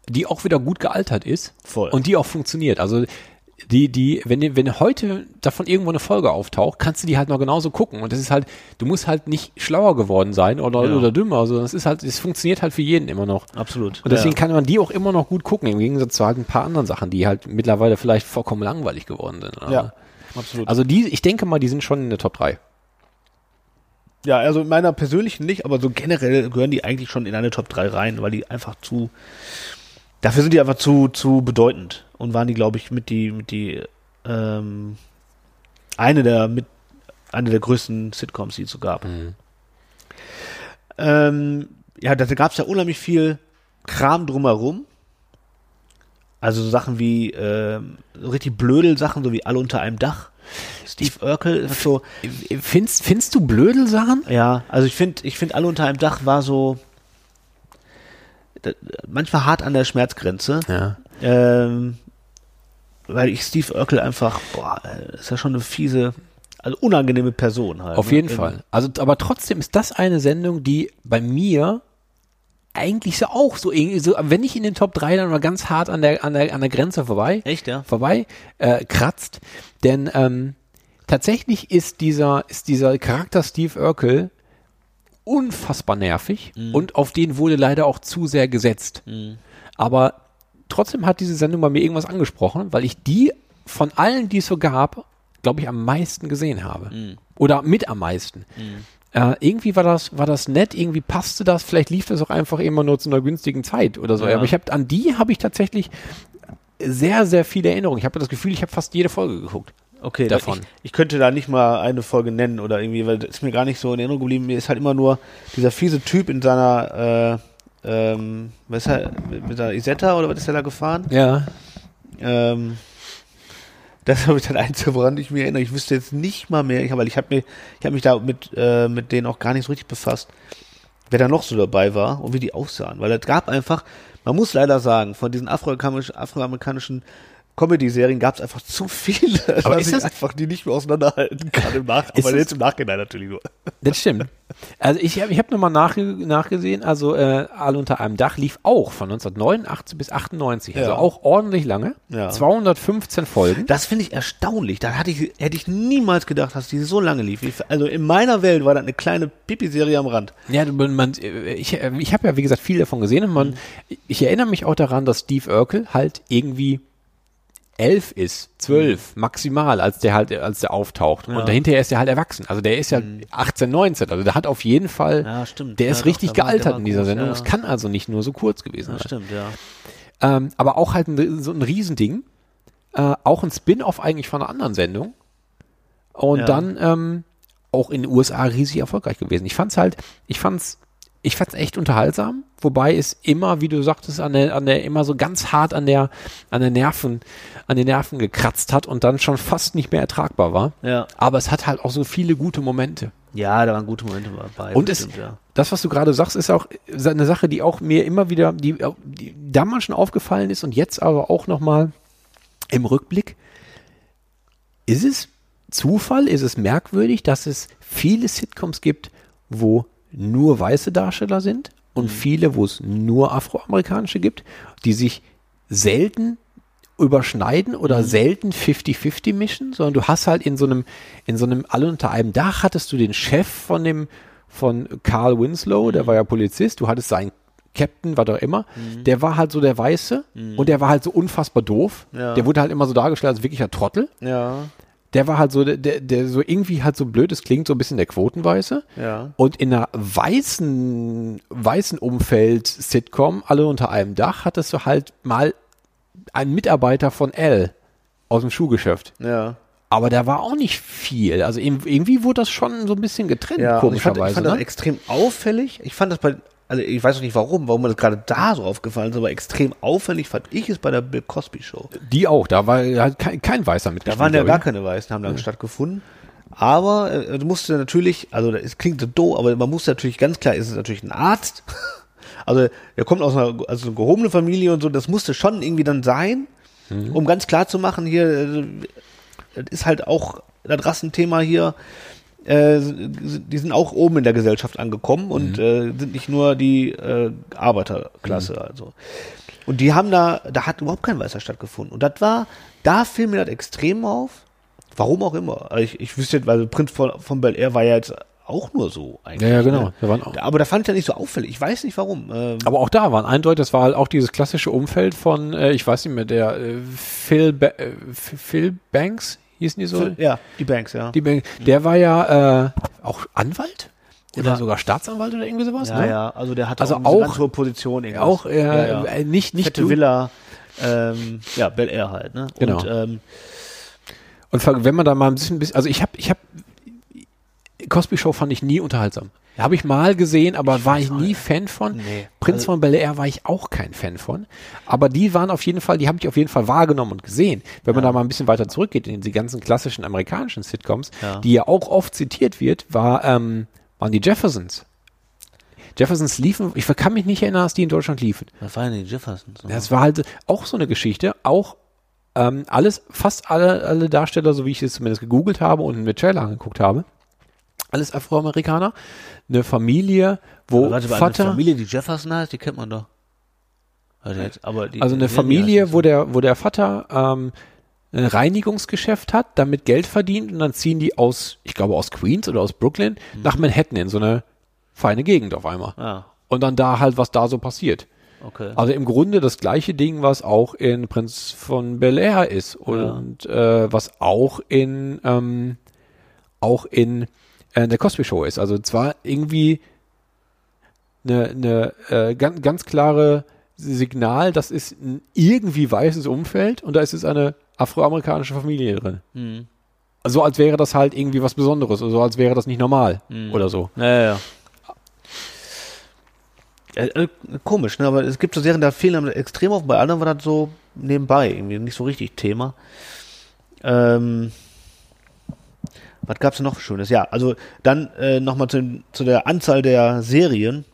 Speaker 6: die auch wieder gut gealtert ist.
Speaker 5: Voll.
Speaker 6: Und die auch funktioniert. Also die, die, wenn, die- wenn heute davon irgendwo eine Folge auftaucht, kannst du die halt noch genauso gucken. Und das ist halt, du musst halt nicht schlauer geworden sein oder,
Speaker 5: Ja.
Speaker 6: oder dümmer, sondern es ist halt, es funktioniert halt für jeden immer noch.
Speaker 5: absolut.
Speaker 6: Und deswegen
Speaker 5: ja.
Speaker 6: kann man die auch immer noch gut gucken, im Gegensatz zu halt ein paar anderen Sachen, die halt mittlerweile vielleicht vollkommen langweilig geworden sind. oder?
Speaker 5: Ja, absolut.
Speaker 6: Also die, ich denke mal, die sind schon in der Top 3.
Speaker 5: Ja, also in meiner persönlichen nicht, aber so generell gehören die eigentlich schon in eine Top 3 rein, weil die einfach zu. Dafür sind die einfach zu, zu bedeutend und waren die, glaube ich, mit die, mit die, ähm, eine der, mit, eine der größten Sitcoms, die es so gab. Ähm, ja, da gab es ja unheimlich viel Kram drumherum. Also so Sachen wie, ähm, so richtig blödel Sachen, so wie alle unter einem Dach. Steve Urkel, ist so,
Speaker 6: Findest, findest du Blödel-Sachen?
Speaker 5: ja, also ich finde, ich finde, alle unter einem Dach war so da- manchmal hart an der Schmerzgrenze.
Speaker 6: Ja.
Speaker 5: Ähm, weil ich Steve Urkel einfach, boah, äh, ist ja schon eine fiese, also unangenehme Person halt.
Speaker 6: Auf
Speaker 5: ne?
Speaker 6: jeden
Speaker 5: Irgendwie.
Speaker 6: Fall. Also, aber trotzdem ist das eine Sendung, die bei mir eigentlich so auch so, irgendwie so wenn nicht in den Top 3, dann mal ganz hart an der, an der, an der Grenze vorbei.
Speaker 5: Echt, ja?
Speaker 6: vorbei äh, kratzt. Denn ähm, tatsächlich ist dieser, ist dieser Charakter Steve Urkel unfassbar nervig
Speaker 5: Mhm.
Speaker 6: und auf den wurde leider auch zu sehr gesetzt. Aber trotzdem hat diese Sendung bei mir irgendwas angesprochen, weil ich die von allen, die es so gab, glaube ich, am meisten gesehen habe.
Speaker 5: Mhm.
Speaker 6: Oder mit am meisten. Äh, irgendwie war das, war das nett, irgendwie passte das, vielleicht lief das auch einfach immer nur zu einer günstigen Zeit oder so.
Speaker 5: Ja.
Speaker 6: Aber ich habe an die habe ich tatsächlich sehr, sehr viele Erinnerungen. Ich habe das Gefühl, ich habe fast jede Folge geguckt.
Speaker 5: Okay,
Speaker 6: davon.
Speaker 5: Ich, ich könnte da nicht mal eine Folge nennen oder irgendwie, weil das ist mir gar nicht so in Erinnerung geblieben. Mir ist halt immer nur dieser fiese Typ in seiner, äh, ähm, was ist er, mit, mit seiner Isetta oder was ist er da gefahren?
Speaker 6: Ja.
Speaker 5: Ähm, das habe ich dann einzige, woran ich mich erinnere. Ich wüsste jetzt nicht mal mehr, ich, hab- weil ich habe mir, ich habe mich da mit, äh, mit denen auch gar nicht so richtig befasst, wer da noch so dabei war und wie die aussahen. Weil es gab einfach, man muss leider sagen, von diesen afroamerikanischen, afroamerikanischen Comedy-Serien gab es einfach zu viele,
Speaker 6: Aber
Speaker 5: dass
Speaker 6: ist
Speaker 5: ich
Speaker 6: das-
Speaker 5: einfach die nicht mehr auseinanderhalten kann im Nach
Speaker 6: Ist
Speaker 5: aber
Speaker 6: das-
Speaker 5: jetzt im Nachhinein natürlich nur.
Speaker 6: Das stimmt. Also ich habe ich hab nochmal nachge nachgesehen, also äh, Alle unter einem Dach lief auch von 1989 bis 98, also
Speaker 5: Ja.
Speaker 6: auch ordentlich lange,
Speaker 5: Ja.
Speaker 6: 215 Folgen.
Speaker 5: Das finde ich erstaunlich. Da hatte ich, hätte ich niemals gedacht, dass die so lange lief. Ich- Also in meiner Welt war das eine kleine Pipi-Serie am Rand.
Speaker 6: Ja, du- man, man- ich, ich habe ja, wie gesagt, viel davon gesehen und man, ich erinnere mich auch daran, dass Steve Urkel halt irgendwie elf ist, zwölf maximal, als der halt, als der auftaucht. Und dahinter ist er halt erwachsen. Also der ist ja 18, 19. Also der hat auf jeden Fall,
Speaker 5: Ja, stimmt.
Speaker 6: der
Speaker 5: Ja,
Speaker 6: ist
Speaker 5: doch,
Speaker 6: richtig
Speaker 5: der war- der
Speaker 6: gealtert
Speaker 5: war
Speaker 6: in dieser
Speaker 5: groß,
Speaker 6: Sendung.
Speaker 5: ja.
Speaker 6: Es kann also nicht nur so kurz gewesen sein.
Speaker 5: Stimmt, ja.
Speaker 6: Ähm, aber auch halt ein, so ein Riesending. Äh, auch ein Spin-off eigentlich von einer anderen Sendung. Und
Speaker 5: Ja.
Speaker 6: dann ähm, auch in den USA riesig erfolgreich gewesen. Ich fand's halt, ich fand's, ich fand's echt unterhaltsam, wobei es immer, wie du sagtest, an der, an der, immer so ganz hart an der, an der Nerven, an den Nerven gekratzt hat und dann schon fast nicht mehr ertragbar war.
Speaker 5: Ja.
Speaker 6: Aber es hat halt auch so viele gute Momente.
Speaker 5: Ja, da waren gute Momente dabei.
Speaker 6: Und es,
Speaker 5: bestimmt, ja.
Speaker 6: das, was du gerade sagst, ist auch eine Sache, die auch mir immer wieder, die, die damals schon aufgefallen ist und jetzt aber auch nochmal im Rückblick. Ist es Zufall, ist es merkwürdig, dass es viele Sitcoms gibt, wo nur weiße Darsteller sind und viele, wo es nur afroamerikanische gibt, die sich selten überschneiden oder selten 50-50 mischen, sondern du hast halt in so einem, in so einem alle unter einem Dach hattest du den Chef von dem, von Carl Winslow, der war ja Polizist, du hattest seinen Captain, was auch immer, der war halt so der Weiße und der war halt so unfassbar doof.
Speaker 5: Ja.
Speaker 6: Der wurde halt immer so dargestellt als wirklicher Trottel.
Speaker 5: Ja,
Speaker 6: Der war halt so, der, der, der so irgendwie halt so blöd, es klingt so ein bisschen der Quotenweiße.
Speaker 5: ja.
Speaker 6: Und in einer weißen, weißen Umfeld-Sitcom, alle unter einem Dach, hattest du halt mal einen Mitarbeiter von L aus dem Schuhgeschäft.
Speaker 5: Ja,
Speaker 6: Aber da war auch nicht viel. Also irg- irgendwie wurde das schon so ein bisschen getrennt,
Speaker 5: ja. Und ich fand, ich
Speaker 6: komischerweise.
Speaker 5: fand das
Speaker 6: ne?
Speaker 5: extrem auffällig. Ich fand das bei, also ich weiß noch nicht warum, warum mir das gerade da so aufgefallen ist, aber extrem auffällig fand ich es bei der Bill Cosby Show.
Speaker 6: Die auch, da war halt kein, kein Weißer mit.
Speaker 5: Da waren ja gar keine Weißen, haben da stattgefunden. Aber äh, du musste natürlich, also das- es klingt so doof, aber man muss natürlich ganz klar, ist es natürlich ein Arzt. Also er kommt aus einer, also einer gehobenen Familie und so, das musste schon irgendwie dann sein, um ganz klar zu machen, hier, äh, das ist halt auch das Rassenthema hier, äh, die sind auch oben in der Gesellschaft angekommen
Speaker 6: Mhm.
Speaker 5: und äh, sind nicht nur die äh, Arbeiterklasse. Also. Und die haben da, da hat überhaupt kein Weißer stattgefunden. Und das war, da fiel mir das extrem auf. Warum auch immer. Also ich, ich wüsste, jetzt, weil Prinz von, von Bel Air war ja jetzt auch nur so eigentlich.
Speaker 6: Ja, ja, genau.
Speaker 5: Ne?
Speaker 6: Da waren auch.
Speaker 5: Aber da fand ich das nicht so auffällig. Ich weiß nicht warum. Ähm,
Speaker 6: Aber auch da waren eindeutig, das war halt auch dieses klassische Umfeld von, äh, ich weiß nicht mehr, der äh, Phil, ba äh, Phil Banks, hießen die so?
Speaker 5: ja, die Banks, ja.
Speaker 6: Die Bank, der war ja äh, auch Anwalt oder
Speaker 5: Ja.
Speaker 6: sogar Staatsanwalt oder irgendwie sowas.
Speaker 5: ja,
Speaker 6: ne?
Speaker 5: ja. Also der hatte
Speaker 6: Also
Speaker 5: eine
Speaker 6: auch-
Speaker 5: ganz hohe Position. irgendwas.
Speaker 6: Auch äh,
Speaker 5: Ja, ja.
Speaker 6: äh, nicht nicht
Speaker 5: Fette
Speaker 6: Blut-
Speaker 5: Villa, ähm, ja, Bel Air halt, ne?
Speaker 6: Genau.
Speaker 5: Und, ähm,
Speaker 6: Und ver- wenn man da mal ein bisschen, bisschen- also ich habe ich habe Cosby Show fand ich nie unterhaltsam. Habe ich mal gesehen, aber war ich nie Fan von.
Speaker 5: Nee.
Speaker 6: Prinz
Speaker 5: Also-
Speaker 6: von Bel Air war ich auch kein Fan von. Aber die waren auf jeden Fall, die habe ich auf jeden Fall wahrgenommen und gesehen. Wenn man da mal ein bisschen weiter zurückgeht in die ganzen klassischen amerikanischen Sitcoms,
Speaker 5: Ja.
Speaker 6: die ja auch oft zitiert wird, war ähm, waren die Jeffersons. Jeffersons liefen, ich kann mich nicht erinnern, dass die in Deutschland liefen.
Speaker 5: was waren denn die Jeffersons?
Speaker 6: Das war halt auch so eine Geschichte, auch Ähm, alles, fast alle, alle Darsteller, so wie ich es zumindest gegoogelt habe und einen Trailer angeguckt habe, alles Afroamerikaner. Eine Familie, wo
Speaker 5: Aber warte mal,
Speaker 6: Vater,
Speaker 5: eine Familie, die Jefferson heißt, die kennt man doch. Also, jetzt, aber die,
Speaker 6: also eine
Speaker 5: die- die heißt
Speaker 6: Familie, wo
Speaker 5: jetzt
Speaker 6: der, wo der Vater ähm, ein Reinigungsgeschäft hat, damit Geld verdient und dann ziehen die aus, ich glaube aus Queens oder aus Brooklyn nach
Speaker 5: Mhm.
Speaker 6: Manhattan in so eine feine Gegend auf einmal.
Speaker 5: so. Ah,
Speaker 6: Und dann da halt, was da so passiert.
Speaker 5: okay.
Speaker 6: Also im Grunde das gleiche Ding, was auch in Prinz von Bel Air ist und äh, was auch in ähm, auch in äh, der Cosby Show ist. Also zwar irgendwie eine ne, äh, ganz, ganz klare Signal, das ist ein irgendwie weißes Umfeld und da ist jetzt eine afroamerikanische Familie drin.
Speaker 5: Hm.
Speaker 6: So als wäre das halt irgendwie was Besonderes, so als wäre das nicht normal oder so.
Speaker 5: Ja, ja, ja. Ja, äh, Komisch, ne? Aber es gibt so Serien, da fehlen einem extrem auf, bei anderen war das so nebenbei, irgendwie nicht so richtig Thema. Ähm, was gab's denn noch für Schönes? Ja, also dann äh, nochmal zu, zu der Anzahl der Serien.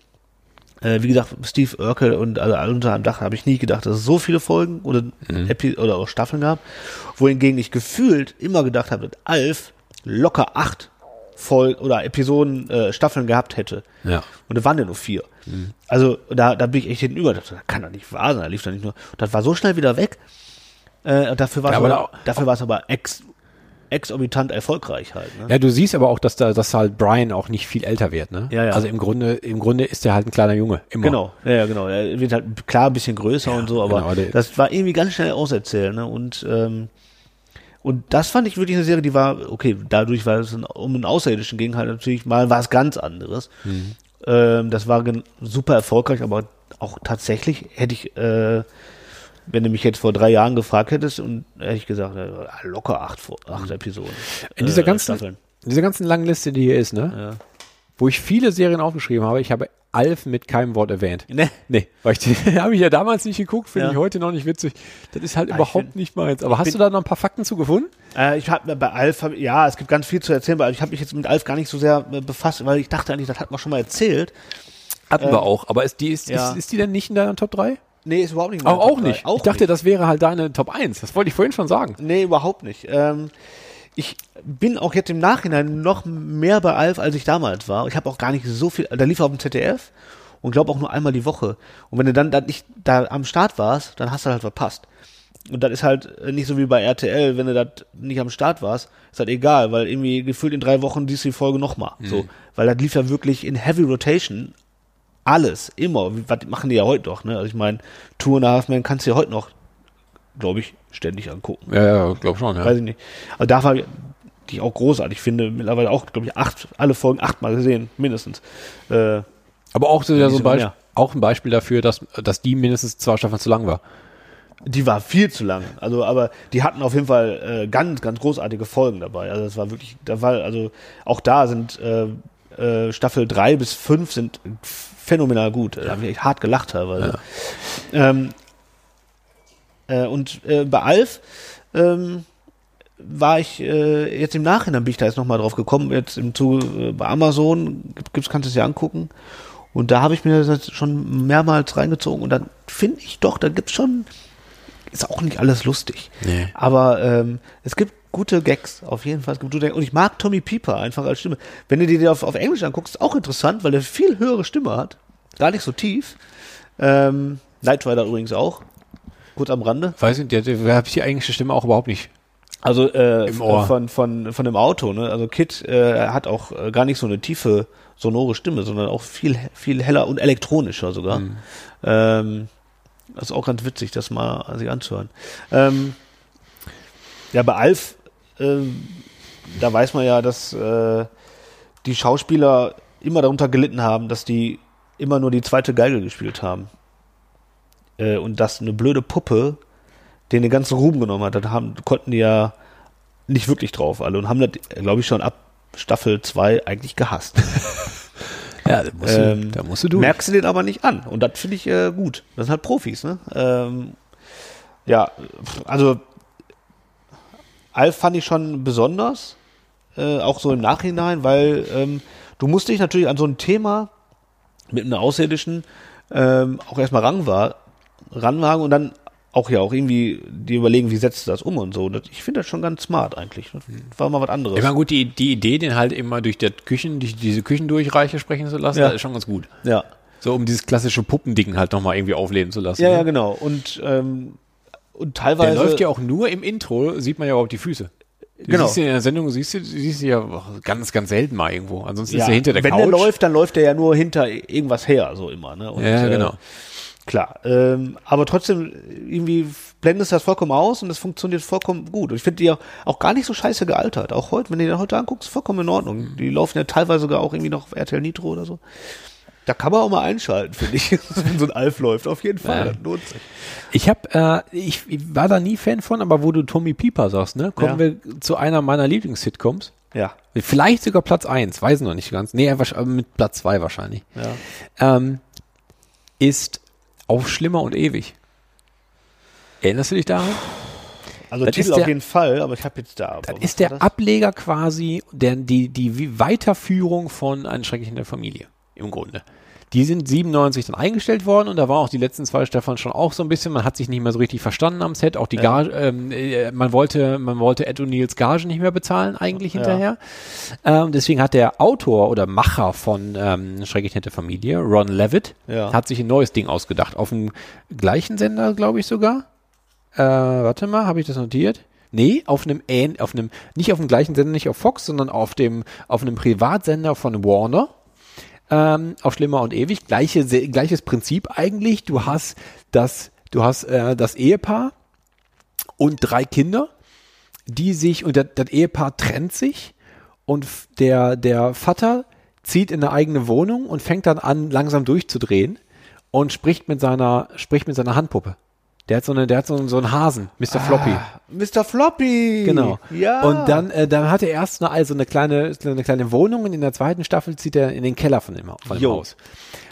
Speaker 5: Äh, wie gesagt, Steve Urkel und also alle unter einem Dach habe ich nie gedacht, dass es so viele Folgen oder, Epi oder auch Staffeln gab. Wohingegen ich gefühlt immer gedacht habe, dass Alf locker acht Folgen oder Episoden, äh, Staffeln gehabt hätte.
Speaker 6: Ja. Mhm.
Speaker 5: Und da waren ja nur vier. Also da, da bin ich echt hinüber. Das kann doch nicht wahr sein. Da lief doch nicht nur. Das war so schnell wieder weg. Äh, und dafür war
Speaker 6: Ja,
Speaker 5: es
Speaker 6: aber
Speaker 5: aber,
Speaker 6: da-
Speaker 5: dafür war es aber ex, exorbitant erfolgreich halt. Ne?
Speaker 6: Ja, du siehst aber auch, dass da, dass halt Brian auch nicht viel älter wird, ne?
Speaker 5: Ja, ja.
Speaker 6: Also im Grunde, im Grunde ist er halt ein kleiner Junge. Immer.
Speaker 5: Genau, ja, ja, genau. Er wird halt klar ein bisschen größer und so, aber
Speaker 6: genau, der-
Speaker 5: das war irgendwie ganz schnell auserzählt. Ne? Und, ähm, und das fand ich wirklich eine Serie, die war, okay, dadurch, weil es ein, um einen Außerirdischen ging, halt natürlich mal was ganz anderes.
Speaker 6: Mhm.
Speaker 5: Ähm, das war gen- super erfolgreich, aber auch tatsächlich hätte ich, äh, wenn du mich jetzt vor drei Jahren gefragt hättest, und hätte ich gesagt, äh, locker acht, Fo- acht Episoden.
Speaker 6: Mhm. In dieser
Speaker 5: äh,
Speaker 6: ganzen,
Speaker 5: Staffeln.
Speaker 6: in dieser ganzen langen Liste, die hier ist, ne? Wo ich viele Serien aufgeschrieben habe, ich habe Alf mit keinem Wort erwähnt.
Speaker 5: Ne?
Speaker 6: Nee, weil ich die habe ich ja damals nicht geguckt, finde
Speaker 5: Ja. Ah,
Speaker 6: ich heute noch nicht witzig. Das ist halt
Speaker 5: ich
Speaker 6: überhaupt
Speaker 5: bin-
Speaker 6: nicht meins. Aber hast du da noch ein paar Fakten zu gefunden?
Speaker 5: Äh, ich habe bei Alf, hab, ja, es gibt ganz viel zu erzählen, weil ich habe mich jetzt mit Alf gar nicht so sehr äh, befasst, weil ich dachte eigentlich, das hat man schon mal erzählt.
Speaker 6: Hatten wir auch. Aber ist die, ist,
Speaker 5: Äh, ja.
Speaker 6: ist, ist die denn nicht in deiner Top 3?
Speaker 5: Nee, ist überhaupt nicht. in
Speaker 6: Auch,
Speaker 5: meiner Top
Speaker 6: auch
Speaker 5: drei.
Speaker 6: nicht. ich dachte,
Speaker 5: nicht.
Speaker 6: das wäre halt deine Top 1. Das wollte ich vorhin schon sagen.
Speaker 5: Nee, überhaupt nicht. Ähm, ich bin auch jetzt im Nachhinein noch mehr bei Alf, als ich damals war. Ich habe auch gar nicht so viel, da lief er auf dem ZDF und glaube auch nur einmal die Woche. Und wenn du dann, dann nicht da am Start warst, dann hast du halt verpasst. Und das ist halt äh, nicht so wie bei RTL, wenn du das nicht am Start warst, ist halt egal, weil irgendwie gefühlt in drei Wochen siehst du die Folge nochmal. So, weil das lief ja wirklich in Heavy Rotation alles, immer. Wie- Was machen die ja heute noch, ne? Also ich meine, Tour and a Half Man kannst du ja heute noch, glaube ich, ständig angucken.
Speaker 6: Ja, ja, glaub schon, ja.
Speaker 5: Weiß ich nicht. Aber da war, die ich auch großartig finde, mittlerweile auch, glaube ich, acht, alle Folgen achtmal gesehen, mindestens. Äh,
Speaker 6: Aber auch so, ja, so ein
Speaker 5: so,
Speaker 6: Beispiel,
Speaker 5: ja.
Speaker 6: auch ein Beispiel dafür, dass, dass die mindestens zwei Staffeln zu lang war.
Speaker 5: die war viel zu lang. Also, aber die hatten auf jeden Fall äh, ganz, ganz großartige Folgen dabei. Also, das war wirklich, da war, also auch da sind äh, äh, Staffel 3 bis 5 sind phänomenal gut. Da haben wir echt hart gelacht teilweise. Ähm, äh, und äh, bei Alf ähm, war ich äh, jetzt im Nachhinein bin ich da jetzt nochmal drauf gekommen. Jetzt im Zuge äh, bei Amazon gibt's, kannst du es ja angucken. Und da habe ich mir das jetzt schon mehrmals reingezogen und dann finde ich doch, da gibt's schon ist auch nicht alles lustig.
Speaker 6: Nee.
Speaker 5: Aber ähm, es gibt gute Gags, auf jeden Fall. Es gibt gute Gags. Und ich mag Tommy Pieper einfach als Stimme. Wenn du dir den auf, auf Englisch anguckst, ist auch interessant, weil er viel höhere Stimme hat. Gar nicht so tief. Ähm, Knight Rider übrigens auch. Gut am Rande.
Speaker 6: Weiß nicht, der, der habe ich die eigentliche Stimme auch überhaupt nicht.
Speaker 5: Also äh,
Speaker 6: Im Ohr.
Speaker 5: von von von dem Auto, ne? Also Kid äh, hat auch äh, gar nicht so eine tiefe sonore Stimme, sondern auch viel viel heller und elektronischer sogar.
Speaker 6: Mhm.
Speaker 5: Ähm, das ist auch ganz witzig, das mal sich anzuhören. Ähm, ja, bei Alf, ähm, da weiß man ja, dass äh, die Schauspieler immer darunter gelitten haben, dass die immer nur die zweite Geige gespielt haben. Äh, und dass eine blöde Puppe den den ganzen Ruhm genommen hat, dann haben, konnten die ja nicht wirklich drauf alle und haben das, glaube ich, schon ab Staffel 2 eigentlich gehasst.
Speaker 6: Ja, da musst,
Speaker 5: Ähm,
Speaker 6: du, da musst du durch.
Speaker 5: Merkst du den aber nicht an. Und das finde ich äh, gut. Das sind halt Profis, ne? Ähm, ja, pff, also Alf fand ich schon besonders, äh, auch so im Nachhinein, weil ähm, du musst dich natürlich an so ein Thema mit einem Außerirdischen ähm, auch erstmal ranwa- ranwagen und dann auch ja auch irgendwie die überlegen, wie setzt du das um und so. Das, ich finde das schon ganz smart eigentlich. Das war mal was anderes.
Speaker 6: Ich meine, gut, die, die Idee, den halt immer durch der Küchen, durch diese Küchendurchreiche sprechen zu lassen,
Speaker 5: Ja.
Speaker 6: das ist schon ganz gut.
Speaker 5: ja.
Speaker 6: So, um dieses klassische Puppendicken halt nochmal irgendwie aufleben zu lassen.
Speaker 5: ja, ja, also
Speaker 6: ne?
Speaker 5: genau. Und, ähm, und
Speaker 6: Der
Speaker 5: teilweise.
Speaker 6: läuft ja auch nur im Intro, sieht man ja überhaupt die Füße. Du
Speaker 5: Genau.
Speaker 6: siehst ihn in der Sendung, siehst du, siehst du ja ganz, ganz selten mal irgendwo. Ansonsten ist
Speaker 5: Ja,
Speaker 6: er hinter der
Speaker 5: Wenn
Speaker 6: Couch.
Speaker 5: der läuft, dann läuft er ja nur hinter irgendwas her, so immer. Ne? Und,
Speaker 6: ja,
Speaker 5: äh,
Speaker 6: genau.
Speaker 5: Klar, ähm, aber trotzdem irgendwie blendest du das vollkommen aus und es funktioniert vollkommen gut. Und ich finde die auch, auch gar nicht so scheiße gealtert. Auch heute, wenn du dir heute anguckst, vollkommen in
Speaker 6: Mhm.
Speaker 5: Ordnung. Die laufen ja teilweise sogar auch irgendwie noch auf RTL Nitro oder so. Da kann man auch mal einschalten, finde ich, wenn so ein Alf läuft. Auf jeden Fall.
Speaker 6: Ja.
Speaker 5: Das lohnt sich.
Speaker 6: Ich hab, äh, ich, ich war da nie Fan von, aber wo du Tommy Pieper sagst, ne,
Speaker 5: Ja.
Speaker 6: kommen wir zu einer meiner Lieblings-Sitcoms.
Speaker 5: Ja.
Speaker 6: Vielleicht sogar Platz 1, weiß noch nicht ganz. Nee, wahrsch- äh, mit Platz 2 wahrscheinlich.
Speaker 5: Ja.
Speaker 6: Ähm, ist auf Schlimmer und Ewig. Erinnerst du dich daran?
Speaker 5: Also
Speaker 6: Das
Speaker 5: Titel
Speaker 6: ist
Speaker 5: auf
Speaker 6: der-
Speaker 5: jeden Fall, aber ich habe jetzt da.
Speaker 6: Das
Speaker 5: was
Speaker 6: ist
Speaker 5: war
Speaker 6: der Ableger quasi, der, die, die wie- Weiterführung von Ein Schrecklich in der Familie, im Grunde. Die sind 97 dann eingestellt worden und da waren auch die letzten zwei Staffeln schon auch so ein bisschen, man hat sich nicht mehr so richtig verstanden am Set, auch die Gage, ähm, äh, man wollte, man wollte Ed O'Neills Gage nicht mehr bezahlen eigentlich hinterher. Ähm, deswegen hat der Autor oder Macher von ähm, Schrecklich in der Familie, Ron Levitt,
Speaker 5: Ja.
Speaker 6: hat sich ein neues Ding ausgedacht. Auf dem gleichen Sender, glaube ich sogar. Äh, warte mal, habe ich das notiert? Nee, auf einem ähn, auf einem nicht auf dem gleichen Sender, nicht auf Fox, sondern auf dem auf einem Privatsender von Warner. Ähm, auf Schlimmer und Ewig gleiche se- gleiches Prinzip eigentlich. Du hast das du hast äh, das Ehepaar und drei Kinder, die sich und das, das Ehepaar trennt sich und f- der der Vater zieht in eine eigene Wohnung und fängt dann an langsam durchzudrehen und spricht mit seiner spricht mit seiner Handpuppe. Der hat so, eine, der hat so, einen- so einen Hasen, Mr. Floppy.
Speaker 5: Mr. Floppy!
Speaker 6: Genau.
Speaker 5: Ah, Ja.
Speaker 6: Und dann, äh, dann hat er erst eine, also eine, kleine, eine kleine Wohnung und in der zweiten Staffel zieht er in den Keller von dem, von dem
Speaker 5: Jo.
Speaker 6: Haus.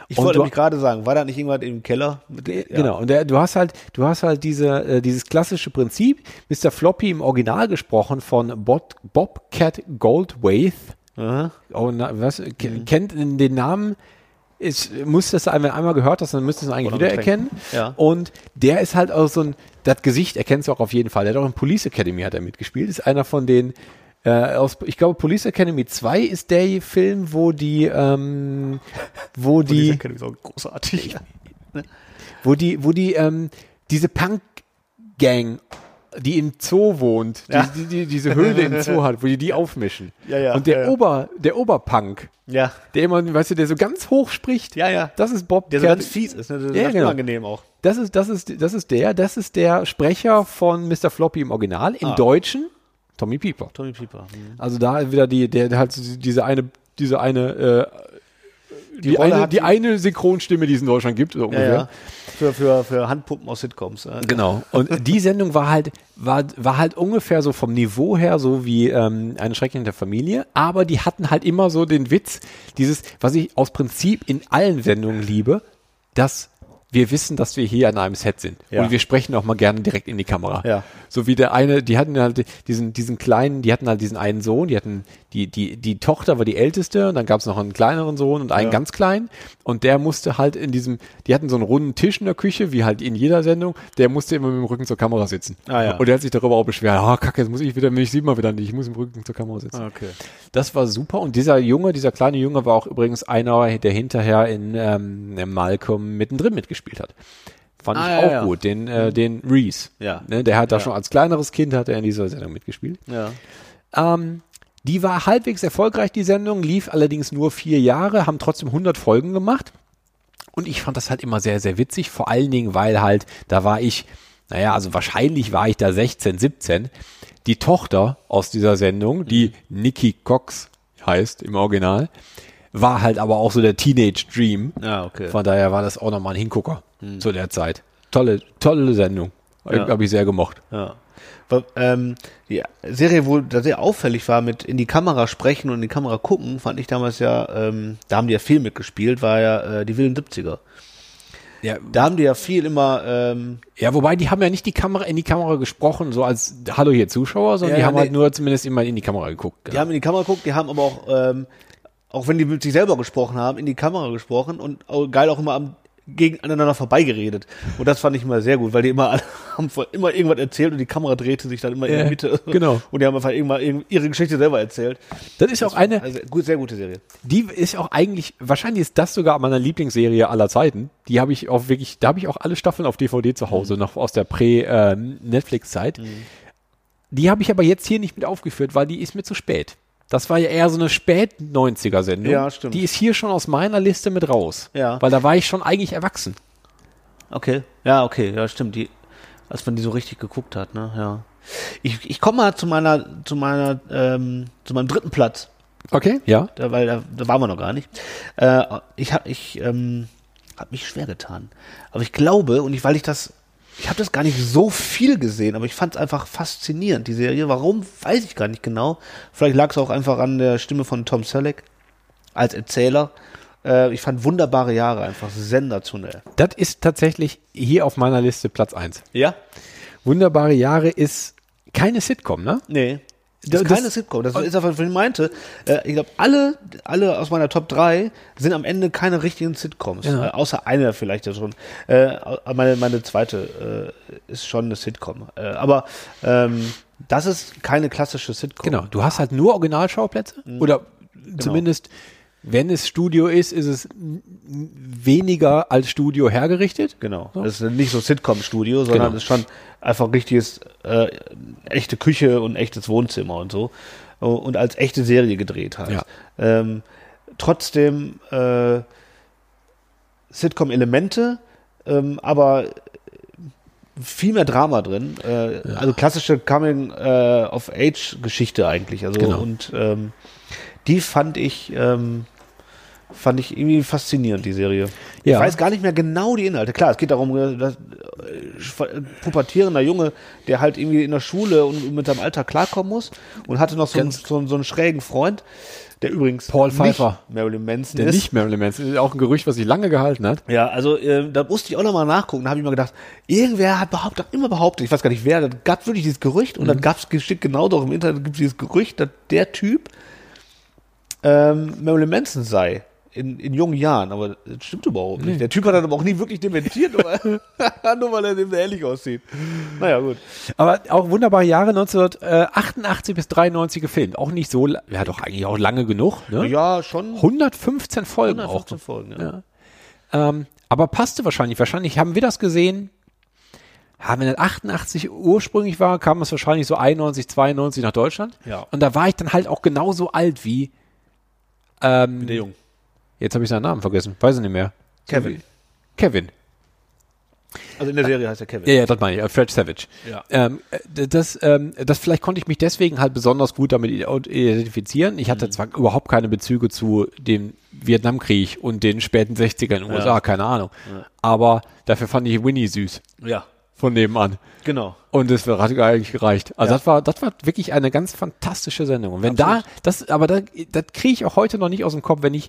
Speaker 5: ich
Speaker 6: und
Speaker 5: wollte
Speaker 6: du-
Speaker 5: mich gerade sagen, war da nicht irgendwas im Keller? Mit- Ja.
Speaker 6: Genau. Und der, du hast halt, du hast halt diese, äh, dieses klassische Prinzip, Mr. Floppy im Original gesprochen von Bob, Bobcat Goldwaith.
Speaker 5: Aha. Mhm.
Speaker 6: Oh, na, was, Ke- kennt den Namen, ist, muss das, wenn du einmal gehört hast, dann müsstest du ihn eigentlich
Speaker 5: Oder
Speaker 6: wiedererkennen.
Speaker 5: Ja.
Speaker 6: Und der ist halt auch so ein, das Gesicht erkennst du auch auf jeden Fall. Der hat auch in Police Academy hat er mitgespielt. Ist einer von den, äh, aus, ich glaube, Police Academy 2 ist der Film, wo die, ähm, wo
Speaker 5: Die
Speaker 6: die,
Speaker 5: Erkennung ist auch großartig.
Speaker 6: wo die, wo die, ähm, diese Punk-Gang, die im Zoo wohnt, die, die, die diese Höhle im Zoo hat, wo die die aufmischen.
Speaker 5: Ja, ja,
Speaker 6: Und der
Speaker 5: ja, ja.
Speaker 6: Ober, der Oberpunk,
Speaker 5: Ja.
Speaker 6: der immer, weißt du, der so ganz hoch spricht.
Speaker 5: Ja, ja.
Speaker 6: Das ist Bob.
Speaker 5: Der so
Speaker 6: Cat-
Speaker 5: ganz fies ist, ne? Das ist
Speaker 6: Ja,
Speaker 5: ganz
Speaker 6: genau.
Speaker 5: unangenehm auch.
Speaker 6: Das ist, das ist, das ist der, das ist der Sprecher von Mr. Floppy im Original,
Speaker 5: Ah.
Speaker 6: im Deutschen Tommy Pieper.
Speaker 5: Tommy Pieper. Hm.
Speaker 6: Also da wieder die, der, der halt so diese eine, diese eine, äh, die,
Speaker 5: Rolle
Speaker 6: eine,
Speaker 5: hat
Speaker 6: die
Speaker 5: die-
Speaker 6: eine Synchronstimme, die es in Deutschland gibt, so
Speaker 5: Ja,
Speaker 6: ungefähr.
Speaker 5: ja. Für, für, für Handpuppen aus Sitcoms. äh.
Speaker 6: Genau. Und die Sendung war halt, war, war halt ungefähr so vom Niveau her so wie ähm, eine Schrecken in der Familie, aber die hatten halt immer so den Witz, dieses, was ich aus Prinzip in allen Sendungen liebe, dass wir wissen, dass wir hier an einem Set sind.
Speaker 5: Ja.
Speaker 6: Und wir sprechen auch mal gerne direkt in die Kamera.
Speaker 5: Ja.
Speaker 6: So wie der eine, die hatten halt diesen, diesen kleinen, die hatten halt diesen einen Sohn, die hatten, die, die, die Tochter war die älteste und dann gab es noch einen kleineren Sohn und einen ganz kleinen und der musste halt in diesem, die hatten so einen runden Tisch in der Küche, wie halt in jeder Sendung, der musste immer mit dem Rücken zur Kamera sitzen.
Speaker 5: Ah, ja.
Speaker 6: Und der hat sich darüber auch beschwert, ah, kacke, jetzt muss ich wieder, mich sieht man wieder nicht, ich muss im Rücken zur Kamera sitzen.
Speaker 5: Ah, Okay.
Speaker 6: Das war super. Und dieser Junge, dieser kleine Junge war auch übrigens einer, der hinterher in ähm, Malcolm mittendrin mitgespielt hat. Fand
Speaker 5: Ah,
Speaker 6: ich
Speaker 5: ja,
Speaker 6: auch
Speaker 5: ja.
Speaker 6: gut. Den, äh, den Reese.
Speaker 5: Mhm. Ja.
Speaker 6: Ne, der hat da schon als kleineres Kind hat er in dieser Sendung mitgespielt.
Speaker 5: Ja.
Speaker 6: Ähm, die war halbwegs erfolgreich, die Sendung, lief allerdings nur vier Jahre, haben trotzdem 100 Folgen gemacht. Und ich fand das halt immer sehr, sehr witzig, vor allen Dingen, weil halt, da war ich, naja, also wahrscheinlich war ich da 16, 17. Die Tochter aus dieser Sendung, die
Speaker 5: Mhm.
Speaker 6: Nikki Cox heißt im Original, war halt aber auch so der Teenage Dream.
Speaker 5: Ja, Ah, okay. Mhm.
Speaker 6: Von daher war das auch nochmal ein Hingucker zu der Zeit. Tolle, tolle Sendung.
Speaker 5: Ja.
Speaker 6: Habe ich sehr gemocht.
Speaker 5: Ja. Weil, ähm, die Serie, wo da sehr auffällig war mit in die Kamera sprechen und in die Kamera gucken, fand ich damals ja, ähm, da haben die ja viel mitgespielt, war ja äh, die Wilden 70er.
Speaker 6: Ja,
Speaker 5: Da haben die ja viel immer, ähm,
Speaker 6: Ja, wobei die haben ja nicht die Kamera in die Kamera gesprochen, so als Hallo hier Zuschauer, sondern
Speaker 5: Ja,
Speaker 6: die
Speaker 5: ja,
Speaker 6: haben halt
Speaker 5: nee.
Speaker 6: nur zumindest immer in die Kamera geguckt. genau.
Speaker 5: die haben in die Kamera geguckt, die haben aber auch, ähm, auch wenn die mit sich selber gesprochen haben, in die Kamera gesprochen und auch, geil auch immer am gegen aneinander vorbeigeredet. Und das fand ich immer sehr gut, weil die immer alle haben voll- immer irgendwas erzählt und die Kamera drehte sich dann immer in
Speaker 6: Ja,
Speaker 5: der Mitte.
Speaker 6: genau.
Speaker 5: Und die haben einfach irgendwann irg- ihre Geschichte selber erzählt.
Speaker 6: Das ist auch eine,
Speaker 5: Also gut, sehr gute Serie.
Speaker 6: die ist auch eigentlich, wahrscheinlich ist das sogar meine Lieblingsserie aller Zeiten. Die habe ich auch wirklich, da habe ich auch alle Staffeln auf DVD zu
Speaker 5: Mhm.
Speaker 6: Hause, noch aus der Prä-Netflix-Zeit. Die habe ich aber jetzt hier nicht mit aufgeführt, weil die ist mir zu spät. Das war ja eher so eine Spät-90er-Sendung.
Speaker 5: Ja, stimmt.
Speaker 6: Die ist hier schon aus meiner Liste mit raus.
Speaker 5: Ja.
Speaker 6: Weil da war ich schon eigentlich erwachsen.
Speaker 5: Okay. Ja, okay, ja, stimmt. Die, als man die so richtig geguckt hat, ne? Ja. Ich, ich komme mal zu meiner, zu meiner, ähm, zu meinem dritten Platz.
Speaker 6: Okay. Ja.
Speaker 5: da, weil da, da waren wir noch gar nicht. Äh, ich habe ich, ähm, hab mich schwer getan. Aber ich glaube, und ich, weil ich das, ich habe das gar nicht so viel gesehen, aber ich fand es einfach faszinierend, die Serie. Warum, weiß ich gar nicht genau. Vielleicht lag es auch einfach an der Stimme von Tom Selleck als Erzähler. Äh, ich fand wunderbare Jahre einfach sensationell.
Speaker 6: Das ist tatsächlich hier auf meiner Liste Platz 1.
Speaker 5: Ja?
Speaker 6: Wunderbare Jahre ist keine Sitcom, ne?
Speaker 5: Nee. Das ist
Speaker 6: Das- Oh.
Speaker 5: keine Sitcom. Das ist einfach, was ich meinte. Äh, ich glaube, alle, alle aus meiner Top 3 sind am Ende keine richtigen Sitcoms. Äh, außer einer vielleicht ja schon. Äh, aber meine, meine zweite äh, ist schon eine Sitcom. Äh, aber ähm, das ist keine klassische Sitcom.
Speaker 6: Genau, du hast halt nur Originalschauplätze oder zumindest, wenn es Studio ist, ist es n- n- weniger als Studio hergerichtet.
Speaker 5: Genau.
Speaker 6: So.
Speaker 5: Das ist nicht so Sitcom-Studio, sondern
Speaker 6: Genau.
Speaker 5: es ist schon einfach richtiges, äh, echte Küche und echtes Wohnzimmer und so. Äh, Und als echte Serie gedreht halt.
Speaker 6: Ja.
Speaker 5: Ähm, trotzdem äh, Sitcom-Elemente, ähm, aber viel mehr Drama drin. Äh, Also klassische äh, Coming-of-Age-Geschichte eigentlich. Also
Speaker 6: Genau.
Speaker 5: und ähm, die fand ich. Ähm, Fand ich irgendwie faszinierend, die Serie.
Speaker 6: Ja.
Speaker 5: Ich weiß gar nicht mehr genau die Inhalte. Klar, es geht darum, dass äh, schwa- pubertierender Junge, der halt irgendwie in der Schule und mit seinem Alter klarkommen muss und hatte noch so, einen, so, einen, so einen schrägen Freund, der übrigens
Speaker 6: Paul Pfeiffer.
Speaker 5: nicht Marilyn Manson
Speaker 6: Der
Speaker 5: ist.
Speaker 6: nicht Marilyn Manson ist auch ein Gerücht, was sich lange gehalten hat.
Speaker 5: Ja, also äh, da musste ich auch nochmal nachgucken. Da habe ich mal gedacht, irgendwer hat behauptet, hat immer behauptet, ich weiß gar nicht wer, dann gab wirklich dieses Gerücht und dann gab es geschickt genau doch im Internet gibt dieses Gerücht, dass der Typ ähm, Marilyn Manson sei. In, in jungen Jahren, aber das stimmt überhaupt nicht. Der Typ hat dann aber auch nie wirklich dementiert, nur weil, nur weil er dem sehr ähnlich aussieht. Naja, gut.
Speaker 6: Aber auch wunderbare Jahre 1988 bis 93 gefilmt. Auch nicht so, la- ja doch eigentlich auch lange genug. Ne?
Speaker 5: Ja, schon
Speaker 6: 115 Folgen auch. ne?
Speaker 5: 115 Folgen. Ja.
Speaker 6: Ähm, aber passte wahrscheinlich. Wahrscheinlich haben wir das gesehen. Ja, wenn das 88 ursprünglich war, kam es wahrscheinlich so 91, 92 nach Deutschland.
Speaker 5: Ja.
Speaker 6: Und da war ich dann halt auch genauso alt wie. Ähm,
Speaker 5: Der Junge.
Speaker 6: jetzt habe ich seinen Namen vergessen. Weiß ich nicht mehr.
Speaker 5: Kevin.
Speaker 6: Kevin.
Speaker 5: Also in der Serie heißt er Kevin.
Speaker 6: Ja, ja, das meine ich. äh, Fred Savage.
Speaker 5: Ja.
Speaker 6: Ähm, äh, d- das, ähm, das vielleicht konnte ich mich deswegen halt besonders gut damit i- identifizieren. Ich
Speaker 5: Mhm.
Speaker 6: hatte zwar überhaupt keine Bezüge zu dem Vietnamkrieg und den späten 60ern in den USA, keine Ahnung. Aber dafür fand ich Winnie süß
Speaker 5: ja
Speaker 6: von nebenan.
Speaker 5: genau.
Speaker 6: Und das war- hat eigentlich gereicht. Also das war, das war wirklich eine ganz fantastische Sendung. Und wenn da, das, aber da, das kriege ich auch heute noch nicht aus dem Kopf, wenn ich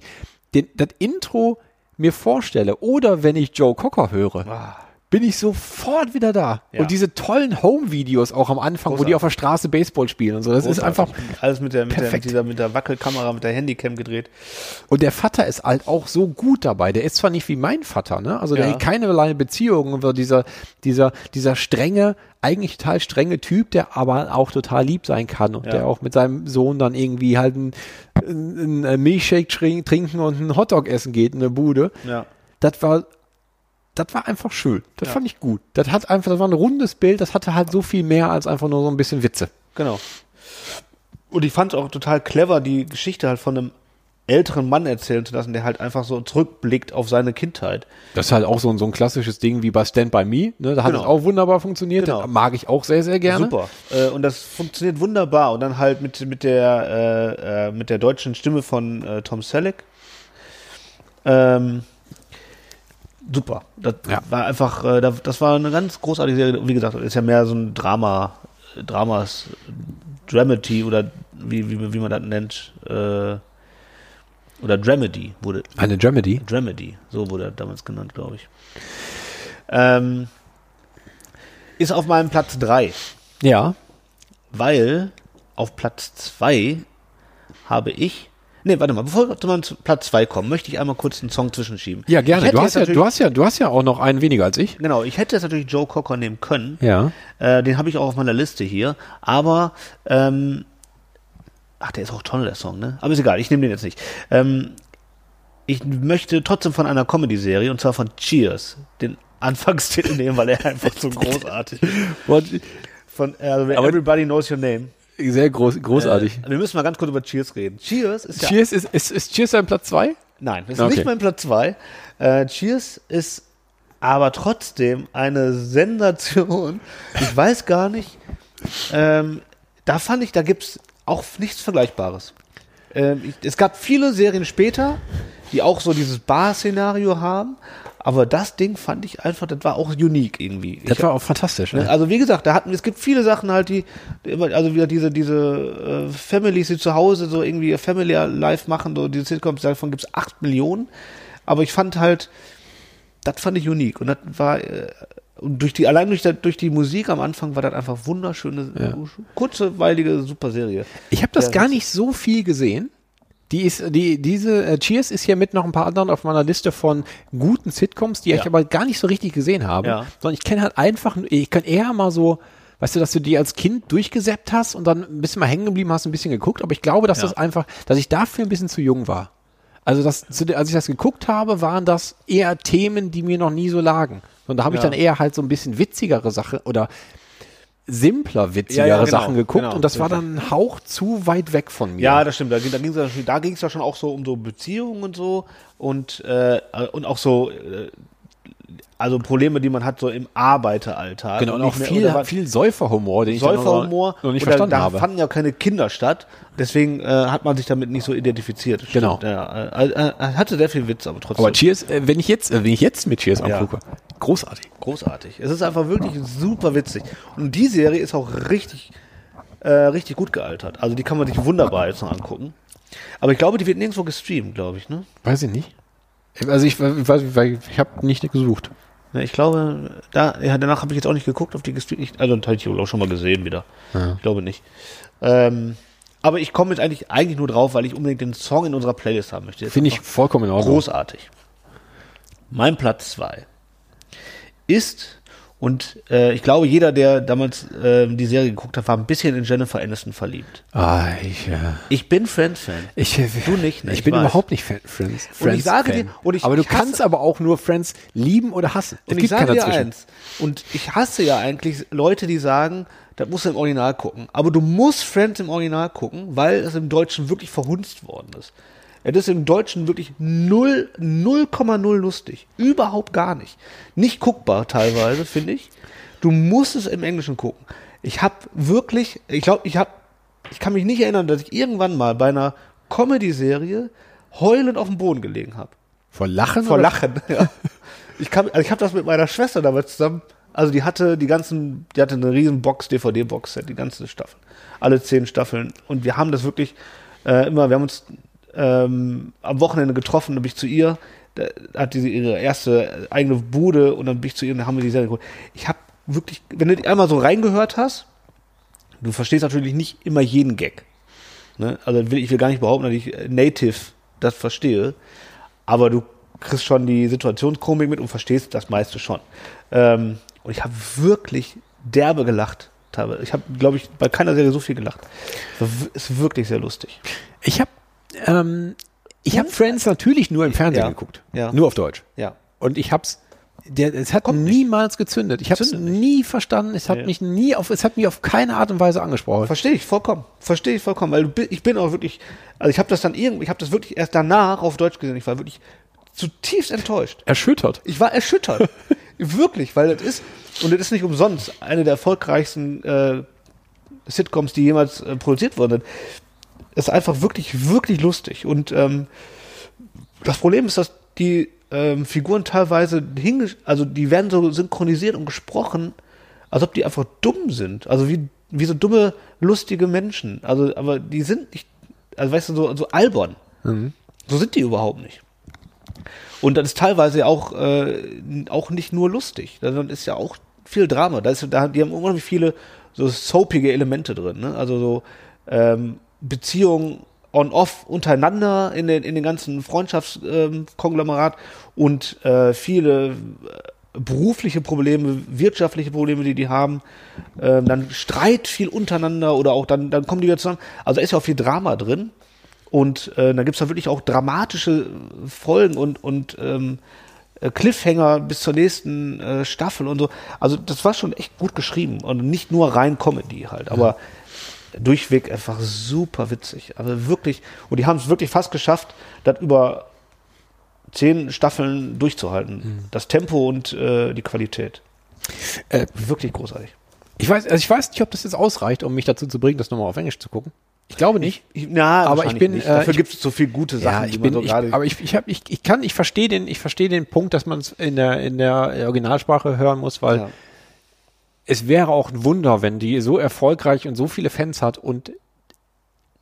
Speaker 6: den, das Intro mir vorstelle oder wenn ich Joe Cocker höre, bin ich sofort wieder da.
Speaker 5: Ja.
Speaker 6: Und diese tollen Home-Videos auch am Anfang, wo die auf der Straße Baseball spielen und so, das ist einfach,
Speaker 5: Alles mit der, mit, der, mit,
Speaker 6: Perfekt.
Speaker 5: dieser, mit der Wackelkamera, mit der Handycam gedreht.
Speaker 6: und der Vater ist halt auch so gut dabei. Der ist zwar nicht wie mein Vater, ne? Also der
Speaker 5: Ja.
Speaker 6: hat keinerlei Beziehungen, aber dieser, dieser, dieser strenge, eigentlich total strenge Typ, der aber auch total lieb sein kann und der auch mit seinem Sohn dann irgendwie halt einen ein, ein Milchshake trin- trinken und einen Hotdog essen geht in der Bude.
Speaker 5: Ja.
Speaker 6: Das war, das war einfach schön. Das fand ich gut. Das hat einfach, das war ein rundes Bild, das hatte halt so viel mehr als einfach nur so ein bisschen Witze.
Speaker 5: Genau. Und ich fand es auch total clever, die Geschichte halt von einem älteren Mann erzählen zu lassen, der halt einfach so zurückblickt auf seine Kindheit.
Speaker 6: Das ist halt auch so ein, so ein klassisches Ding wie bei Stand By Me. Ne? Da hat
Speaker 5: Genau.
Speaker 6: es auch wunderbar funktioniert.
Speaker 5: Genau.
Speaker 6: Das mag ich auch sehr, sehr gerne.
Speaker 5: Super. Äh, und das funktioniert wunderbar. Und dann halt mit, mit, der, äh, äh, mit der deutschen Stimme von äh, Tom Selleck. Ähm, super. Das
Speaker 6: Ja.
Speaker 5: war einfach, äh, da- das war eine ganz großartige Serie. Wie gesagt, das ist ja mehr so ein Drama, Dramas, Dramedy oder wie, wie, wie man das nennt. Äh, oder Dramedy wurde,
Speaker 6: Eine Dramedy.
Speaker 5: Dramedy, so wurde er damals genannt, glaube ich. Ähm, ist auf meinem Platz 3,
Speaker 6: Ja.
Speaker 5: weil auf Platz 2 habe ich Nee, warte mal, bevor wir zu Platz 2 kommen, möchte ich einmal kurz einen Song zwischenschieben.
Speaker 6: Ja,
Speaker 5: Ich
Speaker 6: gerne.
Speaker 5: hätte
Speaker 6: Du
Speaker 5: jetzt
Speaker 6: hast ja,
Speaker 5: natürlich-
Speaker 6: du hast ja, du hast ja auch noch einen weniger als ich.
Speaker 5: Genau, ich hätte jetzt natürlich Joe Cocker nehmen können.
Speaker 6: Ja.
Speaker 5: Äh, den habe ich auch auf meiner Liste hier. Aber, ähm, ach, der ist auch toll, der Song, ne? Aber ist egal, ich nehme den jetzt nicht. Ähm, ich möchte trotzdem von einer Comedy-Serie, und zwar von Cheers, den Anfangstitel nehmen, weil er einfach so großartig Von äh, Everybody Knows Your Name.
Speaker 6: Sehr groß, großartig.
Speaker 5: Äh, wir müssen mal ganz kurz über Cheers reden. Cheers ist ja
Speaker 6: Cheers ist, ist, ist Cheers ein Platz 2?
Speaker 5: Nein, das ist
Speaker 6: Okay.
Speaker 5: nicht mein Platz 2. Äh, Cheers ist aber trotzdem eine Sensation. Ich weiß gar nicht. Ähm, da fand ich, da gibt es auch nichts Vergleichbares. Ähm, ich, es gab viele Serien später, die auch so dieses Bar-Szenario haben. Aber das Ding fand ich einfach, das war auch unique irgendwie. Ich
Speaker 6: Das war auch fantastisch.
Speaker 5: Ne?
Speaker 6: Ne?
Speaker 5: Also wie gesagt, da hatten es gibt viele Sachen halt, die, die immer, also wieder diese, diese äh, Families, die zu Hause so irgendwie ihr Family Life machen, so diese Sitcoms, davon gibt es acht Millionen. Aber ich fand halt, das fand ich unique. Und das war äh, und durch die, allein durch, das- durch die Musik am Anfang war das einfach wunderschöne, kurzweilige, super Serie.
Speaker 6: Ich habe das
Speaker 5: Ja,
Speaker 6: gar
Speaker 5: das-
Speaker 6: nicht so viel gesehen. Die ist, die, diese äh, Cheers ist hier mit noch ein paar anderen auf meiner Liste von guten Sitcoms, die ich aber gar nicht so richtig gesehen habe.
Speaker 5: Ja.
Speaker 6: Sondern ich kenne halt einfach, nur- ich kann eher mal so, weißt du, dass du die als Kind durchgesäppt hast und dann ein bisschen mal hängen geblieben hast, ein bisschen geguckt. Aber ich glaube, dass das einfach, dass ich dafür ein bisschen zu jung war. Also das, zu der- als ich das geguckt habe, waren das eher Themen, die mir noch nie so lagen. Und da habe ich dann eher halt so ein bisschen witzigere Sachen oder simpler witzigere
Speaker 8: Ja, ja, genau,
Speaker 6: Sachen geguckt
Speaker 8: genau,
Speaker 6: und das war dann ein Hauch zu weit weg von mir.
Speaker 5: Ja, das stimmt. Da, ging- da ging es ja, schon- da ging's ja schon auch so um so Beziehungen und so und, äh, und auch so, äh, also Probleme, die man hat so im Arbeiteralltag.
Speaker 6: genau, und auch
Speaker 5: nicht mehr-
Speaker 6: viel,
Speaker 5: oder war-
Speaker 6: viel Säuferhumor, den ich dann
Speaker 5: Säuferhumor.
Speaker 6: noch, noch nicht
Speaker 5: und da-
Speaker 6: verstanden
Speaker 5: da
Speaker 6: habe.
Speaker 5: fanden ja keine Kinder statt. Deswegen äh, hat man sich damit nicht so identifiziert. Stimmt,
Speaker 6: Genau.
Speaker 5: Ja, äh, äh, äh, hatte sehr viel Witz, aber trotzdem
Speaker 6: aber Cheers, äh, wenn ich jetzt, äh, wenn ich jetzt mit Cheers angucke, großartig.
Speaker 5: großartig. Es ist einfach wirklich super witzig. Und die Serie ist auch richtig, äh, richtig gut gealtert. Also die kann man sich wunderbar jetzt noch angucken. Aber ich glaube, die wird nirgendwo gestreamt, glaube ich, ne?
Speaker 6: Weiß ich nicht. Also ich, ich weiß, ich, ich habe nicht gesucht.
Speaker 5: Ja, ich glaube, da, ja, danach habe ich jetzt auch nicht geguckt, ob die gestreamt. Ich, also, das hatte ich wohl auch schon mal gesehen wieder. Ich glaube nicht. Ähm, aber ich komme jetzt eigentlich, eigentlich nur drauf, weil ich unbedingt den Song in unserer Playlist haben möchte. Jetzt
Speaker 6: Finde ich
Speaker 5: einfach
Speaker 6: vollkommen in Ordnung.
Speaker 5: großartig. Mein Platz 2 ist, und äh, ich glaube, jeder, der damals äh, die Serie geguckt hat, war ein bisschen in Jennifer Aniston verliebt.
Speaker 6: Ah, ich, äh,
Speaker 5: Ich bin Friends-Fan.
Speaker 6: ich, äh,
Speaker 5: Du nicht, ne?
Speaker 6: Ich
Speaker 5: Ich
Speaker 6: bin
Speaker 5: weiß.
Speaker 6: überhaupt nicht Fan, Friends. Friends
Speaker 5: ich sage dir-
Speaker 6: Fan.
Speaker 5: und ich-
Speaker 6: aber du
Speaker 5: ich hasse-
Speaker 6: kannst aber auch nur Friends lieben oder hassen. Es
Speaker 5: Und ich sage dir eins. Und ich hasse ja eigentlich Leute, die sagen, das musst du im Original gucken. Aber du musst Friends im Original gucken, weil es im Deutschen wirklich verhunzt worden ist. Es ist im Deutschen wirklich null- 0,0 lustig. Überhaupt gar nicht. Nicht guckbar teilweise, finde ich. Du musst es im Englischen gucken. Ich habe wirklich, ich glaube, ich habe, ich kann mich nicht erinnern, dass ich irgendwann mal bei einer Comedy-Serie heulend auf dem Boden gelegen habe
Speaker 6: Vor Lachen?
Speaker 5: vor
Speaker 6: oder-
Speaker 5: Lachen. Ja. Ich, kann- also ich habe das mit meiner Schwester damals zusammen. Also die hatte die ganzen, die hatte eine riesen Box, DVD-Box, die ganze Staffel, alle zehn Staffeln. Und wir haben das wirklich äh, immer, wir haben uns ähm, am Wochenende getroffen, dann bin ich zu ihr, da hat diese ihre erste eigene Bude und dann bin ich zu ihr und dann haben wir die Serie geguckt. Ich habe wirklich, wenn du die einmal so reingehört hast, du verstehst natürlich nicht immer jeden Gag. Ne? Also will, ich will gar nicht behaupten, dass ich äh, native das verstehe, aber du kriegst schon die Situationskomik mit und verstehst das meiste schon. Ähm, und ich habe wirklich derbe gelacht. teilweise. Ich habe, glaube ich, bei keiner Serie so viel gelacht. Es war w- Ist wirklich sehr lustig.
Speaker 6: Ich habe ähm, ich hab Friends natürlich nur im Fernsehen
Speaker 5: Hm? Ja.
Speaker 6: geguckt.
Speaker 5: Ja.
Speaker 6: Nur auf Deutsch.
Speaker 5: Ja.
Speaker 6: Und ich hab's. Der, es hat niemals gezündet. Ich habe es
Speaker 5: Zündet
Speaker 6: nie verstanden. Es hat mich nie auf, es hat mich auf keine Art und Weise angesprochen.
Speaker 5: Verstehe ich vollkommen. Verstehe ich vollkommen. Weil du bi- ich bin auch wirklich, also ich habe das dann irgendwie, ich habe das wirklich erst danach auf Deutsch gesehen. Ich war wirklich zutiefst enttäuscht.
Speaker 6: Erschüttert.
Speaker 5: Ich war erschüttert. Wirklich, weil das ist, und das ist nicht umsonst, eine der erfolgreichsten äh, Sitcoms, die jemals äh, produziert worden sind. Ist einfach wirklich, wirklich lustig. Und ähm, das Problem ist, dass die ähm, Figuren teilweise hingesch also die werden so synchronisiert und gesprochen, als ob die einfach dumm sind. Also wie, wie so dumme, lustige Menschen. Also, aber die sind nicht, also weißt du, so, so albern. So sind die überhaupt nicht. Und das ist teilweise ja auch, äh, n- auch nicht nur lustig, sondern ist ja auch viel Drama. Da ist, da, die haben unheimlich viele so soapige Elemente drin. Ne? Also so ähm, Beziehungen on-off untereinander in den, in den ganzen Freundschaftskonglomerat ähm, und äh, viele äh, berufliche Probleme, wirtschaftliche Probleme, die die haben. Ähm, dann Streit viel untereinander oder auch dann, dann kommen die wieder zusammen. Also ist ja auch viel Drama drin. Und äh, dann gibt's da wirklich auch dramatische Folgen und, und ähm, äh, Cliffhanger bis zur nächsten äh, Staffel und so. Also das war schon echt gut geschrieben und nicht nur rein Comedy halt, aber durchweg einfach super witzig. Also wirklich, und die haben es wirklich fast geschafft, das über zehn Staffeln durchzuhalten. Das Tempo und äh, die Qualität.
Speaker 6: Äh,
Speaker 5: wirklich großartig.
Speaker 6: Ich weiß, also ich weiß nicht, ob das jetzt ausreicht, um mich dazu zu bringen, das nochmal auf Englisch zu gucken. Ich glaube nicht.
Speaker 5: Ich- Na,
Speaker 6: Aber ich
Speaker 5: wahrscheinlich
Speaker 6: bin,
Speaker 5: nicht.
Speaker 6: äh,
Speaker 5: dafür
Speaker 6: ich-
Speaker 5: gibt es so viele gute Sachen, die
Speaker 6: ich
Speaker 5: man
Speaker 6: bin,
Speaker 5: so
Speaker 6: ich,
Speaker 5: gerade.
Speaker 6: aber ich, ich, hab, ich, ich kann, ich verstehe den, ich verstehe den Punkt, dass man es in der, in der äh, Originalsprache hören muss, weil
Speaker 5: Ja.
Speaker 6: es wäre auch ein Wunder, wenn die so erfolgreich und so viele Fans hat und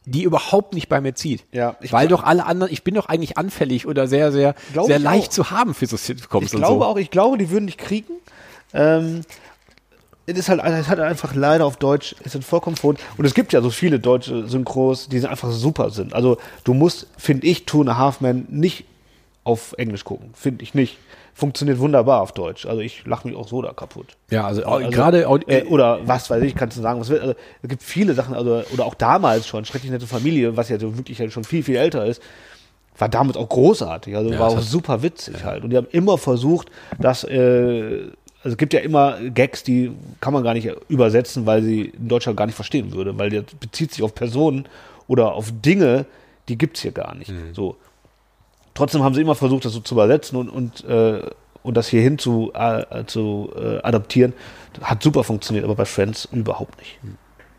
Speaker 6: die überhaupt nicht bei mir zieht.
Speaker 5: Ja, ich
Speaker 6: weil
Speaker 5: glaub-
Speaker 6: doch alle anderen, ich bin doch eigentlich anfällig oder sehr, sehr,
Speaker 5: Glaub
Speaker 6: sehr
Speaker 5: ich
Speaker 6: leicht
Speaker 5: auch.
Speaker 6: zu haben für so Sitcoms
Speaker 5: Ich
Speaker 6: und
Speaker 5: glaube
Speaker 6: so.
Speaker 5: auch, ich glaube, die würden dich kriegen. Ähm, es ist halt, es hat einfach leider auf Deutsch, es sind vollkommen verhohnt. Und es gibt ja so viele deutsche Synchros, die einfach super sind. Also du musst, finde ich, Two and a Half Men nicht auf Englisch gucken. Finde ich nicht. Funktioniert wunderbar auf Deutsch. Also ich lache mich auch so da kaputt.
Speaker 6: Ja, also, au-
Speaker 5: Also,
Speaker 6: gerade au-
Speaker 5: äh, oder was weiß ich, kannst du sagen, was will. Also, es gibt viele Sachen, also, oder auch damals schon, schrecklich nette Familie, was ja so wirklich ja schon viel, viel älter ist, war damals auch großartig. Also war
Speaker 6: das
Speaker 5: auch
Speaker 6: hat-
Speaker 5: super witzig halt. Und die haben immer versucht, dass, äh, also es gibt ja immer Gags, die kann man gar nicht übersetzen, weil sie in Deutschland gar nicht verstehen würde, weil der bezieht sich auf Personen oder auf Dinge, die gibt's hier gar nicht. So trotzdem haben sie immer versucht, das so zu übersetzen und, und, äh, und das hierhin zu, äh, zu äh, adaptieren. Hat super funktioniert, aber bei Friends überhaupt nicht.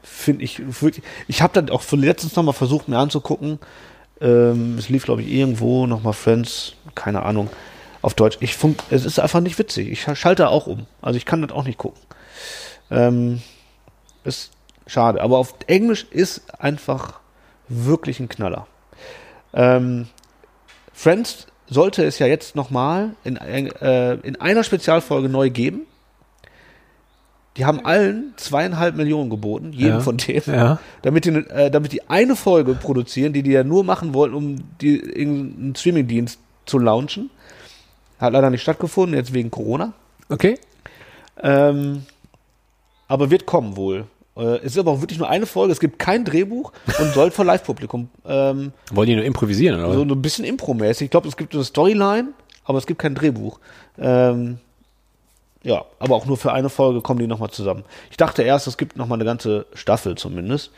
Speaker 5: Finde ich wirklich. Ich habe dann auch letztens nochmal versucht, mir anzugucken. Ähm, es lief, glaube ich, irgendwo nochmal Friends, keine Ahnung, auf Deutsch. Ich fun es ist einfach nicht witzig. Ich scha- schalte auch um. Also ich kann das auch nicht gucken. Ähm, ist schade. Aber auf Englisch ist einfach wirklich ein Knaller. Ähm, Friends sollte es ja jetzt nochmal in, ein- äh, in einer Spezialfolge neu geben. Die haben allen zweieinhalb Millionen geboten, jedem
Speaker 6: Ja.
Speaker 5: von denen,
Speaker 6: Ja.
Speaker 5: damit, die, äh, damit die eine Folge produzieren, die die ja nur machen wollten, um die, irgendeinen Streamingdienst zu launchen. Hat leider nicht stattgefunden, jetzt wegen Corona.
Speaker 6: okay.
Speaker 5: Ähm, aber wird kommen wohl. Äh, es ist aber auch wirklich nur eine Folge, es gibt kein Drehbuch und soll vor Live-Publikum ähm,
Speaker 6: Wollen die nur improvisieren, oder?
Speaker 5: so, so ein bisschen impromäßig. Ich glaube, es gibt eine Storyline, aber es gibt kein Drehbuch. Ähm, ja, aber auch nur für eine Folge kommen die nochmal zusammen. Ich dachte erst, es gibt nochmal eine ganze Staffel zumindest.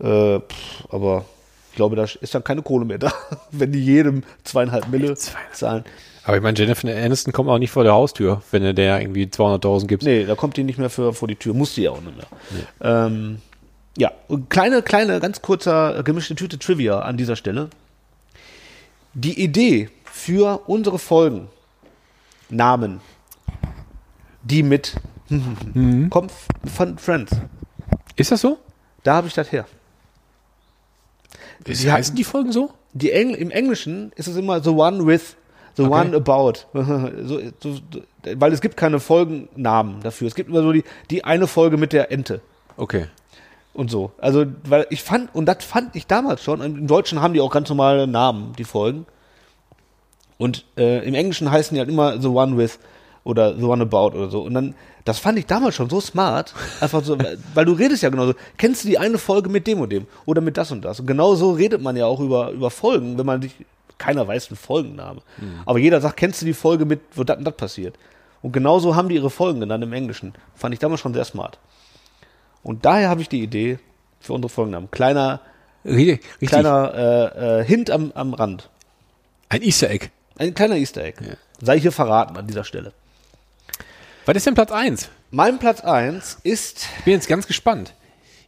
Speaker 5: Äh, pff, aber ich glaube, da ist dann keine Kohle mehr da, wenn die jedem zweieinhalb Mille zahlen.
Speaker 6: Aber ich meine, Jennifer Aniston kommt auch nicht vor der Haustür, wenn du der irgendwie 200.000 gibst.
Speaker 5: Nee, da kommt die nicht mehr für, vor die Tür. Muss die ja auch nicht mehr. Ähm, ja, und kleine, kleine, ganz kurzer äh, gemischte Tüte Trivia an dieser Stelle. Die Idee für unsere Folgen, Namen, die mit kommt von Friends.
Speaker 6: Ist das so?
Speaker 5: Da habe ich das her.
Speaker 6: Ist,
Speaker 5: Die
Speaker 6: heißen die Folgen so?
Speaker 5: Die Engl Im Englischen ist es immer the one with, the one about. so, so, so, weil es gibt keine Folgennamen dafür. Es gibt immer so die, die eine Folge mit der Ente.
Speaker 6: Okay.
Speaker 5: und so. Also, weil ich fand, und das fand ich damals schon, im Deutschen haben die auch ganz normale Namen, die Folgen. Und äh, im Englischen heißen die halt immer The One With oder The One About oder so. Und dann, das fand ich damals schon so smart, einfach so, weil weil du redest ja genauso. Kennst du die eine Folge mit dem und dem oder mit das und das? Und genau so redet man ja auch über, über Folgen, wenn man sich, keiner weiß einen Folgenname. Aber jeder sagt, kennst du die Folge mit, wo das und das passiert? Und genauso haben die ihre Folgen genannt im Englischen. Fand ich damals schon sehr smart. Und daher habe ich die Idee für unsere Folgennamen. Kleiner,
Speaker 6: Richtig. richtig.
Speaker 5: kleiner äh, äh, Hint am, am Rand.
Speaker 6: Ein Easter Egg.
Speaker 5: Ein kleiner Easter Egg. Sei hier verraten an dieser Stelle.
Speaker 6: Was ist denn Platz 1?
Speaker 5: Mein Platz 1 ist.
Speaker 6: Ich bin jetzt ganz gespannt.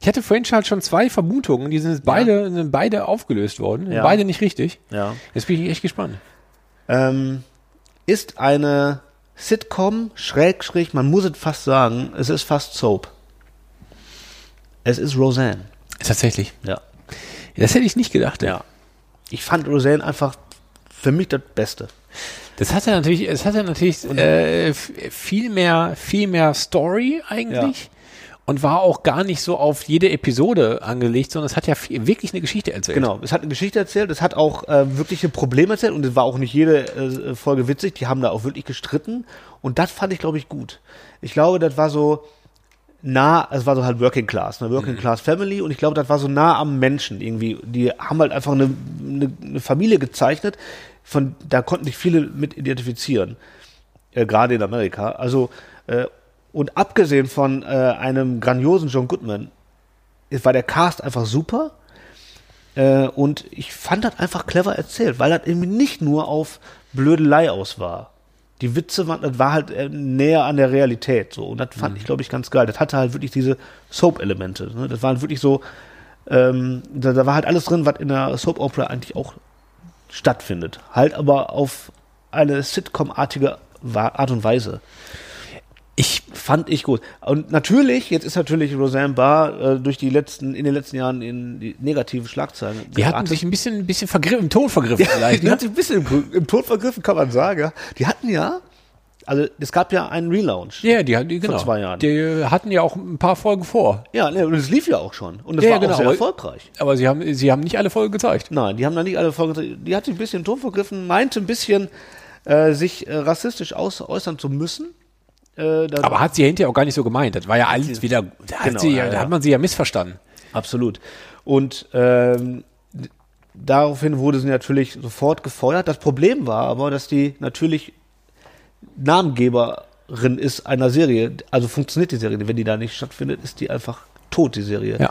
Speaker 6: Ich hatte vorhin schon schon zwei Vermutungen, die sind jetzt beide, sind beide aufgelöst worden. sind
Speaker 5: Ja.
Speaker 6: Beide nicht richtig.
Speaker 5: Ja.
Speaker 6: Jetzt bin ich echt gespannt.
Speaker 5: Ähm, ist eine Sitcom, Schrägstrich, man muss es fast sagen, es ist fast Soap. Es ist Roseanne.
Speaker 6: Tatsächlich.
Speaker 5: Ja.
Speaker 6: Das hätte ich nicht gedacht.
Speaker 5: Ja. Ich fand Roseanne einfach für mich das Beste.
Speaker 6: Das hatte natürlich, es hatte natürlich äh, f- viel mehr, viel mehr Story eigentlich. und war auch gar nicht so auf jede Episode angelegt, sondern es hat ja viel, wirklich eine Geschichte erzählt.
Speaker 5: Genau, es hat eine Geschichte erzählt, es hat auch äh, wirkliche Probleme erzählt und es war auch nicht jede äh, Folge witzig, die haben da auch wirklich gestritten und das fand ich, glaube ich, gut. Ich glaube, das war so nah, es war so halt Working Class, eine Working Class Family und ich glaube, das war so nah am Menschen irgendwie. Die haben halt einfach eine, eine, eine Familie gezeichnet, von da konnten sich viele mit identifizieren, äh, gerade in Amerika. Also äh, und abgesehen von äh, einem grandiosen John Goodman, war der Cast einfach super. Äh, und ich fand das einfach clever erzählt, weil das eben nicht nur auf Blödelei aus war. Die Witze waren, das war halt äh, näher an der Realität so. Und das fand ich, glaube ich, ganz geil. Das hatte halt wirklich diese Soap-Elemente. Ne? Das waren wirklich so, ähm, da, da war halt alles drin, was in der Soap-Opera eigentlich auch stattfindet. Halt aber auf eine Sitcom-artige Wa- Art und Weise. Ich fand ich gut. Und natürlich, jetzt ist natürlich Roseanne Barr äh, durch die letzten, in den letzten Jahren in die negative Schlagzeilen.
Speaker 6: Die hatten sich ein bisschen, ein bisschen vergriffen, im Ton vergriffen vielleicht.
Speaker 5: Die
Speaker 6: Ne?
Speaker 5: hat sich ein bisschen im, im Tod vergriffen, kann man sagen. ja. Die hatten ja, also es gab ja einen Relaunch.
Speaker 6: Ja, die, die genau.
Speaker 5: zwei Jahren.
Speaker 6: Die hatten ja auch ein paar Folgen vor.
Speaker 5: Ja, ne, und es lief ja auch schon. Und es
Speaker 6: Ja,
Speaker 5: war
Speaker 6: genau,
Speaker 5: auch sehr
Speaker 6: aber-
Speaker 5: erfolgreich.
Speaker 6: Aber sie haben, sie haben nicht alle Folgen gezeigt.
Speaker 5: Nein, die haben da nicht alle vorgetragen. Die hat sich ein bisschen im Ton vergriffen, meinte ein bisschen, äh, sich äh, rassistisch aus, äußern zu müssen. Äh, da-
Speaker 6: Aber hat sie hinterher auch gar nicht so gemeint. Das war ja alles wieder, da hat,
Speaker 5: Genau,
Speaker 6: sie,
Speaker 5: ja,
Speaker 6: da
Speaker 5: ja.
Speaker 6: hat man sie ja missverstanden.
Speaker 5: Absolut. Und ähm, d- daraufhin wurde sie natürlich sofort gefeuert. Das Problem war aber, dass die natürlich Namengeberin ist einer Serie. Also funktioniert die Serie. nicht. Wenn die da nicht stattfindet, ist die einfach tot, die Serie.
Speaker 6: Ja.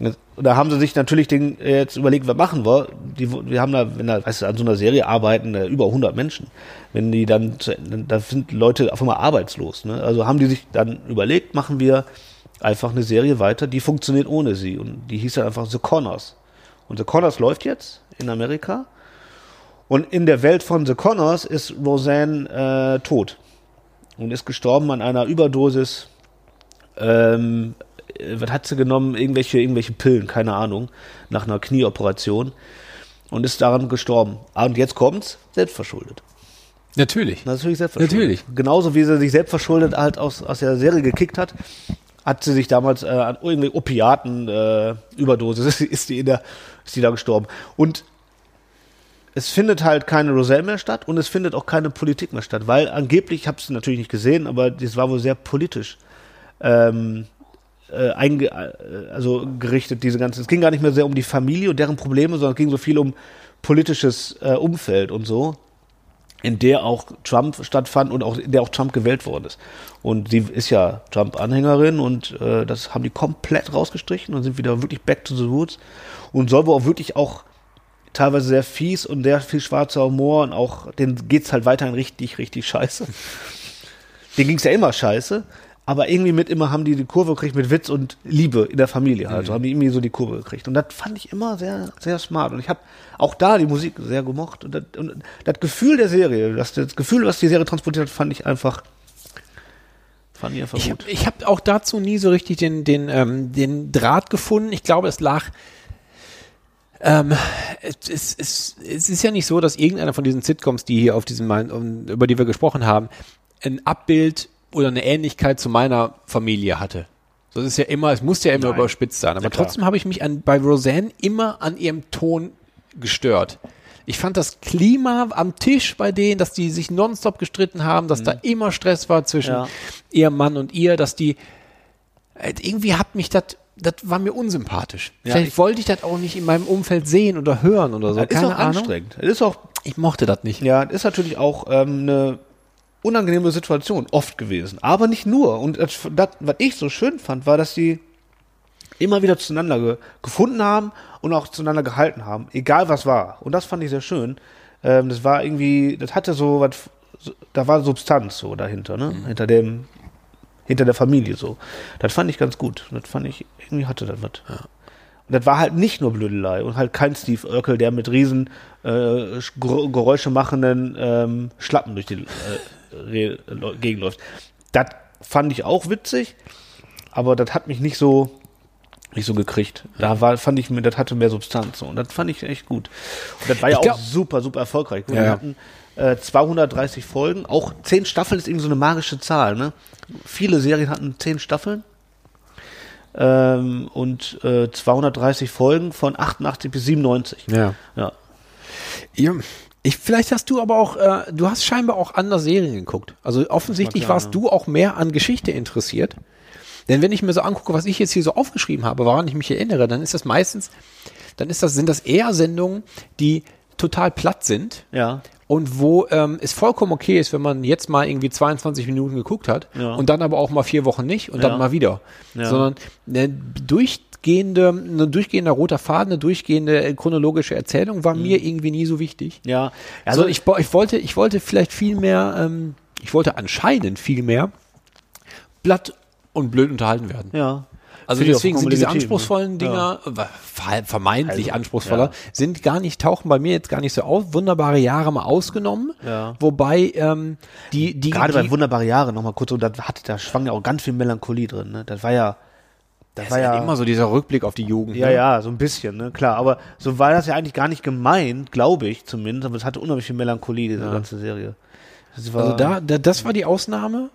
Speaker 5: Und Da haben sie sich natürlich den, äh, jetzt überlegt, was machen wir? Die, wir haben da, wenn da, weißt du, an so einer Serie arbeiten äh, über 100 Menschen. Wenn die dann, zu- dann da sind Leute auf einmal arbeitslos. Ne? Also haben die sich dann überlegt, machen wir einfach eine Serie weiter, die funktioniert ohne sie. Und die hieß dann einfach The Connors. Und The Connors läuft jetzt in Amerika. Und in der Welt von The Connors ist Roseanne äh, tot. Und ist gestorben an einer Überdosis. Ähm, äh, was hat sie genommen? Irgendwelche, irgendwelche Pillen, keine Ahnung. Nach einer Knieoperation. Und ist daran gestorben. Ah, und jetzt kommt's, selbstverschuldet.
Speaker 6: Natürlich.
Speaker 5: Natürlich selbstverschuldet.
Speaker 6: Natürlich.
Speaker 5: Genauso wie sie sich selbstverschuldet halt aus, aus der Serie gekickt hat, hat sie sich damals äh, an irgendwie Opiaten äh, Überdosis ist die in der ist die da gestorben. Und es findet halt keine Roselle mehr statt und es findet auch keine Politik mehr statt, weil angeblich, ich habe es natürlich nicht gesehen, aber das war wohl sehr politisch ähm, äh, einge äh, also gerichtet, diese ganze. Es ging gar nicht mehr sehr um die Familie und deren Probleme, sondern es ging so viel um politisches äh, Umfeld und so in der auch Trump stattfand und auch in der auch Trump gewählt worden ist. Und sie ist ja Trump-Anhängerin und äh, das haben die komplett rausgestrichen und sind wieder wirklich back to the roots und soll wohl auch wirklich auch teilweise sehr fies und sehr viel schwarzer Humor und auch denen geht's halt weiterhin richtig richtig scheiße. denen ging's ja immer scheiße, aber irgendwie mit immer haben die die Kurve gekriegt mit Witz und Liebe in der Familie
Speaker 6: Mhm.
Speaker 5: halt. So haben die irgendwie so die Kurve gekriegt und das fand ich immer sehr sehr smart und ich habe auch da die Musik sehr gemocht und das, und das Gefühl der Serie, das, das Gefühl, was die Serie transportiert hat, fand ich einfach fand ich einfach
Speaker 6: Ich,
Speaker 5: gut.
Speaker 6: hab- ich habe auch dazu nie so richtig den, den, ähm, den Draht gefunden. Ich glaube, es lag. Ähm, es, es, es, es ist ja nicht so, dass irgendeiner von diesen Sitcoms, die hier auf diesem, mein- um, über die wir gesprochen haben, ein Abbild oder eine Ähnlichkeit zu meiner Familie hatte. Das ist ja immer, es muss ja immer überspitzt sein. Aber trotzdem habe ich mich an, bei Roseanne immer an ihrem Ton gestört. Ich fand das Klima am Tisch bei denen, dass die sich nonstop gestritten haben, dass da immer Stress war zwischen
Speaker 5: Ja.
Speaker 6: ihrem Mann und ihr, dass die äh, irgendwie hat mich das das war mir unsympathisch. Vielleicht wollte ich das auch nicht in meinem Umfeld sehen oder hören oder so.
Speaker 5: Das ist
Speaker 6: also Keine
Speaker 5: auch
Speaker 6: Ahnung.
Speaker 5: anstrengend. Das ist auch
Speaker 6: Ich mochte das nicht.
Speaker 5: Ja, das ist natürlich auch ähm, eine unangenehme Situation oft gewesen, aber nicht nur. Und das, das, was ich so schön fand, war, dass die immer wieder zueinander ge gefunden haben und auch zueinander gehalten haben, egal was war. Und das fand ich sehr schön. Ähm, das war irgendwie, das hatte so was, so- da war Substanz so dahinter, ne? Hinter dem, hinter der Familie so. Das fand ich ganz gut. Das fand ich, irgendwie hatte das was. Und das war halt nicht nur Blödelei und halt kein Steve Urkel, der mit riesen äh, sch- gr- geräuschemachenden ähm, Schlappen durch die äh, Re- Leu- Gegend läuft. Das fand ich auch witzig, aber das hat mich nicht so nicht so gekriegt. Da war, fand ich mir, das hatte mehr Substanz so. und das fand ich echt gut. Und das war ja
Speaker 6: Ich glaub-
Speaker 5: auch super, super erfolgreich. Wir
Speaker 6: Ja, ja.
Speaker 5: hatten äh, 230 Folgen, auch 10 Staffeln ist irgendwie so eine magische Zahl. Ne? Viele Serien hatten 10 Staffeln ähm, und äh, 230 Folgen von 88 bis 97.
Speaker 6: Ja.
Speaker 5: Ja.
Speaker 6: Ja. Ich, vielleicht hast du aber auch, äh, du hast scheinbar auch anders Serien geguckt. Also
Speaker 5: mag
Speaker 6: offensichtlich
Speaker 5: sein,
Speaker 6: warst du auch mehr an Geschichte interessiert. Denn wenn ich mir so angucke, was ich jetzt hier so aufgeschrieben habe, woran ich mich erinnere, dann ist das meistens, dann ist das, sind das eher Sendungen, die total platt sind
Speaker 5: Ja.
Speaker 6: und wo ähm, es vollkommen okay ist, wenn man jetzt mal irgendwie 22 Minuten geguckt hat
Speaker 5: Ja.
Speaker 6: und dann aber auch mal vier Wochen nicht und
Speaker 5: Ja.
Speaker 6: dann mal wieder.
Speaker 5: Ja.
Speaker 6: Sondern eine durchgehende, ein durchgehender roter Faden, eine durchgehende äh, chronologische Erzählung war mir irgendwie nie so wichtig.
Speaker 5: Mhm. Ja.
Speaker 6: Also ich, bo- ich, wollte, ich wollte vielleicht viel mehr, ähm, ich wollte anscheinend viel mehr blatt und blöd unterhalten werden.
Speaker 5: ja.
Speaker 6: Also
Speaker 5: Finde ich
Speaker 6: deswegen
Speaker 5: auch
Speaker 6: sind diese
Speaker 5: legitim, ne?
Speaker 6: anspruchsvollen Dinger, äh, ver- vermeintlich anspruchsvoller,
Speaker 5: ja.
Speaker 6: sind gar nicht, tauchen bei mir jetzt gar nicht so auf. Wunderbare Jahre mal ausgenommen.
Speaker 5: Ja.
Speaker 6: Wobei ähm, die, die,
Speaker 5: Gerade bei
Speaker 6: die
Speaker 5: Wunderbare Jahre nochmal kurz, und da, hat, da schwang ja auch ganz viel Melancholie drin. Ne? Das war ja, das war ja,
Speaker 6: halt immer so dieser Rückblick auf die Jugend.
Speaker 5: ja,
Speaker 6: ne?
Speaker 5: ja, so ein bisschen, ne? klar. Aber so war das ja eigentlich gar nicht gemeint, glaube ich zumindest. Aber es hatte unheimlich viel Melancholie, diese ganze Serie. Es war-
Speaker 6: Also da, da, das war die Ausnahme.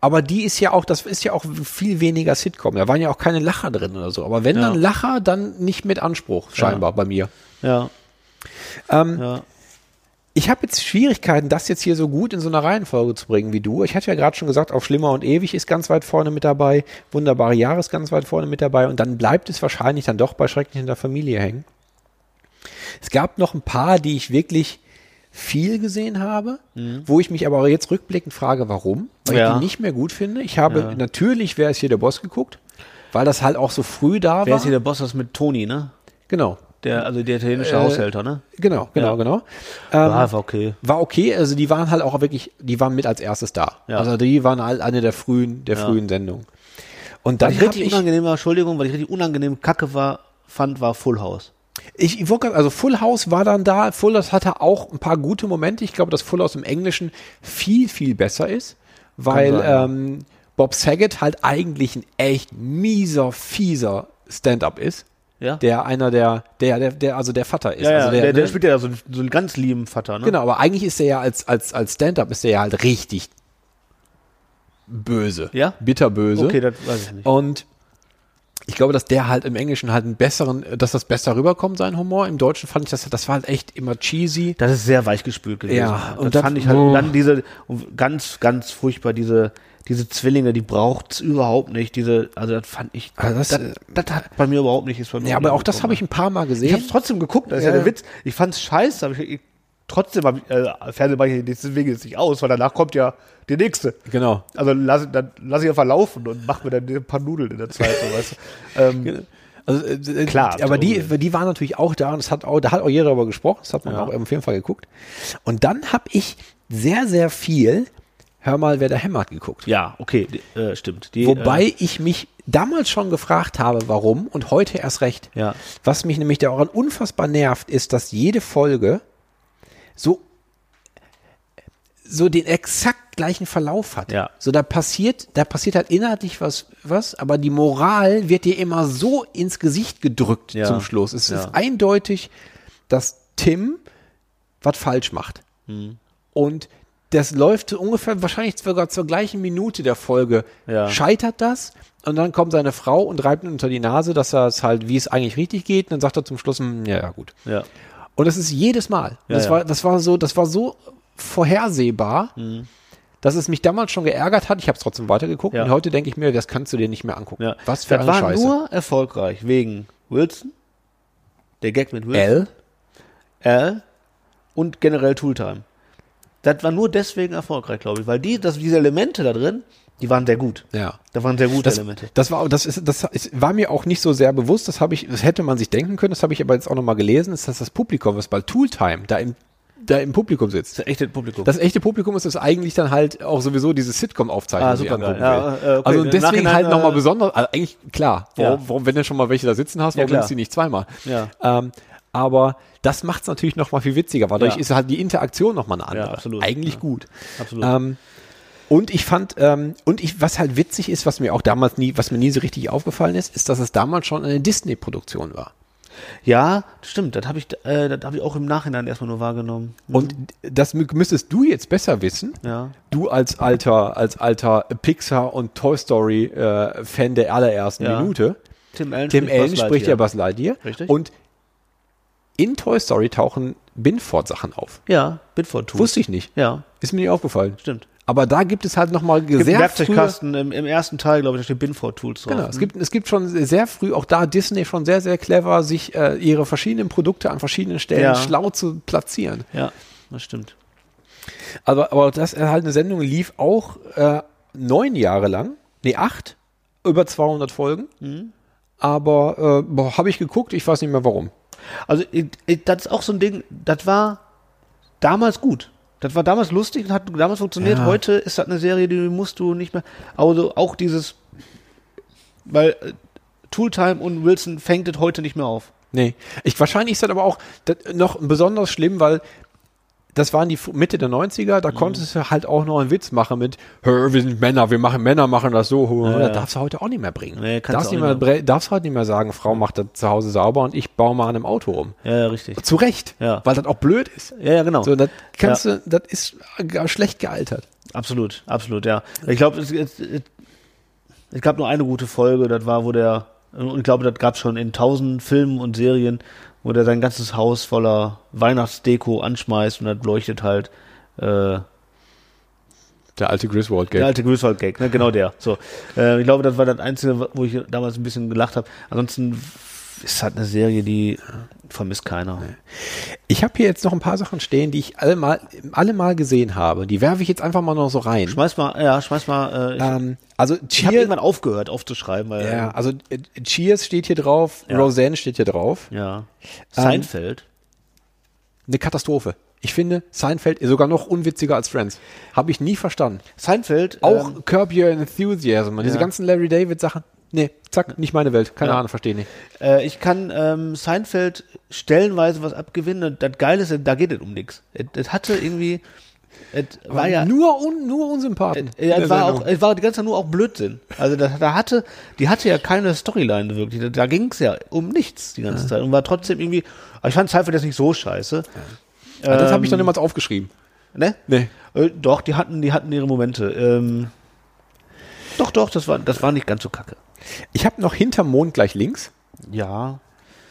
Speaker 6: Aber die ist ja auch, das ist ja auch viel weniger Sitcom. Da waren ja auch keine Lacher drin oder so. Aber wenn
Speaker 5: Ja.
Speaker 6: dann Lacher, dann nicht mit Anspruch, scheinbar bei mir.
Speaker 5: ja,
Speaker 6: Ähm,
Speaker 5: ja,
Speaker 6: Ich habe jetzt Schwierigkeiten, das jetzt hier so gut in so einer Reihenfolge zu bringen wie du. Ich hatte ja gerade schon gesagt, auch Schlimmer und Ewig ist ganz weit vorne mit dabei, Wunderbare Jahre ist ganz weit vorne mit dabei und dann bleibt es wahrscheinlich dann doch bei Schrecklich in der Familie hängen. Es gab noch ein paar, die ich wirklich viel gesehen habe, wo ich mich aber jetzt rückblickend frage, warum, weil
Speaker 5: Mhm. Ja.
Speaker 6: ich die nicht mehr gut finde. Ich habe natürlich, wer ist hier der Boss geguckt, weil das halt auch so früh da
Speaker 5: Wer
Speaker 6: war.
Speaker 5: ist hier der Boss? Das mit Toni, ne?
Speaker 6: genau,
Speaker 5: Der, also der
Speaker 6: Äh,
Speaker 5: italienische Haushälter, ne?
Speaker 6: genau, genau,
Speaker 5: Ja.
Speaker 6: genau.
Speaker 5: Ah, war okay.
Speaker 6: War okay, also die waren halt auch wirklich, die waren mit als erstes da.
Speaker 5: Ja.
Speaker 6: Also die waren halt eine der frühen, der frühen Sendungen. Und dann
Speaker 5: Was ich
Speaker 6: hab
Speaker 5: richtig
Speaker 6: ich,
Speaker 5: unangenehm war, Entschuldigung, weil ich richtig unangenehm Kacke war, fand, war Full House.
Speaker 6: ich, ich wollte grad- also Full House war dann da. Full House hatte auch ein paar gute Momente. Ich glaube, dass Full House im Englischen viel, viel besser ist, weil ähm, Bob Saget halt eigentlich ein echt mieser, fieser Stand-up ist,
Speaker 5: Ja?
Speaker 6: der einer der, der, der, der also der Vater ist.
Speaker 5: ja, ja,
Speaker 6: also
Speaker 5: der, der,
Speaker 6: ne?
Speaker 5: spielt ja so einen, so einen ganz lieben Vater, ne?
Speaker 6: Genau, aber eigentlich ist er ja als, als, als Stand-up ist er ja halt richtig böse.
Speaker 5: Ja?
Speaker 6: Bitterböse.
Speaker 5: Okay, das weiß ich nicht.
Speaker 6: Und ich glaube, dass der halt im Englischen halt einen besseren, dass das besser rüberkommt, sein Humor. Im Deutschen fand ich das, das war halt echt immer cheesy.
Speaker 5: Das ist sehr weichgespült gewesen.
Speaker 6: Ja,
Speaker 5: das
Speaker 6: und das-
Speaker 5: fand ich halt.
Speaker 6: oh.
Speaker 5: Und dann diese, und ganz, ganz furchtbar, diese, diese Zwillinge, die braucht's überhaupt nicht. Diese, also das fand ich,
Speaker 6: Also das-
Speaker 5: das, das hat bei mir überhaupt nicht. Ist bei mir
Speaker 6: Ja, aber auch das habe ich ein paar Mal
Speaker 5: Ich
Speaker 6: gesehen.
Speaker 5: hab's trotzdem geguckt, das ist ja,
Speaker 6: Ja.
Speaker 5: der Witz. Ich fand's scheiße, aber ich, ich, trotzdem habe ich, äh, Fernsehen mache ich deswegen jetzt nicht aus, weil danach kommt ja der nächste.
Speaker 6: genau.
Speaker 5: Also lass, dann lass ich einfach laufen und mach mir dann ein paar Nudeln in der Zeit, so, weißt du. Ähm,
Speaker 6: Also, äh,
Speaker 5: Klar,
Speaker 6: Aber die,
Speaker 5: irgendwie.
Speaker 6: die waren natürlich auch da und es hat auch, da hat auch jeder darüber gesprochen. Das hat man
Speaker 5: Ja.
Speaker 6: auch auf jeden Fall geguckt. Und dann habe ich sehr, sehr viel, hör mal, wer da hämmert geguckt.
Speaker 5: ja, okay, die- äh, stimmt. Die,
Speaker 6: Wobei ich mich damals schon gefragt habe, warum und heute erst recht.
Speaker 5: Ja.
Speaker 6: Was mich nämlich daran unfassbar nervt, ist, dass jede Folge so, so den exakt gleichen Verlauf hat.
Speaker 5: Ja.
Speaker 6: So da passiert, da passiert halt inhaltlich was, was, aber die Moral wird dir immer so ins Gesicht gedrückt
Speaker 5: Ja.
Speaker 6: zum Schluss. Es
Speaker 5: Ja.
Speaker 6: ist eindeutig, dass Tim was falsch macht.
Speaker 5: Hm.
Speaker 6: Und das läuft so ungefähr wahrscheinlich sogar zur gleichen Minute der Folge.
Speaker 5: Ja.
Speaker 6: Scheitert das und dann kommt seine Frau und reibt ihn unter die Nase, dass er es halt, wie es eigentlich richtig geht, und dann sagt er zum Schluss, "Hm, ja, ja, gut.
Speaker 5: äh, ja.
Speaker 6: Und das ist jedes Mal. Und
Speaker 5: Ja,
Speaker 6: das,
Speaker 5: ja.
Speaker 6: War, das war so, das war so vorhersehbar, dass es mich damals schon geärgert hat. Ich habe es trotzdem weitergeguckt
Speaker 5: Hm. Ja.
Speaker 6: und heute denke ich mir, das kannst du dir nicht mehr angucken.
Speaker 5: Ja.
Speaker 6: Was für
Speaker 5: das
Speaker 6: eine
Speaker 5: war
Speaker 6: Scheiße.
Speaker 5: nur erfolgreich wegen Wilson, der Gag mit Wilson,
Speaker 6: L?
Speaker 5: L und generell Tooltime. Das war nur deswegen erfolgreich, glaube ich, weil die, das, diese Elemente da drin, die waren sehr gut.
Speaker 6: Ja.
Speaker 5: Da waren sehr gute
Speaker 6: Das,
Speaker 5: Elemente.
Speaker 6: das, war, das, ist, das ist, war mir auch nicht so sehr bewusst, das, hab ich, das hätte man sich denken können, das habe ich aber jetzt auch nochmal gelesen, ist, dass das Publikum, was bei Tooltime da im, da im Publikum sitzt.
Speaker 5: Das echte Publikum.
Speaker 6: Das echte Publikum ist es eigentlich dann halt auch sowieso diese Sitcom-Aufzeichnung.
Speaker 5: Ah,
Speaker 6: die ich
Speaker 5: supergeil.
Speaker 6: angucken
Speaker 5: Ja,
Speaker 6: will.
Speaker 5: äh, okay.
Speaker 6: Also
Speaker 5: Im
Speaker 6: deswegen
Speaker 5: Nachhinein,
Speaker 6: halt nochmal
Speaker 5: äh,
Speaker 6: besonders, also eigentlich klar, warum,
Speaker 5: Ja.
Speaker 6: warum, wenn du schon mal welche da sitzen hast, warum
Speaker 5: klar.
Speaker 6: nimmst du die nicht zweimal?
Speaker 5: Ja.
Speaker 6: Ähm, aber das macht es natürlich nochmal viel witziger, weil dadurch
Speaker 5: Ja.
Speaker 6: ist halt die Interaktion nochmal eine andere.
Speaker 5: Ja, absolut.
Speaker 6: Eigentlich
Speaker 5: Ja.
Speaker 6: gut.
Speaker 5: Absolut.
Speaker 6: Ähm, und ich fand, ähm, und ich, was halt witzig ist, was mir auch damals nie, was mir nie so richtig aufgefallen ist, ist, dass es damals schon eine Disney-Produktion war.
Speaker 5: Ja, stimmt. Das habe ich, äh, das hab ich auch im Nachhinein erstmal nur wahrgenommen.
Speaker 6: Und das mü- müsstest du jetzt besser wissen.
Speaker 5: Mhm. Ja.
Speaker 6: Du als alter, als alter Pixar und Toy Story äh, Fan der allerersten
Speaker 5: Ja.
Speaker 6: Minute.
Speaker 5: Tim Allen
Speaker 6: Tim
Speaker 5: spricht
Speaker 6: Allen
Speaker 5: Buzz
Speaker 6: spricht ja
Speaker 5: Lightyear.
Speaker 6: Buzz Lightyear.
Speaker 5: Richtig.
Speaker 6: Und in Toy Story tauchen Binford Sachen auf.
Speaker 5: Ja, Bitford Tools.
Speaker 6: Wusste ich nicht.
Speaker 5: Ja,
Speaker 6: Ist mir nicht aufgefallen.
Speaker 5: stimmt.
Speaker 6: Aber da gibt es halt nochmal
Speaker 5: Gibt einen
Speaker 6: sehr frühe,
Speaker 5: Werkzeugkasten im, im ersten Teil, glaube ich, da steht Binford Tools drauf. ne?
Speaker 6: Genau, es gibt, es gibt schon sehr früh, auch da Disney schon sehr, sehr clever, sich äh, ihre verschiedenen Produkte an verschiedenen Stellen
Speaker 5: Ja.
Speaker 6: schlau zu platzieren.
Speaker 5: Ja, das stimmt.
Speaker 6: Aber, aber das ist halt eine Sendung lief auch äh, neun Jahre lang, nee, acht, über 200 Folgen. Aber äh, habe ich geguckt, ich weiß nicht mehr warum.
Speaker 5: Also, ich, ich, das ist auch so ein Ding, das war damals gut. Das war damals lustig und hat damals funktioniert. Heute ist das eine Serie, die musst du nicht mehr. Also auch dieses, weil äh, Tooltime und Wilson fängt es heute nicht mehr auf.
Speaker 6: Nee. Ich, wahrscheinlich ist das aber auch das noch besonders schlimm, weil das waren die F- Mitte der 90er,
Speaker 5: Mhm.
Speaker 6: da konntest du halt auch noch einen Witz machen mit, "Hö, wir sind Männer, wir machen Männer, machen das so. Hö, das darfst du heute auch nicht mehr bringen.
Speaker 5: Nee, kannst
Speaker 6: darfst,
Speaker 5: du
Speaker 6: nicht
Speaker 5: auch
Speaker 6: mehr,
Speaker 5: nicht Mhm.
Speaker 6: bre- darfst heute nicht mehr sagen, Frau macht das zu Hause sauber und ich baue mal an einem Auto um.
Speaker 5: Ja, ja richtig.
Speaker 6: Zu Recht,
Speaker 5: Ja.
Speaker 6: weil das auch blöd ist.
Speaker 5: Ja, ja, genau.
Speaker 6: So, das kannst du, das ist gar schlecht gealtert.
Speaker 5: Absolut, absolut, ja. Ich glaube, es, es, es, es gab nur eine gute Folge, das war, wo der, und ich glaube, das gab schon in tausend Filmen und Serien, wo der sein ganzes Haus voller Weihnachtsdeko anschmeißt und das leuchtet halt äh,
Speaker 6: Der alte Griswold-Gag.
Speaker 5: der alte Griswold-Gag, ne? genau der. So, äh, ich glaube, das war das Einzige, wo ich damals ein bisschen gelacht habe. Ansonsten ist halt eine Serie, die vermisst keiner.
Speaker 6: Ich habe hier jetzt noch ein paar Sachen stehen, die ich alle mal, alle mal gesehen habe. Die werfe ich jetzt einfach mal noch so rein.
Speaker 5: Schmeiß mal, ja, schmeiß mal, äh, ich,
Speaker 6: Ähm, also
Speaker 5: ich habe
Speaker 6: Cheer,
Speaker 5: irgendwann aufgehört aufzuschreiben, weil,
Speaker 6: ja, also äh, Cheers steht hier drauf, Roseanne steht hier drauf.
Speaker 5: ja.
Speaker 6: Ähm,
Speaker 5: Seinfeld.
Speaker 6: Eine Katastrophe. Ich finde Seinfeld ist sogar noch unwitziger als Friends. Habe ich nie verstanden.
Speaker 5: Seinfeld,
Speaker 6: Auch
Speaker 5: ähm,
Speaker 6: Curb Your Enthusiasm und diese
Speaker 5: Ja.
Speaker 6: ganzen Larry David Sachen. Nee, zack, nicht meine Welt. Keine
Speaker 5: Ja.
Speaker 6: Ahnung, verstehe nicht.
Speaker 5: Äh, ich kann ähm, Seinfeld stellenweise was abgewinnen. Und das Geile ist, da geht es um nichts. Es- Es hatte irgendwie. Es war ja.
Speaker 6: nur, un, nur Unsympathen.
Speaker 5: äh, ja,
Speaker 6: in der
Speaker 5: es war
Speaker 6: Sendung.
Speaker 5: auch, es war die ganze Zeit nur auch Blödsinn. Also da, da hatte, die hatte ja keine Storyline wirklich. Da, da ging es ja um nichts die ganze Zeit und war trotzdem irgendwie. Aber ich fand Seinfeld jetzt nicht so scheiße,
Speaker 6: Ah, das habe ich dann
Speaker 5: ähm,
Speaker 6: niemals aufgeschrieben.
Speaker 5: ne?
Speaker 6: Nee.
Speaker 5: Äh, doch, die hatten, die hatten ihre Momente. Ähm, doch, doch, das war, das war nicht ganz so kacke.
Speaker 6: Ich habe noch hinterm Mond gleich links.
Speaker 5: Ja.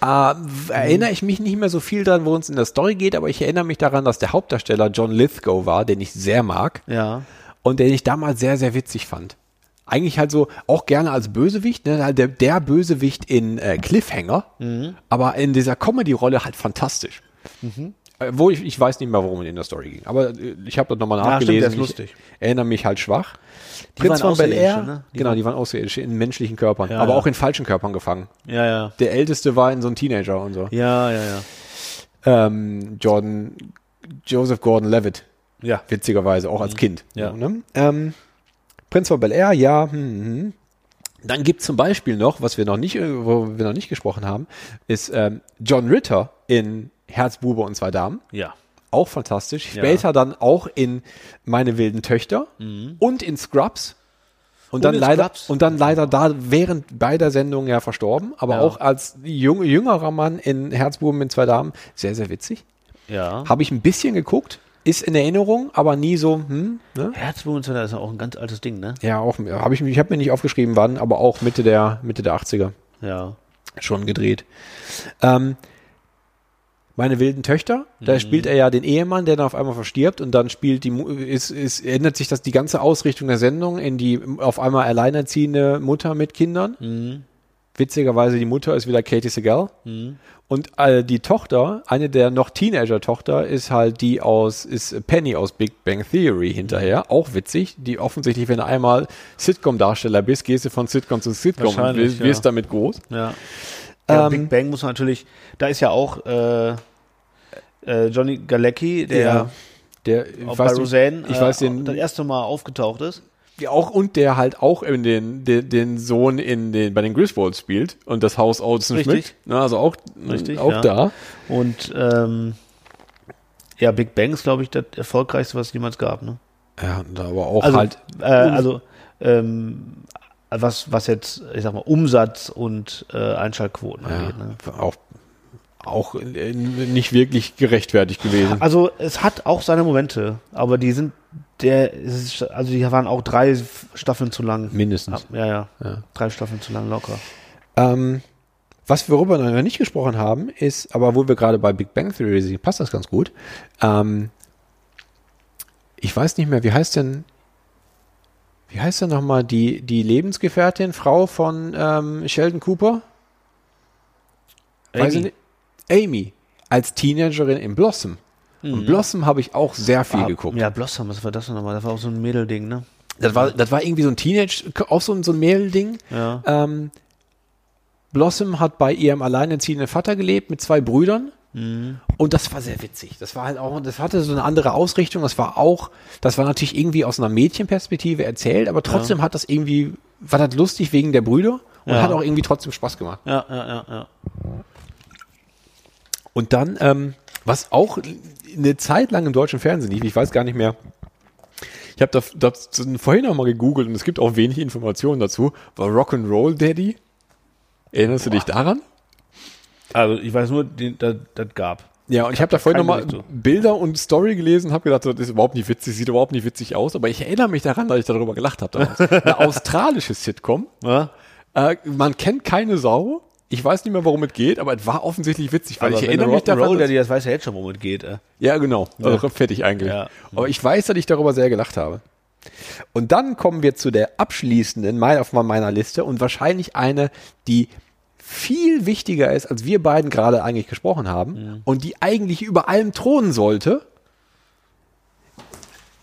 Speaker 6: Ah, w- erinnere ich mich nicht mehr so viel daran, worum es in der Story geht, aber ich erinnere mich daran, dass der Hauptdarsteller John Lithgow war, den ich sehr mag.
Speaker 5: Ja.
Speaker 6: und den ich damals sehr, sehr witzig fand. Eigentlich halt so auch gerne als Bösewicht, ne? halt der, der Bösewicht in äh, Cliffhanger,
Speaker 5: Mhm.
Speaker 6: aber in dieser Comedy-Rolle halt fantastisch. Äh, Wo ich, ich weiß nicht mehr, worum es in der Story ging, aber äh, ich habe das nochmal
Speaker 5: Ja, stimmt,
Speaker 6: nachgelesen.
Speaker 5: der ist
Speaker 6: Ich
Speaker 5: lustig.
Speaker 6: Erinnere mich halt schwach.
Speaker 5: Die waren Außerirdische, ne? Die
Speaker 6: genau, die waren außerirdisch in menschlichen Körpern,
Speaker 5: Ja,
Speaker 6: aber
Speaker 5: ja.
Speaker 6: auch in falschen Körpern gefangen.
Speaker 5: Ja, ja.
Speaker 6: Der Älteste war in so einem Teenager und so.
Speaker 5: Ja, ja, ja.
Speaker 6: Ähm, Jordan, Joseph Gordon-Levitt.
Speaker 5: Ja.
Speaker 6: Witzigerweise, auch als Kind.
Speaker 5: Mhm. Ja.
Speaker 6: ne? ähm, Prinz von Bel Air, ja. Hm, hm. Dann gibt es zum Beispiel noch, was wir noch nicht, äh, wo wir noch nicht gesprochen haben, ist ähm, John Ritter in Herzbube und zwei Damen.
Speaker 5: Ja.
Speaker 6: Auch fantastisch. Später dann auch in Meine wilden Töchter und in Scrubs. Und, dann
Speaker 5: Mhm. in
Speaker 6: leider
Speaker 5: Scrubs.
Speaker 6: und dann leider da während beider Sendungen ja verstorben, aber
Speaker 5: Ja.
Speaker 6: auch als jung, jüngerer Mann in Herzbuben mit zwei Damen sehr sehr witzig.
Speaker 5: Ja.
Speaker 6: Habe ich ein bisschen geguckt, ist in Erinnerung, aber nie so, hm, ne?
Speaker 5: Herzblumenzeller ist ja auch ein ganz altes Ding, ne?
Speaker 6: Ja, auch habe ich, ich habe mir nicht aufgeschrieben, wann, aber auch Mitte der Mitte der 80er
Speaker 5: Ja.
Speaker 6: schon gedreht. Ähm, meine wilden Töchter,
Speaker 5: Mhm.
Speaker 6: da spielt er ja den Ehemann, der dann auf einmal verstirbt und dann spielt die Mu- ist, ist ändert sich das die ganze Ausrichtung der Sendung in die auf einmal alleinerziehende Mutter mit Kindern.
Speaker 5: Mhm.
Speaker 6: Witzigerweise die Mutter ist wieder Katie Segal und äh, die Tochter, eine der noch Teenager-Tochter, ist halt die aus ist Penny aus Big Bang Theory
Speaker 5: Mhm.
Speaker 6: hinterher, auch witzig. Die offensichtlich, wenn du einmal Sitcom-Darsteller bist, gehst du von Sitcom zu Sitcom und
Speaker 5: Wahrscheinlich,
Speaker 6: wirst, wirst
Speaker 5: ja.
Speaker 6: damit groß.
Speaker 5: Ja. ja
Speaker 6: Ähm,
Speaker 5: Big Bang muss man natürlich, da ist ja auch äh, äh, Johnny Galecki, der
Speaker 6: Ja.
Speaker 5: auch
Speaker 6: Der, ich
Speaker 5: bei
Speaker 6: weiß, nicht,
Speaker 5: Roseanne äh,
Speaker 6: ich weiß den-
Speaker 5: das erste Mal aufgetaucht ist.
Speaker 6: Ja, auch und der halt auch in den, den, den Sohn in den, bei den Griswolds spielt und das Haus Olsenschmidt.
Speaker 5: Richtig.
Speaker 6: Ne, also auch,
Speaker 5: Richtig,
Speaker 6: auch
Speaker 5: ja.
Speaker 6: da.
Speaker 5: Und ähm, ja, Big Bang ist, glaube ich, das erfolgreichste, was es jemals gab, ne?
Speaker 6: Ja, und aber auch
Speaker 5: Also,
Speaker 6: halt.
Speaker 5: äh, also ähm, was, was jetzt, ich sag mal, Umsatz und äh, Einschaltquoten
Speaker 6: Ja,
Speaker 5: angeht. Ne?
Speaker 6: auch auch äh, nicht wirklich gerechtfertigt gewesen.
Speaker 5: Also es hat auch seine Momente, aber die sind der, es ist, also die waren auch drei F- Staffeln zu lang.
Speaker 6: Mindestens.
Speaker 5: Ja, ja,
Speaker 6: Ja.
Speaker 5: Drei Staffeln zu lang locker.
Speaker 6: Ähm, was wir worüber noch nicht gesprochen haben, ist, aber wo wir gerade bei Big Bang Theory sind, passt das ganz gut. Ähm, ich weiß nicht mehr, wie heißt denn, wie heißt denn nochmal die, die Lebensgefährtin, Frau von ähm, Sheldon Cooper? Weiß ich
Speaker 5: Amy.
Speaker 6: nicht. Amy, als Teenagerin in Blossom. Und Blossom habe ich auch sehr viel
Speaker 5: Hm. Ah,
Speaker 6: geguckt.
Speaker 5: Ja, Blossom, was war das denn nochmal? Das war auch so ein Mädelding, ne?
Speaker 6: Das war, das war irgendwie so ein Teenage, auch so ein, so ein Mädelding.
Speaker 5: Ja.
Speaker 6: Ähm, Blossom hat bei ihrem alleinerziehenden Vater gelebt mit zwei Brüdern.
Speaker 5: Mhm.
Speaker 6: Und das war sehr witzig. Das war halt auch, das hatte so eine andere Ausrichtung. Das war auch, das war natürlich irgendwie aus einer Mädchenperspektive erzählt, aber trotzdem hat das irgendwie, war das lustig wegen der Brüder und
Speaker 5: Ja.
Speaker 6: hat auch irgendwie trotzdem Spaß gemacht.
Speaker 5: Ja, ja, ja, ja.
Speaker 6: Und dann, ähm, was auch eine Zeit lang im deutschen Fernsehen lief, ich weiß gar nicht mehr. Ich habe das, das vorhin auch mal gegoogelt und es gibt auch wenig Informationen dazu. War Rock'n'Roll Daddy? Erinnerst du dich daran?
Speaker 5: Also ich weiß nur, den, das, das gab.
Speaker 6: Ja, und ich habe da vorhin
Speaker 5: keine
Speaker 6: nochmal
Speaker 5: Berichte.
Speaker 6: Bilder und Story gelesen und habe gedacht, das ist überhaupt nicht witzig, sieht überhaupt nicht witzig aus, aber ich erinnere mich daran, dass ich darüber gelacht habe. damals. Eine australische Sitcom.
Speaker 5: Ja?
Speaker 6: Äh, man kennt keine Sau. Ich weiß nicht mehr, worum es geht, aber es war offensichtlich witzig, weil ich erinnere mich daran.
Speaker 5: Roll,
Speaker 6: dass-
Speaker 5: der, das weiß ja jetzt schon, worum es geht. Äh.
Speaker 6: Ja, genau. Also fertig eigentlich.
Speaker 5: Ja.
Speaker 6: Aber ich weiß, dass ich darüber sehr gelacht habe. Und dann kommen wir zu der abschließenden mein, auf meiner Liste und wahrscheinlich eine, die viel wichtiger ist, als wir beiden gerade eigentlich gesprochen haben und die eigentlich über allem thronen sollte,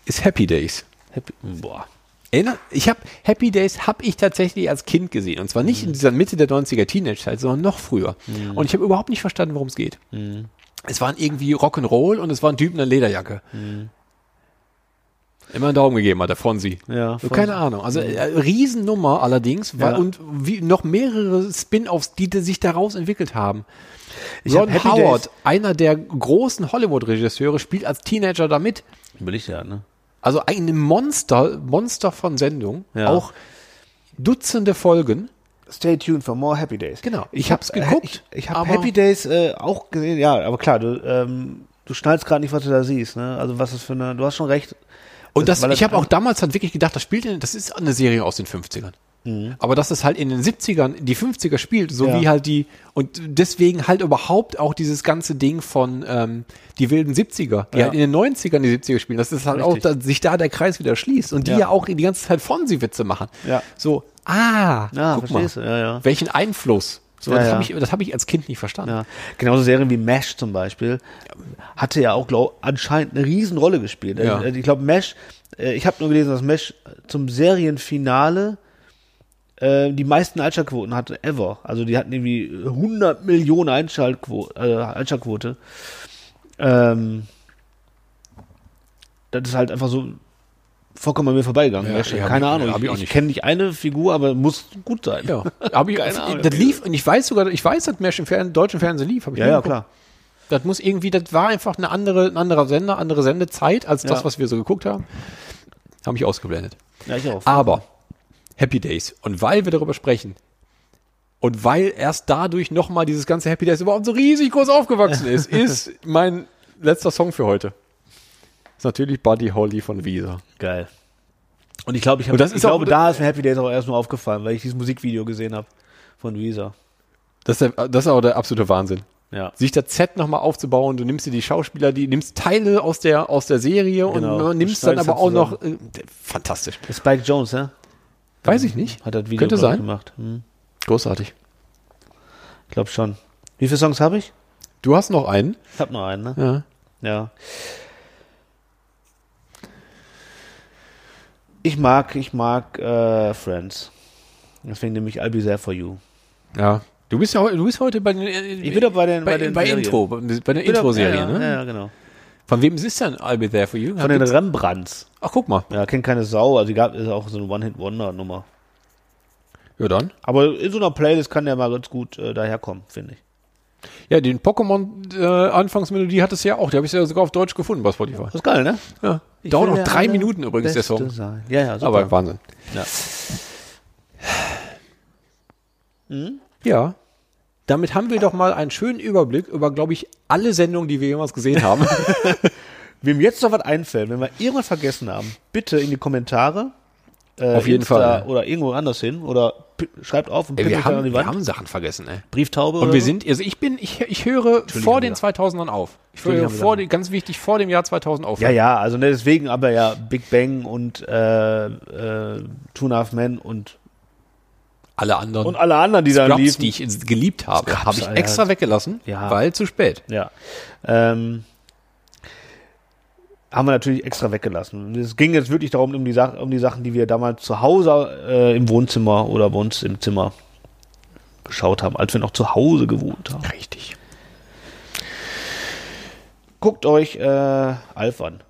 Speaker 6: ist Happy Days.
Speaker 5: Happy, boah.
Speaker 6: Erinner- Ich habe Happy Days habe ich tatsächlich als Kind gesehen und zwar
Speaker 5: Mhm.
Speaker 6: nicht in dieser Mitte der 90er Teenage-Zeit, sondern noch früher. Und ich habe überhaupt nicht verstanden, worum es geht.
Speaker 5: Mhm.
Speaker 6: Es waren irgendwie Rock'n'Roll und es waren Typen in Lederjacke.
Speaker 5: Mhm.
Speaker 6: Immer einen Daumen gegeben hat der Fonsi.
Speaker 5: Ja,
Speaker 6: so,
Speaker 5: Fonsi.
Speaker 6: keine Ahnung. Also äh, Riesennummer allerdings weil,
Speaker 5: Ja.
Speaker 6: und wie, noch mehrere Spin-offs, die, sich daraus entwickelt haben.
Speaker 5: hab
Speaker 6: Ron
Speaker 5: Happy
Speaker 6: Howard,
Speaker 5: Days-
Speaker 6: einer der großen Hollywood-Regisseure, spielt als Teenager da mit.
Speaker 5: Überlegt ja, ne?
Speaker 6: Also ein Monster, Monster von Sendung.
Speaker 5: Ja.
Speaker 6: Auch Dutzende Folgen.
Speaker 5: Stay tuned for more Happy Days.
Speaker 6: Genau. Ich
Speaker 5: hab-
Speaker 6: hab's geguckt,
Speaker 5: Ich, ich habe
Speaker 6: aber-
Speaker 5: Happy Days äh, auch gesehen, ja, aber klar, du, ähm, du schnallst gerade nicht, was du da siehst, ne? Also was ist für eine, du hast schon recht.
Speaker 6: Und das,
Speaker 5: weil
Speaker 6: ich habe auch damals halt wirklich gedacht, das spielt in, das ist eine Serie aus den 50ern. Aber dass es halt in den 70ern, die 50er spielt, so
Speaker 5: Mhm. Ja.
Speaker 6: wie halt die, und deswegen halt überhaupt auch dieses ganze Ding von ähm, die wilden 70er, die
Speaker 5: Ja.
Speaker 6: halt in den 90ern die 70er spielen, das ist halt auch,
Speaker 5: Richtig.
Speaker 6: dass sich da der Kreis wieder schließt und die ja,
Speaker 5: Ja.
Speaker 6: auch die ganze Zeit von sie Witze machen.
Speaker 5: Ja.
Speaker 6: So, ah,
Speaker 5: Ja,
Speaker 6: guck mal,
Speaker 5: verstehst du, ja, ja.
Speaker 6: welchen Einfluss. So,
Speaker 5: Ja,
Speaker 6: das
Speaker 5: ja.
Speaker 6: habe ich, das hab ich als Kind nicht verstanden.
Speaker 5: Ja. Genauso Serien wie MASH zum Beispiel hatte ja auch glaub, anscheinend eine Riesenrolle gespielt. Äh,
Speaker 6: Ja.
Speaker 5: äh, Ich glaube, MASH, äh, ich habe nur gelesen, dass MASH zum Serienfinale äh, die meisten Einschaltquoten hatte ever. Also die hatten irgendwie 100 Millionen Einschaltquo äh, Einschaltquote. Ähm, das ist halt einfach so vollkommen an mir vorbeigegangen.
Speaker 6: Ja,
Speaker 5: MASH.
Speaker 6: ja, hab
Speaker 5: Keine
Speaker 6: ich-
Speaker 5: Ahnung,
Speaker 6: ja, hab ich auch
Speaker 5: ich, ich
Speaker 6: nicht.
Speaker 5: kenne nicht eine Figur, aber muss gut sein.
Speaker 6: Ja, aber ich,
Speaker 5: Ahnung.
Speaker 6: das lief und ich weiß sogar, ich weiß, dass Mesh im Fern deutschen Fernsehen lief. Hab ich
Speaker 5: ja,
Speaker 6: nie
Speaker 5: ja
Speaker 6: geguckt.
Speaker 5: klar.
Speaker 6: Das muss irgendwie, das war einfach eine andere, ein anderer Sender, andere Sendezeit als das,
Speaker 5: Ja.
Speaker 6: was wir so geguckt haben. Habe ich ausgeblendet.
Speaker 5: Ja, ich auch.
Speaker 6: Aber Happy Days. Und weil wir darüber sprechen und weil erst dadurch nochmal dieses ganze Happy Days überhaupt so riesig groß aufgewachsen ist, ist mein letzter Song für heute. Ist natürlich Buddy Holly von Visa.
Speaker 5: Geil. Und ich glaube, ich, hab,
Speaker 6: Und das
Speaker 5: ich
Speaker 6: ist auch-
Speaker 5: glaube, da ist mir Happy Days auch erst nur aufgefallen, weil ich dieses Musikvideo gesehen habe von Visa.
Speaker 6: Das ist, der, das ist aber der absolute Wahnsinn.
Speaker 5: Ja.
Speaker 6: sich das Set nochmal aufzubauen. Du nimmst dir die Schauspieler, die nimmst Teile aus der, aus der Serie
Speaker 5: Genau.
Speaker 6: und äh, nimmst
Speaker 5: Du
Speaker 6: dann
Speaker 5: schneidest
Speaker 6: aber
Speaker 5: das
Speaker 6: auch noch. Äh, fantastisch.
Speaker 5: Spike Jones, ne?
Speaker 6: Weiß ich nicht.
Speaker 5: Hat das Video
Speaker 6: Könnte
Speaker 5: glaub ich,
Speaker 6: sein.
Speaker 5: gemacht. Hm.
Speaker 6: Großartig.
Speaker 5: Ich glaube schon. Wie viele Songs habe ich?
Speaker 6: Du hast noch einen.
Speaker 5: Ich habe noch einen, ne?
Speaker 6: Ja.
Speaker 5: Ja. Ich mag, ich mag äh, Friends. Deswegen nehme ich I'll be there for you.
Speaker 6: ja. Du bist ja heu- du bist heute bei den. äh,
Speaker 5: Ich bin doch bei den
Speaker 6: bei,
Speaker 5: den
Speaker 6: bei
Speaker 5: Serien.
Speaker 6: Intro, bei, bei der
Speaker 5: Ich bin doch-
Speaker 6: Intro-Serie,
Speaker 5: ja, ja,
Speaker 6: ne?
Speaker 5: Ja, ja, genau.
Speaker 6: Von wem ist denn I'll Be There For You?
Speaker 5: Von den Rembrandts.
Speaker 6: Ach, guck mal.
Speaker 5: Ja, kennt keine Sau. Also die gab ist auch so eine One-Hit-Wonder-Nummer.
Speaker 6: Ja, dann.
Speaker 5: Aber in so einer Playlist kann der mal ganz gut äh, daherkommen, finde ich.
Speaker 6: Ja, den äh, Pokémon-Anfangsmelodie hattest du ja auch. Die habe ich ja sogar auf Deutsch gefunden bei Spotify.
Speaker 5: Das ist geil, ne?
Speaker 6: Ja.
Speaker 5: Ich
Speaker 6: Dauert
Speaker 5: will
Speaker 6: noch
Speaker 5: der
Speaker 6: drei
Speaker 5: aller-
Speaker 6: Minuten übrigens, der
Speaker 5: Beste
Speaker 6: Song.
Speaker 5: Sein. Ja, ja, super.
Speaker 6: Aber Wahnsinn.
Speaker 5: Ja. Hm?
Speaker 6: Ja. Damit haben wir doch mal einen schönen Überblick über, glaube ich, alle Sendungen, die wir jemals gesehen haben.
Speaker 5: Wem jetzt noch was einfällt, wenn wir irgendwas vergessen haben, bitte in die Kommentare. äh,
Speaker 6: Auf jeden
Speaker 5: Insta
Speaker 6: Fall.
Speaker 5: Oder irgendwo anders hin. Oder pi- schreibt auf und
Speaker 6: Ey,
Speaker 5: pinkelt
Speaker 6: wir,
Speaker 5: dann
Speaker 6: haben,
Speaker 5: an die
Speaker 6: wir
Speaker 5: Wand.
Speaker 6: haben Sachen vergessen, ey.
Speaker 5: Brieftaube.
Speaker 6: Und
Speaker 5: oder
Speaker 6: wir
Speaker 5: so.
Speaker 6: sind, also ich bin, ich, ich höre vor
Speaker 5: haben
Speaker 6: den
Speaker 5: wir
Speaker 6: 2000ern auf. Ich
Speaker 5: Entschuldigung,
Speaker 6: höre
Speaker 5: haben wir
Speaker 6: vor, den- ganz wichtig, vor dem Jahr 2000 auf.
Speaker 5: Ja, ja, also ne, deswegen aber ja Big Bang und äh, äh, Two and a Half Men und,
Speaker 6: Alle anderen
Speaker 5: und alle anderen, die da
Speaker 6: Jobs,
Speaker 5: liefen.
Speaker 6: die ich geliebt habe,
Speaker 5: Scrubs,
Speaker 6: habe ich
Speaker 5: Alter.
Speaker 6: extra weggelassen,
Speaker 5: Ja.
Speaker 6: weil zu spät.
Speaker 5: Ja. Ähm, haben wir natürlich extra weggelassen. Es ging jetzt wirklich darum, um die, Sa um die Sachen, die wir damals zu Hause äh, im Wohnzimmer oder bei uns im Zimmer geschaut haben, als wir noch zu Hause gewohnt haben.
Speaker 6: Richtig.
Speaker 5: Guckt euch äh, Alf an.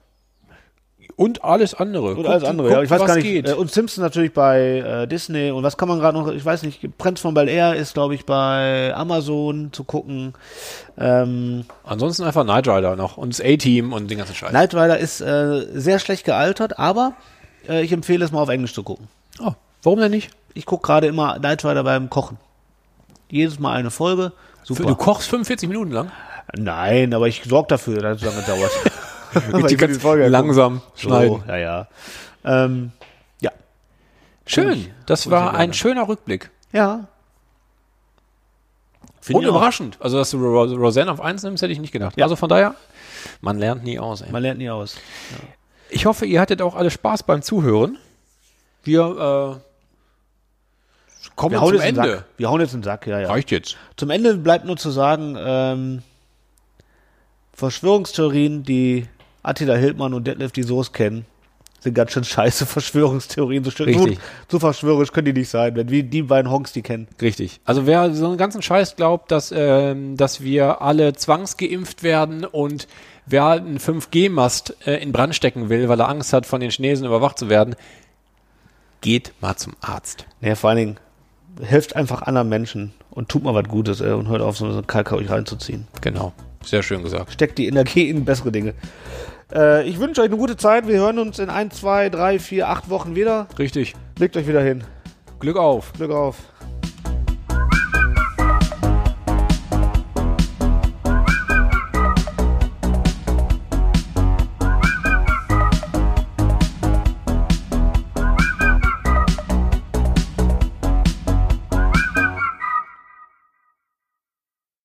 Speaker 6: Und alles andere.
Speaker 5: Und alles andere. ja, ich weiß
Speaker 6: was
Speaker 5: gar nicht.
Speaker 6: Geht.
Speaker 5: Äh, und Simpsons natürlich bei äh, Disney. Und was kann man gerade noch? Ich weiß nicht. Prinz von Bel Air ist, glaube ich, bei Amazon zu gucken. Ähm,
Speaker 6: Ansonsten einfach Knight Rider noch und das A-Team und den ganzen Scheiß.
Speaker 5: Knight Rider ist äh, sehr schlecht gealtert, aber äh, ich empfehle es mal auf Englisch zu gucken.
Speaker 6: Oh, warum denn nicht?
Speaker 5: Ich gucke gerade immer Knight Rider beim Kochen. Jedes Mal eine Folge.
Speaker 6: Für, du
Speaker 5: Super.
Speaker 6: kochst 45 Minuten lang.
Speaker 5: Nein, aber ich sorge dafür, dass es lange dauert. Weil ich kann die Folge ja gucken.
Speaker 6: langsam schneiden.
Speaker 5: So, ja, ja. Ähm, ja.
Speaker 6: Schön. Das war ein schöner Rückblick.
Speaker 5: Ja. Find
Speaker 6: Und
Speaker 5: ich auch.
Speaker 6: überraschend. Also, dass du Ro- Roseanne auf 1 nimmst, hätte ich nicht gedacht. Also von daher, man lernt nie aus. Ey.
Speaker 5: Man lernt nie aus.
Speaker 6: Ich hoffe, ihr hattet auch alle Spaß beim Zuhören. Wir äh, kommen
Speaker 5: Wir hauen,
Speaker 6: zum
Speaker 5: jetzt in den
Speaker 6: Ende.
Speaker 5: Sack. wir hauen jetzt in den Sack, ja, ja.
Speaker 6: Reicht jetzt.
Speaker 5: Zum Ende bleibt nur zu sagen, ähm, Verschwörungstheorien, die Attila Hildmann und Detlef die Soos kennen, sind ganz schön scheiße Verschwörungstheorien. So, schön- so,
Speaker 6: Richtig.
Speaker 5: so verschwörerisch können die nicht sein, wenn wir die beiden Honks die kennen.
Speaker 6: Richtig. Also wer so einen ganzen Scheiß glaubt, dass, ähm, dass wir alle zwangsgeimpft werden und wer einen 5G-Mast äh, in Brand stecken will, weil er Angst hat, von den Chinesen überwacht zu werden, geht mal zum Arzt.
Speaker 5: Ja, vor allen Dingen, helft einfach anderen Menschen und tut mal was Gutes ey, und hört auf, so einen Kalk euch reinzuziehen.
Speaker 6: Genau. Sehr schön gesagt.
Speaker 5: Steckt die Energie in bessere Dinge. Äh, ich wünsche euch eine gute Zeit. Wir hören uns in 1, 2, 3, 4, 8 Wochen wieder.
Speaker 6: Richtig.
Speaker 5: Legt euch wieder hin.
Speaker 6: Glück auf.
Speaker 5: Glück auf.